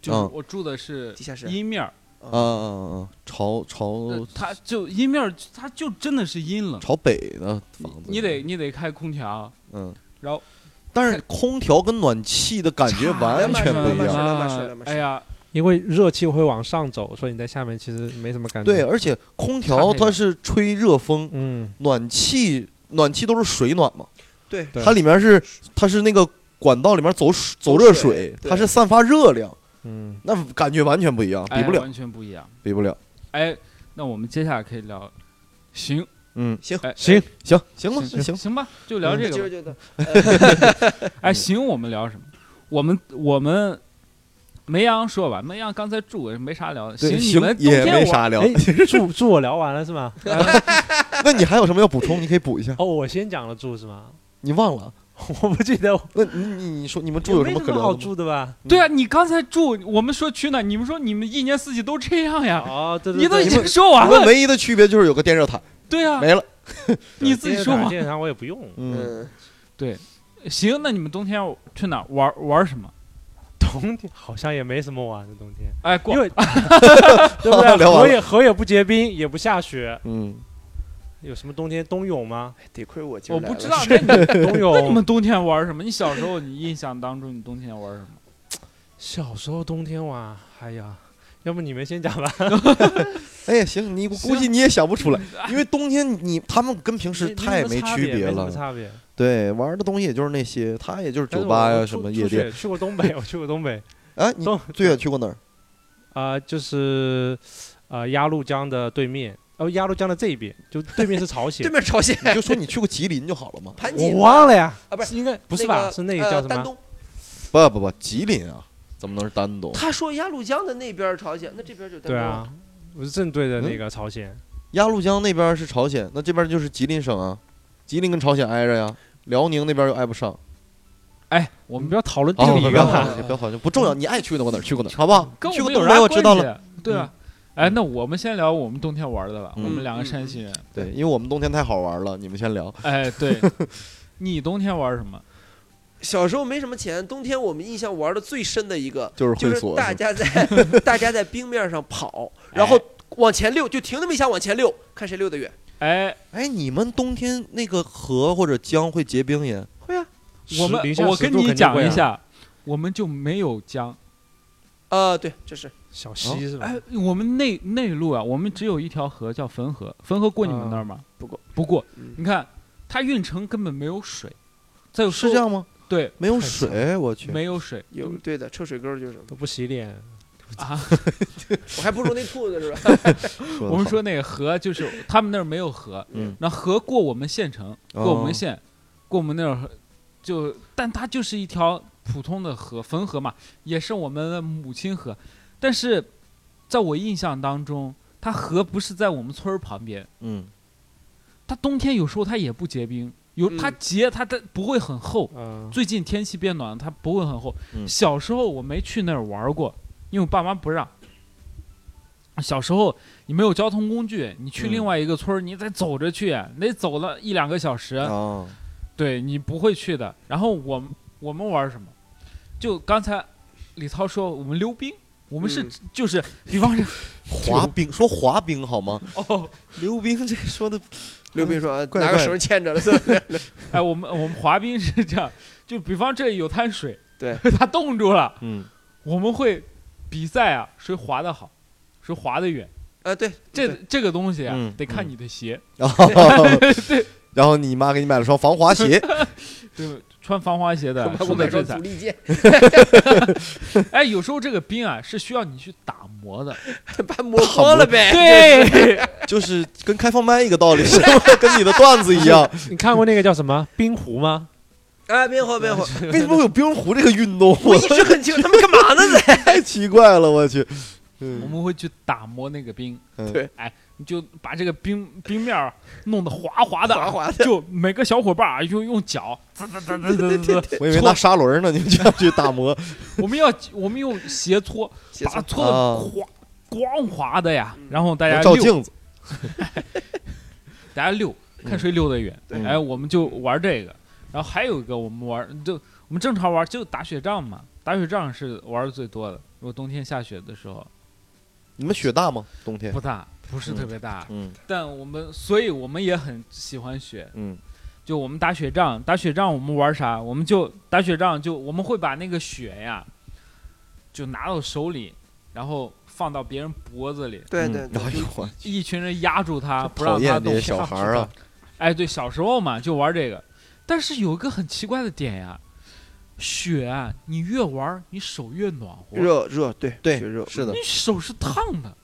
就是嗯我住的是地下室阴面儿，啊啊啊！啊朝朝呃它就阴面儿，它就真的是阴冷，朝北的房子，你得你得开空调，嗯。然后但是空调跟暖气的感觉啊完全不一差样。两码事两码事两啊码事哎呀，因为热气会往上走，所以你在下面其实没什么感觉。对，，啊而且空调它是吹热风，嗯，暖气暖气都是水暖嘛，对对它里面是它是那个管道里面走水走热水，对它是散发热量，嗯，那感觉完全不一样，比哎不了，完全不一样。比不了。哎，那我们接下来可以聊，行，嗯，哎，行，行行吧，行行，嗯行吧，就聊这就个是吧。觉得哎，行，我们聊什么？我们我们梅阳说完，梅阳刚才住我没啥聊的。对，你们冬也天没我啥聊。哎，住住我聊完了是吗？ (laughs) 那你还有什么要补充？你可以补一下，哦，我先讲了住是吗？你忘了？我不记得，那你你你说你们住也有没么什可么好聊的吗？住的吧？对啊，你刚才住，我们说去哪，你们说你们一年四季都这样呀，哦，对对对，你都已你经们说完我们了。唯一的区别就是有个电热毯，对啊，没了。你自己说嘛。嘛。电视我也不用，嗯，嗯，行，那你们冬天去哪儿玩玩什么？冬天好像也没什么玩的冬天，哎，过 (laughs) 因为对不对？聊完河了也河也不结冰，也不下雪，嗯，有什么冬天冬泳吗？得亏我今儿我来不了知道，那你 (laughs) 冬那你泳们。冬天玩什么？你小时候你印象当中你冬天玩什么？小时候冬天玩，哎呀，要不你们先讲吧。哎呀，行，你我估计你也想不出来，因为冬天你他们跟 (laughs) 平时没太没什么差区别没什么了，差别。对，玩的东西也就是那些，他也就是但是哎酒吧我呀、我什出么出夜店去去过东北，我去过东北啊。你东最远去过哪儿？ (laughs) 啊，就是呃鸭绿江的对面，哦鸭绿江的这一边，就对面是朝鲜 (laughs) 对。面朝鲜。你就说你去过吉林就好了嘛 (laughs) 盘锦我忘了呀，啊，不是应该不是那吧？个是那个呃叫什丹么？东。不不不，吉林啊，怎么能是丹东？他说鸭绿江的那边儿朝鲜，那这边就丹对东。啊，我是正对着那个朝鲜。鸭绿江那边是朝鲜，那这边就是吉林省啊，吉林跟朝鲜挨着呀。辽宁那边又挨不上，哎，我们不要讨论地啊，理不了要嘛好像不要好像不重要，你爱去过哪儿去过哪儿，好不好？跟去我过们哪有儿啥哎，关我知道系了。。对啊，哎，那我们先聊我们冬天玩的吧。嗯我们两个山西人，对，因为我们冬天太好玩了，你们先聊。哎，对，你冬天玩什么？小时候没什么钱，冬天我们印象玩的最深的一个就是就会是所，大家在大家在冰面 (laughs) 上跑，然哎后往前溜，就停那么一下往前溜，看谁溜得远。哎，哎，你们冬天那个河或者江会结冰也？会啊，我们零下我10跟度你肯定讲会一啊，下，我们就没有江。呃，对，这是小溪是吧哎？，我们内内陆啊，我们只有一条河叫汾河，汾河过你们那儿吗？不过，不过，嗯你看它运城根本没有水，再有是这，样吗？对，没有太惨水，我去。没有水嗯有嗯对的，臭水沟就是，都不洗脸，啊。我还不如那兔子是吧？ (laughs) 说得我们好，说那个河就是他们那儿没有河，嗯哦那河过我们县城，过我们县，过我们那儿河就，但它就是一条普通的河，汾河嘛，也是我们的母亲河。但是在我印象当中，它河不是在我们村儿旁边，嗯，它冬天有时候它也不结冰，有它嗯结它它不会很厚。嗯，最近天气变暖了，它不会很厚。嗯小时候我没去那儿玩过，因为我爸妈不让。小时候你没有交通工具，你去嗯另外一个村儿，你得走着去，你得走了一两个小时。啊，对你不会去的。然后我们我们玩什么？就刚才李涛说我们溜冰，我们是嗯就是，比方说， (laughs) 滑冰说滑冰好吗？哦，溜冰这说的刘斌说啊怪拿个怪绳牵着了，算了 (laughs) 哎，我们我们滑冰是这样，就比方这里有滩水，对， (laughs) 它冻住了，嗯， (laughs) 我们会比赛啊，谁滑得好，谁滑得远。啊，对，哎这对这个东西啊，嗯得看嗯你的鞋，然后然后你妈给你买了双防滑 (laughs) 鞋，对，穿防滑鞋的我输我的买最双惨足。 (laughs) 力健，哎，有时候这个冰啊是需要你去打磨的。 (laughs) 把磨光了呗。对，就是跟开放麦一个道理，是吧？跟你的段子一 (laughs) 样。 (laughs) 你看过那个叫什么冰壶吗？ (laughs) 啊，别火别火，为什么会有冰壶这个运 (laughs) 动？我一直很清楚他们干嘛 (laughs) 呢在。太奇怪了，我去。我嗯，们会去打磨那个冰。嗯对，哎，你就把这个冰冰面儿弄得滑滑的，滑滑的就每个小伙伴儿啊用用脚，滋滋滋滋滋滋滋我以为拿砂轮呢，你们就要去打 (laughs) 磨。我们要我们用鞋搓， (laughs) 写把它嗯错搓的滑光滑的呀，然后大家能啊照溜。镜子，大家溜，看嗯谁溜得远。对哎，我们就玩这个。然后还有一个我们玩，就我们正常玩就打雪仗嘛，打雪仗是玩的最多的。如果冬天下雪的时候你们雪大吗？冬天不？大，不是特别大，嗯但我们所以我们也很喜欢雪。嗯就我们打雪仗，打雪仗我们玩啥？我们就打雪仗，就我们会把那个雪呀，就拿到手里，然后放到别人脖子里，对对嗯对哎呦我一群人压住他，不讨让他厌这动些。小孩儿啊！ (laughs) 哎，对，小时候嘛就玩这个，但是有一个很奇怪的点呀，雪啊，你越玩儿你手越暖和，你热热对对血热，是的，手是烫的，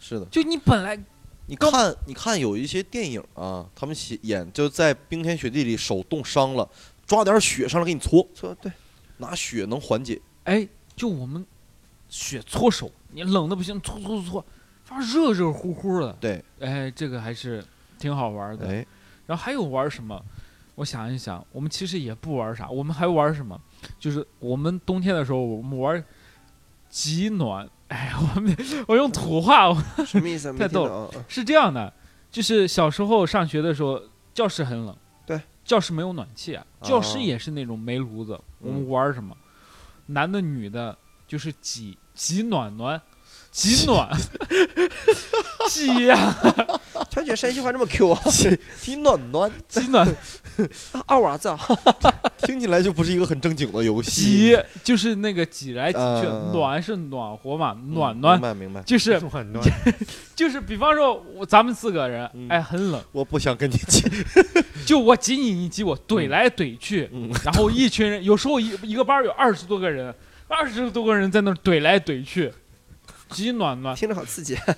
是的。就你本来你看，你看有一些电影啊，他们写演就在冰天雪地里手冻伤了，抓点雪上来给你搓，错对，拿雪能缓解。哎，就我们雪搓手，你冷的不行，搓搓搓，反正热热乎乎的，对，哎，这个还是挺好玩的。哎，然后还有玩什么？我想一想，我们其实也不玩啥，我们还玩什么？就是我们冬天的时候，我们玩极暖。 (laughs) 哎，我们我用土话，我什么意思啊？没太逗听懂啊是这样的，就是小时候上学的时候，教室很冷，对，教室没有暖气啊，哦教室也是那种煤炉子。我们玩儿什么？男的女的，就是挤挤暖暖，挤暖，挤呀、啊瞧见山西话这么 Q 啊？ (laughs) 提暖暖，挤暖 (laughs) 二娃子啊，听起来就不是一个很正经的游戏挤。，就是那个挤来挤去，嗯暖是暖和嘛，嗯暖暖明白明白。就是很 (laughs) 暖，就是，比方说我咱们四个人，嗯哎，很冷，我不想跟你 (laughs) 讲，就我挤你，你挤我，怼来怼 (laughs) 去，嗯然后一群人，有时候一一个班儿有二十多个人，二十多个人在那儿怼来怼去，极暖 (laughs) 暖，听着好刺激，啊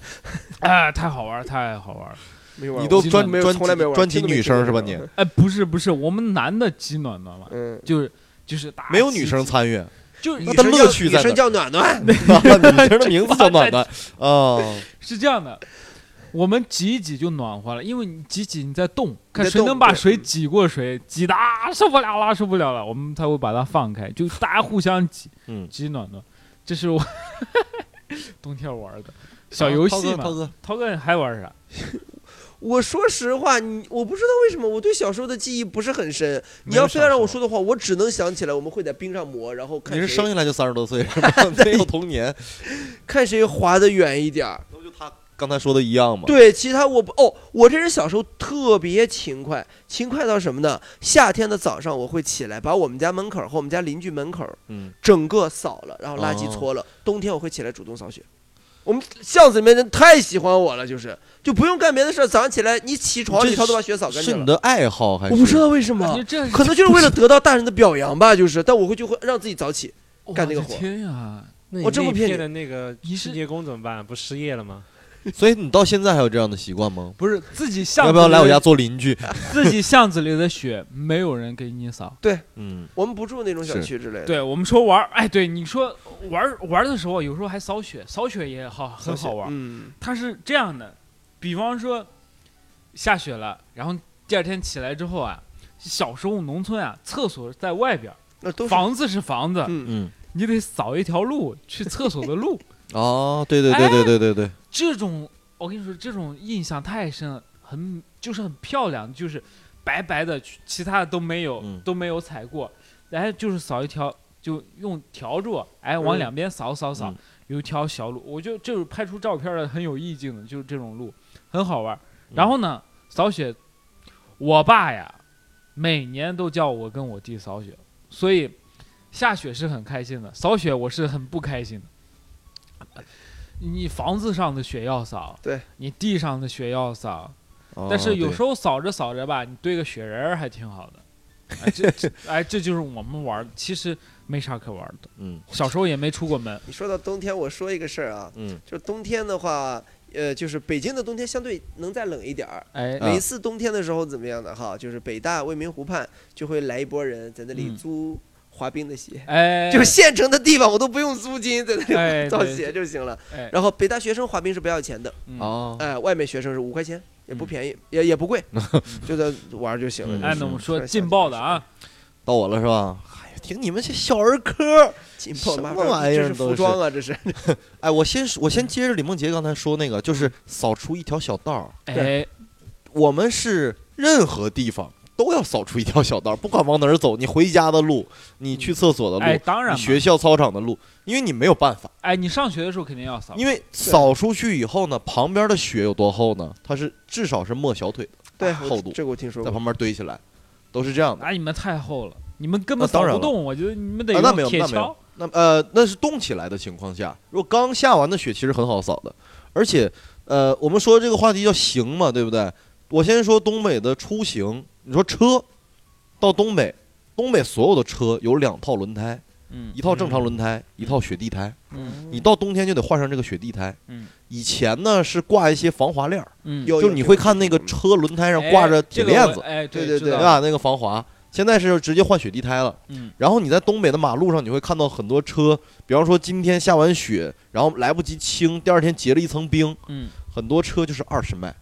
哎，太好玩儿，太好玩儿！没玩过你都基专本没有专从来没有玩专辑听都没女听过生是吧？这你个哎，不是不是，我们男的极暖暖嘛，嗯，就是就是大家没有集女生体，参 (laughs) 与，就是女那他生乐叫趣女在生哪叫暖 (laughs) 暖，女生的名字叫暖暖啊。是这样的。我们挤一挤就暖和了，因为你挤挤你在动，看在谁动能把对谁挤过谁，挤的啊受不了了，受不了了，我们才会把它放开，就大家互相挤，嗯，挤暖暖，这是我 (laughs) 冬天玩的小游戏嘛。涛哥，涛哥还玩啥？我说实话，你我不知道为什么我对小时候的记忆不是很深。你没有要非要小让我时说的话，我只能想起来我们会在冰上磨，然后看你是谁生下来就三十多岁 (laughs) 是吧？没有童年，看谁滑得远一点儿。那不就他刚才说的一样吗？对，其他我不哦，我这人小时候特别勤快，勤快到什么呢？夏天的早上我会起来，把我们家门口儿和我们家邻居门口儿嗯，整个扫了，然后垃圾哦搓了。冬天我会起来主动扫雪。我们巷子里面人太喜欢我了，就是就不用干别的事儿，早上起来你起床这一条都把雪扫干是净你了。的爱好还是？我不知道为什么你，这可能就是为了得到大人的表扬吧，就是，但我会就会让自己早起。哦干这个我的活天呀！那我真不骗你你那一片的那个你是清洁工怎么办？不失业了吗？所以你到现在还有这样的习惯吗？不是自己巷子里要的不要来我家？做邻居？自己巷子里的雪没有人给你扫。嗯，我们不住那种小是区之类的，对我们说玩儿，哎，对你说玩儿玩儿的时候，有时候还扫雪，扫雪也好很好玩儿。嗯，它是这样的，比方说下雪了，然后第二天起来之后啊，小时候农村啊，厕所在外边儿，那都是房子是房子，嗯嗯，你得扫一条路去厕所的路。哦，对对哎对对对对对，这种我跟你说，这种印象太深了，很就是很漂亮，就是白白的，其他的都没有、嗯哎都没有踩过，然后就是扫一条就用笤帚，哎，嗯往两边扫扫扫嗯，有一条小路，我就就是拍出照片的很有意境的，就是这种路很好玩。嗯然后呢，扫雪，我爸呀，每年都叫我跟我弟扫雪，所以下雪是很开心的，扫雪我是很不开心的。你房子上的雪要扫，对你地上的雪要扫，哦但是有对时候扫着扫着吧，你堆个雪人儿还挺好的。哎，这 (laughs) 这哎，这就是我们玩儿的，其实没啥可玩儿的。嗯小时候也没出过门，你说到冬天，我说一个事儿啊，嗯就是冬天的话，呃，就是北京的冬天相对能再冷一点儿。哎，啊每次冬天的时候怎么样的哈？就是北大未名湖畔就会来一波人在那里嗯租滑冰的鞋，哎， (laughs) 就是县城的地方我都不用租金，在那哎里造对鞋 (laughs) 就行了。哎，然后北大学生滑冰是不要钱的，嗯哦哎，外面学生是五块钱，也不便宜，也也不 (laughs) 贵，就在玩儿就行了。嗯就哎，是那我们说是劲爆的啊，到我了是吧？哎呀，听你们这小儿科。紧迫什麻么烦玩意这儿是都服是装啊，这是。哎，我先说我先接着李梦洁刚才说那个，就是扫出一条小道儿。哎，我们是任何地方都要扫出一条小道儿，不管往哪儿走，你回家的路，你去厕所的路，哎，当然你嘛学校操场的路，因为你没有办法。哎，你上学的时候肯定要扫，因为扫出去以后呢，旁边的雪有多厚呢？它是至少是没小腿对，我厚度，这个我听说在过。旁边堆起来，都是这样的。哎那你们太厚了，你们根本啊当扫然不了动，我觉得你们得啊那没用有铁那没有锹。那呃，那是冻起来的情况下，如果刚下完的雪其实很好扫的，而且呃，我们说这个话题叫行嘛，对不对？我先说东北的出行，你说车到东北，东北所有的车有两套轮胎，嗯一套正常轮胎，一套雪地胎。嗯你到冬天就得换上这个雪地胎。嗯，以前呢是挂一些防滑链儿，嗯，有就有是你听会说看那过个车轮胎上挂哎着铁链这个子我，哎，对对知对道对吧？那个防滑。现在是直接换雪地胎了。嗯，然后你在东北的马路上，你会看到很多车，比方说今天下完雪，然后来不及清，第二天结了一层冰，嗯，很多车就是二十迈、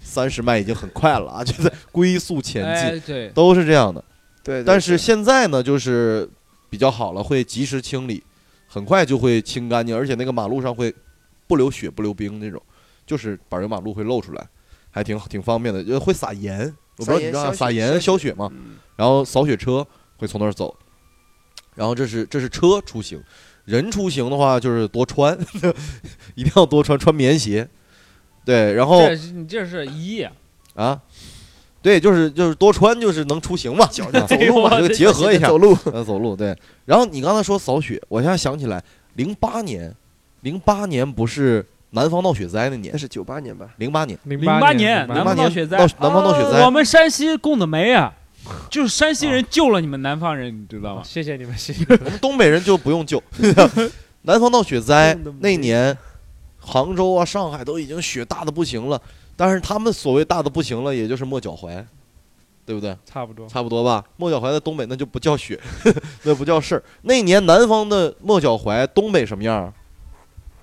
三十迈已经很快了啊，就在龟速前进，哎，对，都是这样的。对，对但是现在呢，就是比较好了，会及时清理，很快就会清干净，而且那个马路上会不留雪不留冰那种，就是柏油马路会露出来，还挺挺方便的，呃会撒盐，我不知道撒你盐知道吗消撒雪盐消消雪雪嘛，嗯然后扫雪车会从那儿走，然后这是这是车出行，人出行的话就是多穿， (laughs) 一定要多穿穿棉鞋，对，然后这是你这是一夜，啊。对，就是就是多穿，就是能出行嘛， (laughs) 脚走路嘛，哎呦我这个的 (laughs) 结合一下，走路， (laughs) 呃，走路对。然后你刚才说扫雪，我现在想起来，零八年，零八年不是南方闹雪灾那那年，是九八年吧？零八年，零08年年零南八方年闹雪灾啊南方闹雪灾，呃我们山西供的煤 (laughs) 啊，就是山西人救了你们南方人，你知道吗？谢谢你们，谢谢你们。我们东北人就不用救。 (laughs) 南方闹雪灾真的没那年，杭州啊、上海都已经雪大的不行了，但是他们所谓大的不行了，也就是没脚踝，对不对？差不多。差不多吧。没脚踝在东北那就不叫雪， (laughs) 那不叫事儿。那年南方的没脚踝，东北什么样儿？啊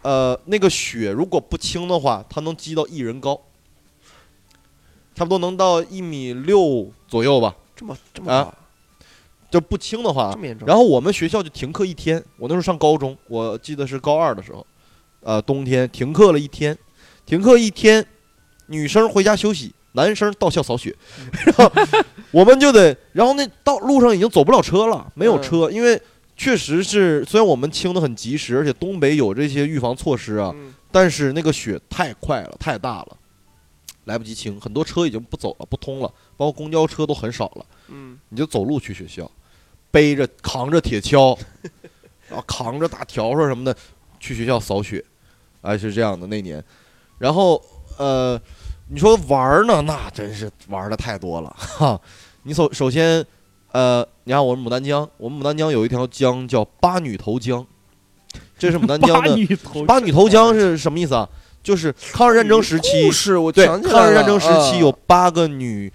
呃，那个雪如果不轻的话，它能积到一人高，差不多能到一米六左右吧，这么这么啊高就不轻的话这。么严重？然后我们学校就停课一天，我那时候上高中，我记得是高二的时候，呃，冬天停课了一天，停课一天，女生回家休息，男生到校扫雪，然后我们就得，然后那道路上已经走不了车了，没有车，因为确实是虽然我们清的很及时，而且东北有这些预防措施啊，嗯但是那个雪太快了，太大了，来不及清，很多车已经不走了，不通了，包括公交车都很少了。嗯，你就走路去学校，背着扛着铁锹，然后扛着大笤帚什么的去学校扫雪，哎，是这样的那年。然后呃，你说玩儿呢，那真是玩儿的太多了哈。你首首先呃，你看我们牡丹江，我们牡丹江有一条江叫八女头江，这是牡丹江八的女头八女头江是什么意思啊？就是抗日战争时期故，事我对，想起来抗日了战争时期啊有八个女，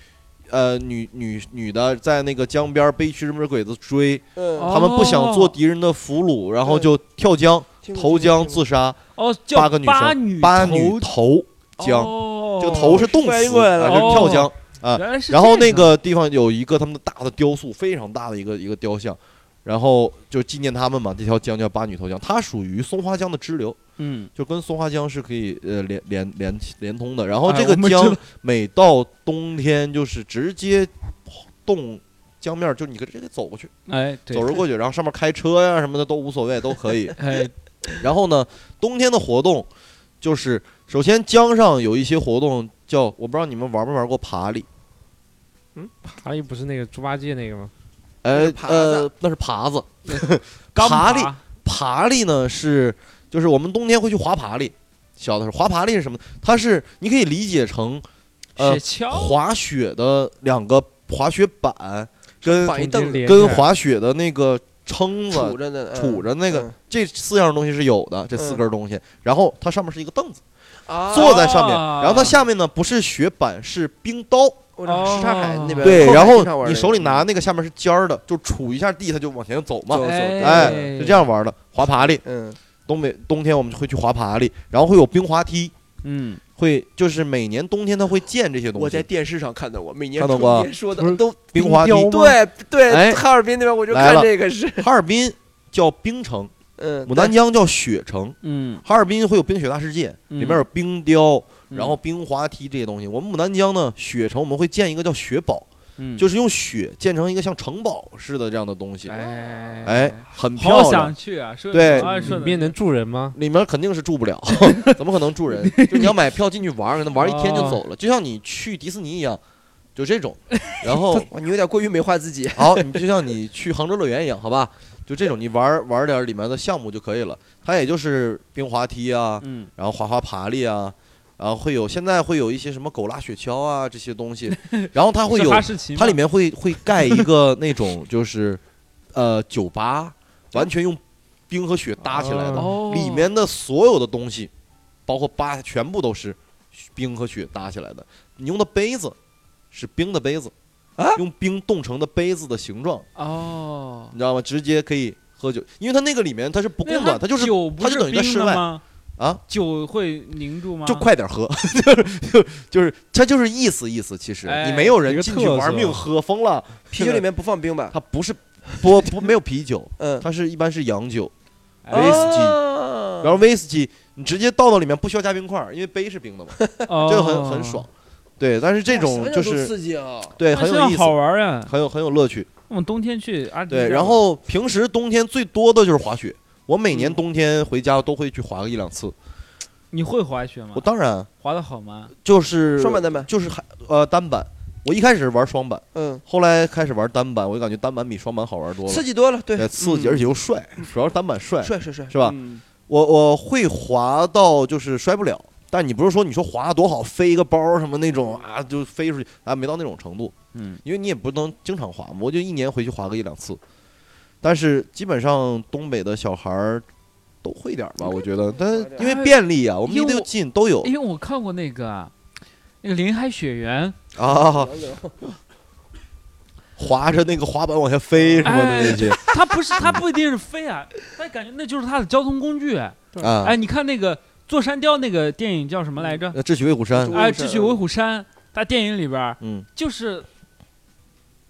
呃，女女女的在那个江边被一群日本鬼子追，嗯哦她们不想做敌人的俘虏，然后就跳江听过投听过江自杀，哦，叫八个女八生，八女头江，哦这个头是动词，翻译过来了啊就是跳哦江。啊原来是然后这那个地方有一个他们的大的雕塑，非常大的一个一个雕像，然后就纪念他们嘛。这条江叫八女头江，它属于松花江的支流。嗯，就跟松花江是可以呃连连连连通的。然后哎这个我们知江道每到冬天就是直接冻江面儿就你给这个走过去，哎，对走着过去，然后上面开车呀、什么的都无所谓，都可以。哎，然后呢，冬天的活动就是，首先江上有一些活动叫，我不知道你们玩没玩过爬犁，阿姨不是那个猪八戒那个吗？那呃是耙子呃，那是耙子，刚 (laughs) 爬犁爬爬犁呢是就是我们冬天会去滑爬犁，小的时候滑爬犁是什么？它是你可以理解成呃雪橇，滑雪的两个滑雪板跟绑一中凳间子连啊跟着滑雪的那个撑杵子。着呢，嗯杵着那个、嗯这四样东西是有的，这四根东西，然后它上面是一个凳子，啊，坐在上面，然后它啊下面呢不是雪板，是冰刀，我知道什刹海那边，对，后海然经常后玩嗯你那个手里拿那个下面是尖儿的，就杵一下地，它就往前走嘛走，哎，是这样，样玩的。滑爬犁，嗯，东北冬天我们会去滑爬犁，然后会有冰滑梯，嗯，会就是每年冬天它会建这些东我在西。电视上看到过，每年看到春过啊节说不的是都冰滑梯雕，吗，对对，哎哈尔滨那边我就来看了这个是，哈尔滨叫冰城，嗯，牡丹江叫雪城，嗯，哈尔滨会有冰雪大世界，嗯里面有冰雕，嗯然后冰滑梯这些东西。我们牡丹江呢，雪城我们会建一个叫雪堡，嗯就是用雪建成一个像城堡似的这样的东西，哎哎，，很好漂亮想。去啊，说对哎里说的面能住人吗？里面肯定是住不了， (laughs) 怎么可能住人？就你要买票进去玩儿，可能玩一天啊就走了，就像你去迪士尼一样，就这 (laughs) 种。然后哇你有点过于美化自己，好，你就像你去杭州乐园一样，好吧？就这种，你玩儿玩儿点儿里面的项目就可以了。它也就是冰滑梯啊，嗯，然后滑滑爬犁啊，然后会有现在会有一些什么狗拉雪橇啊这些 (laughs) 东西，然后它会是有哈士奇吗，它里面会会盖一个那种就是呃酒吧，完全用冰和雪搭起来的。哦里面的所有的东西，包括吧，全部都是冰和雪搭起来的。你用的杯子是冰的杯子，啊用冰冻成的杯子的形状，哦，你知道吗？直接可以喝酒，因为它那个里面它是不供那暖，它就是酒不它就等于在冰室的外吗？啊，酒会凝住吗？就快点喝， (laughs) 就是就是它就是意思意思。其实哎你没有人一个进去特玩色命喝疯了，啤酒里面不放冰吧？它不是不不没有啤酒，嗯，啊它是一般是洋酒，哎威士忌然然后威士忌你直接倒到里面不需要加冰块儿，因为杯是冰的嘛。哦这个很很爽。对，但是这种就是刺激啊，对哎，很这有样意思好，玩啊！很有很有乐趣。我们冬天去啊，对，然后平时冬天最多的就是滑雪。我每年冬天回家都会去滑个一两次。你会滑雪吗我？当然滑的好吗？就是双板单板，就是还呃单板。我一开始玩双板，嗯，后来开始玩单板，我就感觉单板比双板好玩多刺了，激多了，对，嗯对，刺激而且又帅，主要是单板帅，帅帅帅，是吧？嗯我我会滑到就是摔不了，但你不是说你说滑得多好，飞一个包儿什么那种啊，就飞出去啊，没到那种程度。嗯，因为你也不能经常滑嘛，我就一年回去滑个一两次。但是基本上东北的小孩儿都会点儿吧，我觉得。但点儿因为便利啊，我们因离为得又我近，都有因为哎我看过那个啊，那个林海雪原，啊，滑着那个滑板往下飞什么的那些它不是它 (laughs) 不一定是飞啊，但感觉那就是它的交通工具。啊哎，。你看那个坐山雕那个电影叫什么来着？那智取威虎山嗯，哎，《智取威虎山》，它电影里边儿嗯，就是，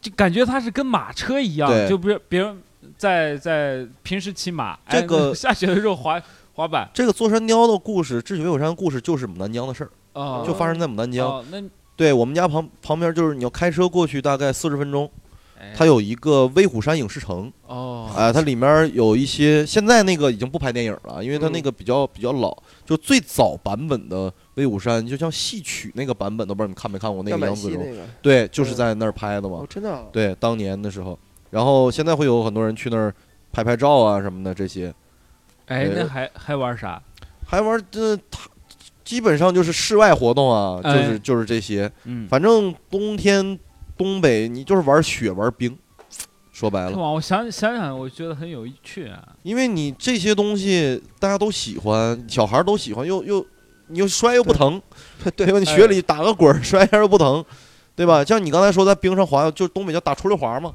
就感觉它是跟马车一样，对就比如别人在在平时骑马，哎这个 (laughs) 下雪的时候滑滑板，这个坐山雕的故事，智取威虎山的故事就是牡丹江的事儿，哦，就发生在牡丹江。哦，那对我们家旁旁边就是你要开车过去大概四十分钟，哎它有一个威虎山影视城，哦，啊、它里面有一些现在那个已经不拍电影了，因为它嗯那个比较比较老，就最早版本的威虎山，就像戏曲那个版本都不知道你看没看过那要个买杨子戏荣，那个，嗯对，就是在那儿拍的嘛，哦，真的啊，对，当年的时候，然后现在会有很多人去那儿拍拍照啊什么的这些，哎，呃那还还玩啥？还玩这它基本上就是室外活动啊，就是、哎就是这些，嗯，反正冬天东北你就是玩雪玩冰，说白是了，吗？我想想想，我觉得很有趣啊。因为你这些东西大家都喜欢，小孩儿都喜欢，又又你又摔又不疼，对吧？你雪里打个哎滚儿摔一下又不疼，对吧？像你刚才说在冰上滑，就东北叫打出溜滑嘛，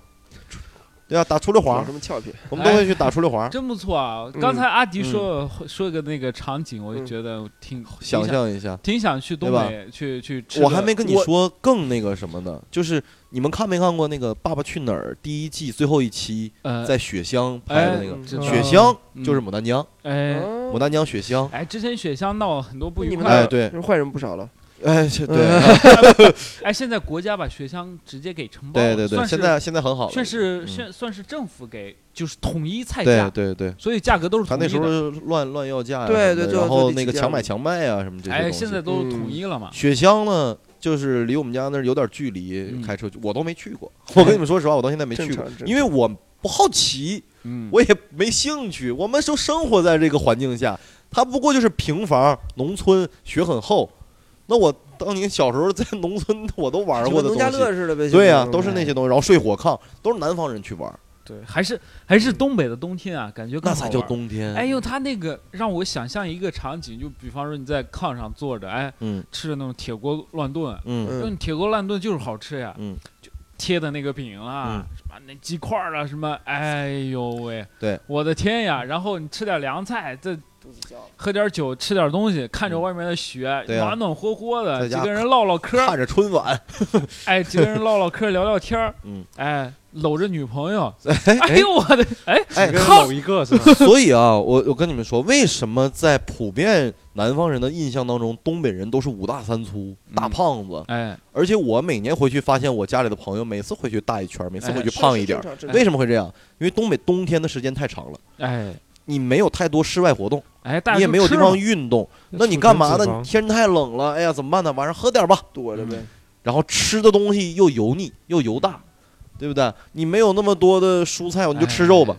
对啊，打出溜有滑什，么俏皮？我们都会去打出溜滑，真不错啊！嗯刚才阿迪说、说个那个场景，我就嗯觉得挺想挺想象一下。挺想去东北去去吃个。我还没跟你我说更那个什么呢，就是你们看没看过那个《爸爸去哪儿》第一季最后一期呃哎在雪乡拍的那个嗯知道雪乡，嗯就是牡丹江，哎嗯牡丹江雪乡，哎，之前雪乡闹了很多不愉你们快那哎的，对，是坏人不少了，哎，是对哎，现在国家把学乡直接给承包了，对对哦对，算是现在现在很好了，算是嗯算算是政府给就是统一菜对价，对对。所以价格都是他统那一时候的。乱乱要价呀什么对的，对对然做后地那契个家强嘛买强卖啊什么这些哎，东西。现在都嗯统一了嘛？雪乡呢，就是离我们家那儿有点距离，嗯开车去我都没去过。我跟你们说实话，我到现在没正去常过正，常因为我不好奇，嗯，我也没兴趣。我们就生活在这个环境下，它不过就是平房、农村，雪很厚。那我当年小时候在农村，我都玩就过跟的农家东乐西，似的呗。对呀、就是都是那些东西，然哎后睡火炕，都是南方人去玩，对，还是还是东北的冬天啊，感觉更那好才叫玩。冬天。哎呦，他那个让我想象一个场景，就比方说你在炕上坐着，哎，嗯吃着那种铁锅乱炖，嗯用铁锅乱炖就是好吃呀，嗯，贴的那个饼啊，什么那鸡块儿啊，什么，哎呦喂，对，我的天呀！然后你吃点凉菜，再肚子叫了喝点酒，吃点东西，看着外面的雪，嗯对啊暖暖和和在的，几家个人唠唠嗑儿，看着春晚，哎，几个人唠唠嗑儿，聊聊天儿，嗯，哎，搂着女朋友， (laughs) 哎哎呦我的，哎， (laughs) 哎每个人靠某一个是 (laughs) 吧？所以啊，我我跟你们说，为什么在普遍南方人的印象当中，东北人都是五大三粗、大胖子？哎，而且我每年回去发现，我家里的朋友每次回去大一圈，每次回去是胖是一点。正常正常为什么会这样？因为东北冬天的时间太长了，哎，你没有太多室外活动，哎，大家你也都没有吃地方嘛运动，那你干嘛呢？储存你脂肪天太冷了，哎呀，怎么办呢？晚上喝点吧。躲着嗯呗？然后吃的东西又油腻又油大，对不对？你没有那么多的蔬菜，你就吃肉吧，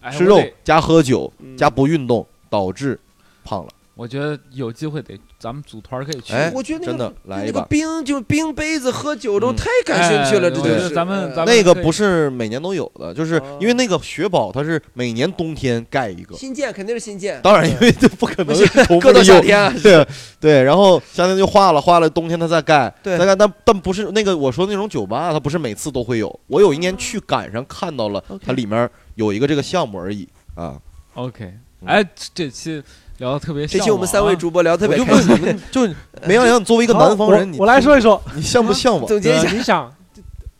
哎吃我肉得加喝酒嗯加不运动，导致胖了。我觉得有机会得咱们组团儿可以去。哎我觉得那真个的来一那个把。冰就冰杯子喝酒都嗯太感兴趣了，哎这我就觉是得咱们哎咱们那个可以不是每年都有的，就是因为那个雪宝它是每年冬天盖一个，新建肯定是新建，当然因为这不可 (laughs) 能不是重复搁到利夏用，天啊对对，然后夏天就化了，化了冬天它再盖，对再盖，但但不是那个我说那种酒吧，它不是每次都会有，我有一年去赶上看到了 OK 它里面有一个这个项目而已啊， OK，嗯哎，这这期聊的特别、啊这期我们三位主播聊得特我别就开问心。你们，就没想到你作为一个南方人，好你我我来说 (laughs) 一说，你像不像我？ (laughs) 总结一下呃，你想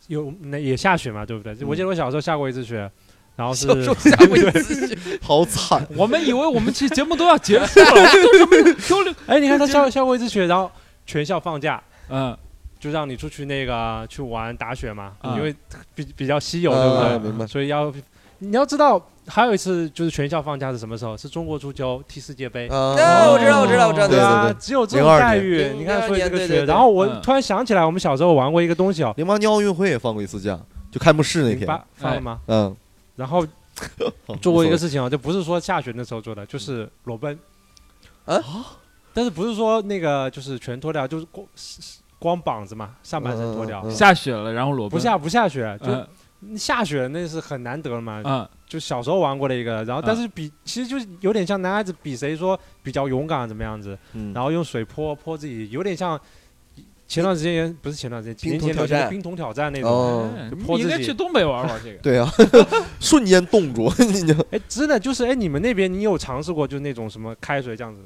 有那也下雪嘛，对不对？嗯我记得我小时候下过一次雪，然后是小时候下过一次雪， (laughs) 好 (laughs) 惨，我们以为我们这节目都要结束了，都准备都留 (laughs) 哎，你看他下下过一次雪，然后全校放假。嗯，就让你出去那个去玩打雪嘛，嗯因为比比较稀有，啊对不对？明白所以要你要知道，还有一次就是全校放假是什么时候？是中国足球踢世界杯。那啊哦我知道，我知道，我知道，对啊，对只有这种02待遇，年你看，所以这个02年对雪。对对然后我嗯突然想起来，我们小时候玩过一个东西哦，零八年奥运会也放过一次假，就开幕式那零天，八放了哎吗？嗯，然后好做过一个无所事情哦，就不是说下雪那时候做的，就是裸奔。啊？但是不是说那个就是全脱掉，就是光光膀子嘛，上半身脱掉嗯嗯，嗯下雪了，然后裸奔，不下不下雪，嗯就下雪那是很难得了嘛，嗯就小时候玩过的一个，然后嗯但是比、其实就是有点像男孩子比谁说比较勇敢怎么样子，嗯谓，嗯然后用水泼泼自己，有点像前段时间不是前段时间，几 (laughs) 冰年前流桶挑行的战冰桶挑战那种，哦，哎就你泼应自该己去东北玩玩这个。对啊， (laughs) 瞬间冻住， (laughs) 你就哎、真的就是哎，你们那边你有尝试过就是那种什么开水这样子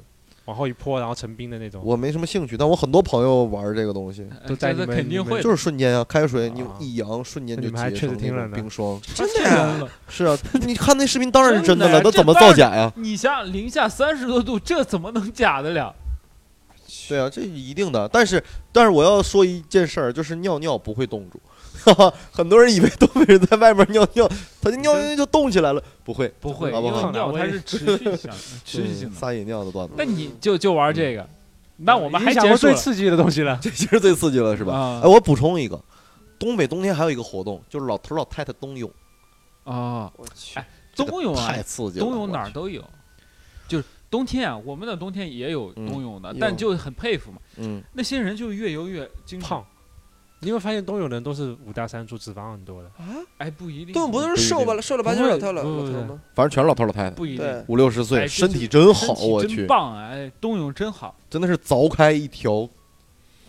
往后一泼然后成冰的那种？我没什么兴趣，但我很多朋友玩这个东西，哎都在这你个们肯定 (laughs) 会的，就是瞬间啊，开水你啊一扬，瞬间那就你们还结确实成那挺种冷的冰霜。真的太呀冤？了是啊， (laughs) 你看那视频当然是真真的的了， (laughs) 呀那这怎么当造然假呀？你像零下三十多度，这怎么能假得了？对啊，这一定的。但是，但是我要说一件事儿，就是尿尿不会冻住。 (laughs) 哈哈，很多人以为东北人在外面尿尿，他就尿尿就冻起来了，不会，不会，好因不为好嗯尿它是持续性、持续性的。撒野尿的段子， (laughs) 那你就就玩这个，那我们已还经想结过束最了刺激的东 (laughs) 西了，这其实最刺激了，是吧？啊哎，我补充一个，东北冬天还有一个活动，就是老头老太太冬泳，啊！我去哎，冬泳啊太，刺激了，冬泳哪儿我去？都有，就是冬天啊，我们的冬天也有嗯冬泳的，有但就很佩服嘛，嗯，那些人就越游越精神胖。你会发现冬泳人都是五大三粗，脂肪很多的。哎，不一定，冬泳不都是瘦吧，瘦了八不九会老头老不老会头的吗？反正全是老头老太太，不一定对。五六十岁，哎身身体体真好，身体我真去，棒啊！哎，冬泳真好，真的是凿开一条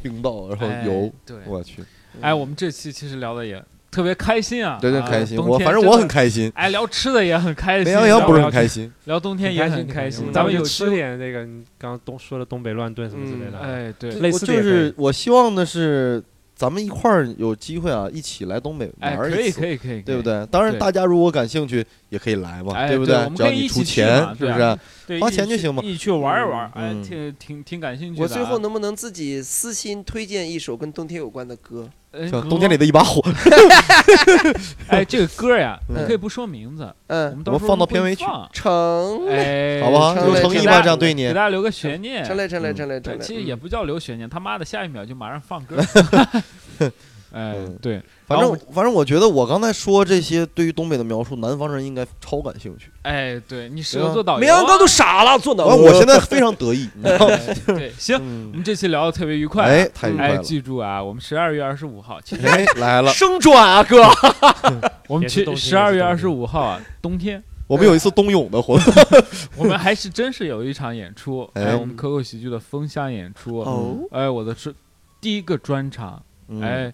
冰道，然后哎游，对，我去，哎，我们这期其实聊的也特别开心啊，真的啊开心，冬我天反正真我的很开心，哎，聊吃的也很开心，梅羊羊聊不是聊很开心，聊冬天也很开心，嗯咱们有就机吃会，点那个你刚刚东说的东北乱炖什么之类的。啊哎，对，类我似就的也可以是我希望的是，咱们一块儿有机会啊，一起来东北哎，玩儿可一以次，可以可以，对不可以？对？当然，对大家如果感兴趣也可以来嘛，哎对不对我们只要可以你一出起去嘛钱，是对不啊是？对，花一起钱就去行嘛一起去玩一玩，哎，嗯挺挺挺感兴趣的啊。我最后能不能自己私心推荐一首跟冬天有关的歌？哎像不冬天里的一把火， (laughs) 哎，这个歌呀，嗯你可以不说名字，我嗯，们我到们时候放到会片尾曲放成嘞，哎， (laughs) 好不好？成有嘞诚意成吗？嘞这样对你给大，家留个悬念。成嘞，成嘞，成嘞，嗯对，成嘞。其实也不叫留悬念，他妈的下一秒就马上放歌。 (laughs) 哎嗯，对，反然正后反正我觉得我刚才说这些对于东北的描述，南方人应该超感兴趣。哎，对你适对合啊做导梅游啊。(laughs) 阳哥都傻了，坐呃脑完，呃我现在非常得意，你知道吗？哎对，行，我嗯们这期聊的特别愉快啊。哎，太愉快哎，了，记住啊，我们十二月二十五号，其实哎，来了。生转啊，哥， (laughs) 我们也是冬去天十二月也二是十冬五号啊，冬天，我们有一次冬泳的活动， (laughs) 我们还是真是有一场演出，哎哎，我们可口喜剧的风箱演出，哦，哎，我的是第一个专场，嗯，哎，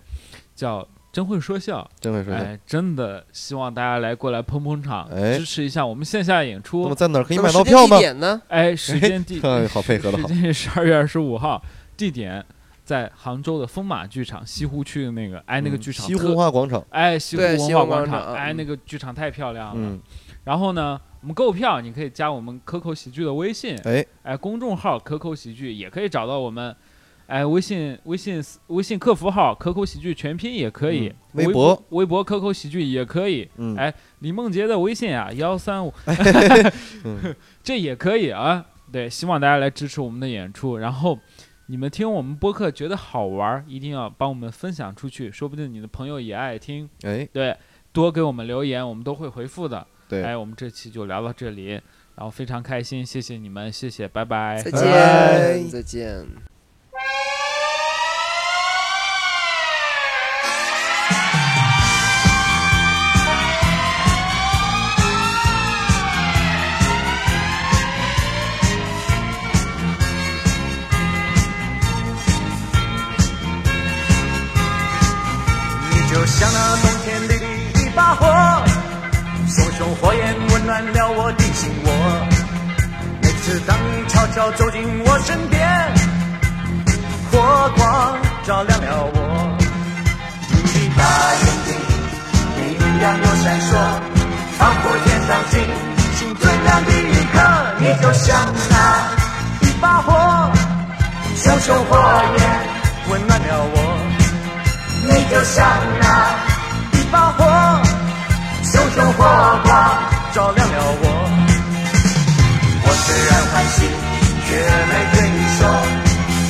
叫真会说笑，真会说笑。哎，真的希望大家来过来捧捧场，哎支持一下我们线下演那么出，在哪儿可以那买么到时票间地呢？点呢？哎，时间 (laughs) 地，哎好配合的 (laughs) 好时间是十二月二十五号，地点在杭州的风马剧场西湖区的那个，哎，那个嗯剧场西湖文特，化广场，哎，西湖对西文湖化广文化场，广场哎，嗯那个剧场太漂亮了。嗯，然后呢，我们购票，你可以加我们可口喜剧的微信，哎，哎，公众号可口喜剧也可以找到我们，哎，微信微信微信客服号可口喜剧全拼也可以，嗯微微博微博可口喜剧也可以，嗯，哎李梦洁的微信啊幺三五 (laughs) (laughs) 嗯，这也可以啊，对，希望大家来支持我们的演出，然后。你们听我们播客觉得好玩儿，一定要帮我们分享出去，说不定你的朋友也爱听。哎，对，多给我们留言，我们都会回复的。对，哎，我们这期就聊到这里，然后非常开心，谢谢你们，谢谢，拜拜，再哎拜见，再见。你就像那冬天里的一把火，熊熊火焰温暖了我的心窝。每次当你悄悄走进我身边，火光照亮了我。你的大眼睛，你明亮又闪烁，划破天上星星最亮的一刻。你就像那一把火，熊熊火焰温暖了我。你就像那一把火，熊熊火光照亮了我。我虽然欢喜，却没对你说，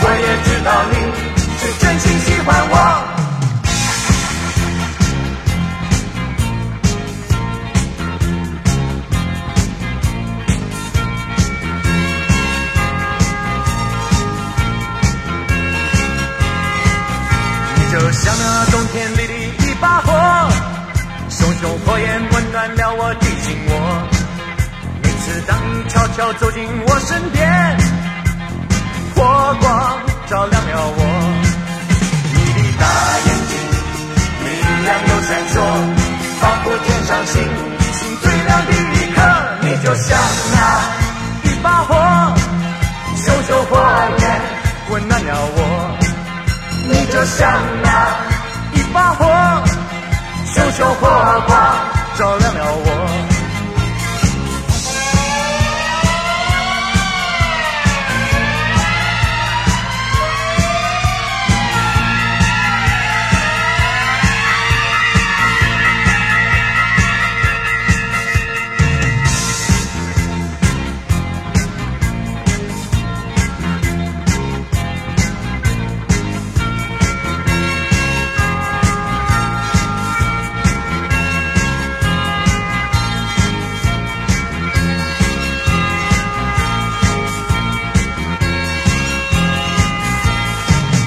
我也知道你是真心喜欢我。你就像那冬天里的一把火，熊熊火焰温暖了我的心窝。每次当你悄悄走进我身边，火光照亮了我。你的大眼睛明亮又闪烁，划破天上星星最亮的一刻。你就像那一把火，熊熊火焰温暖了我。你就像那一把火，熊熊火光照亮了我。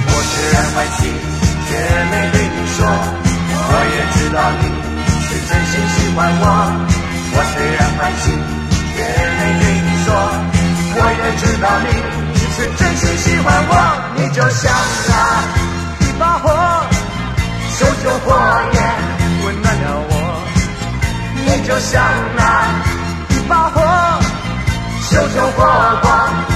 我虽然欢喜，却没对你说。我也知道你是真心喜欢我。我虽然欢喜，却没对你说。我也知道你是真心喜欢我。你就像那一把火，熊熊火焰温暖了我。你就像那一把火，熊熊火光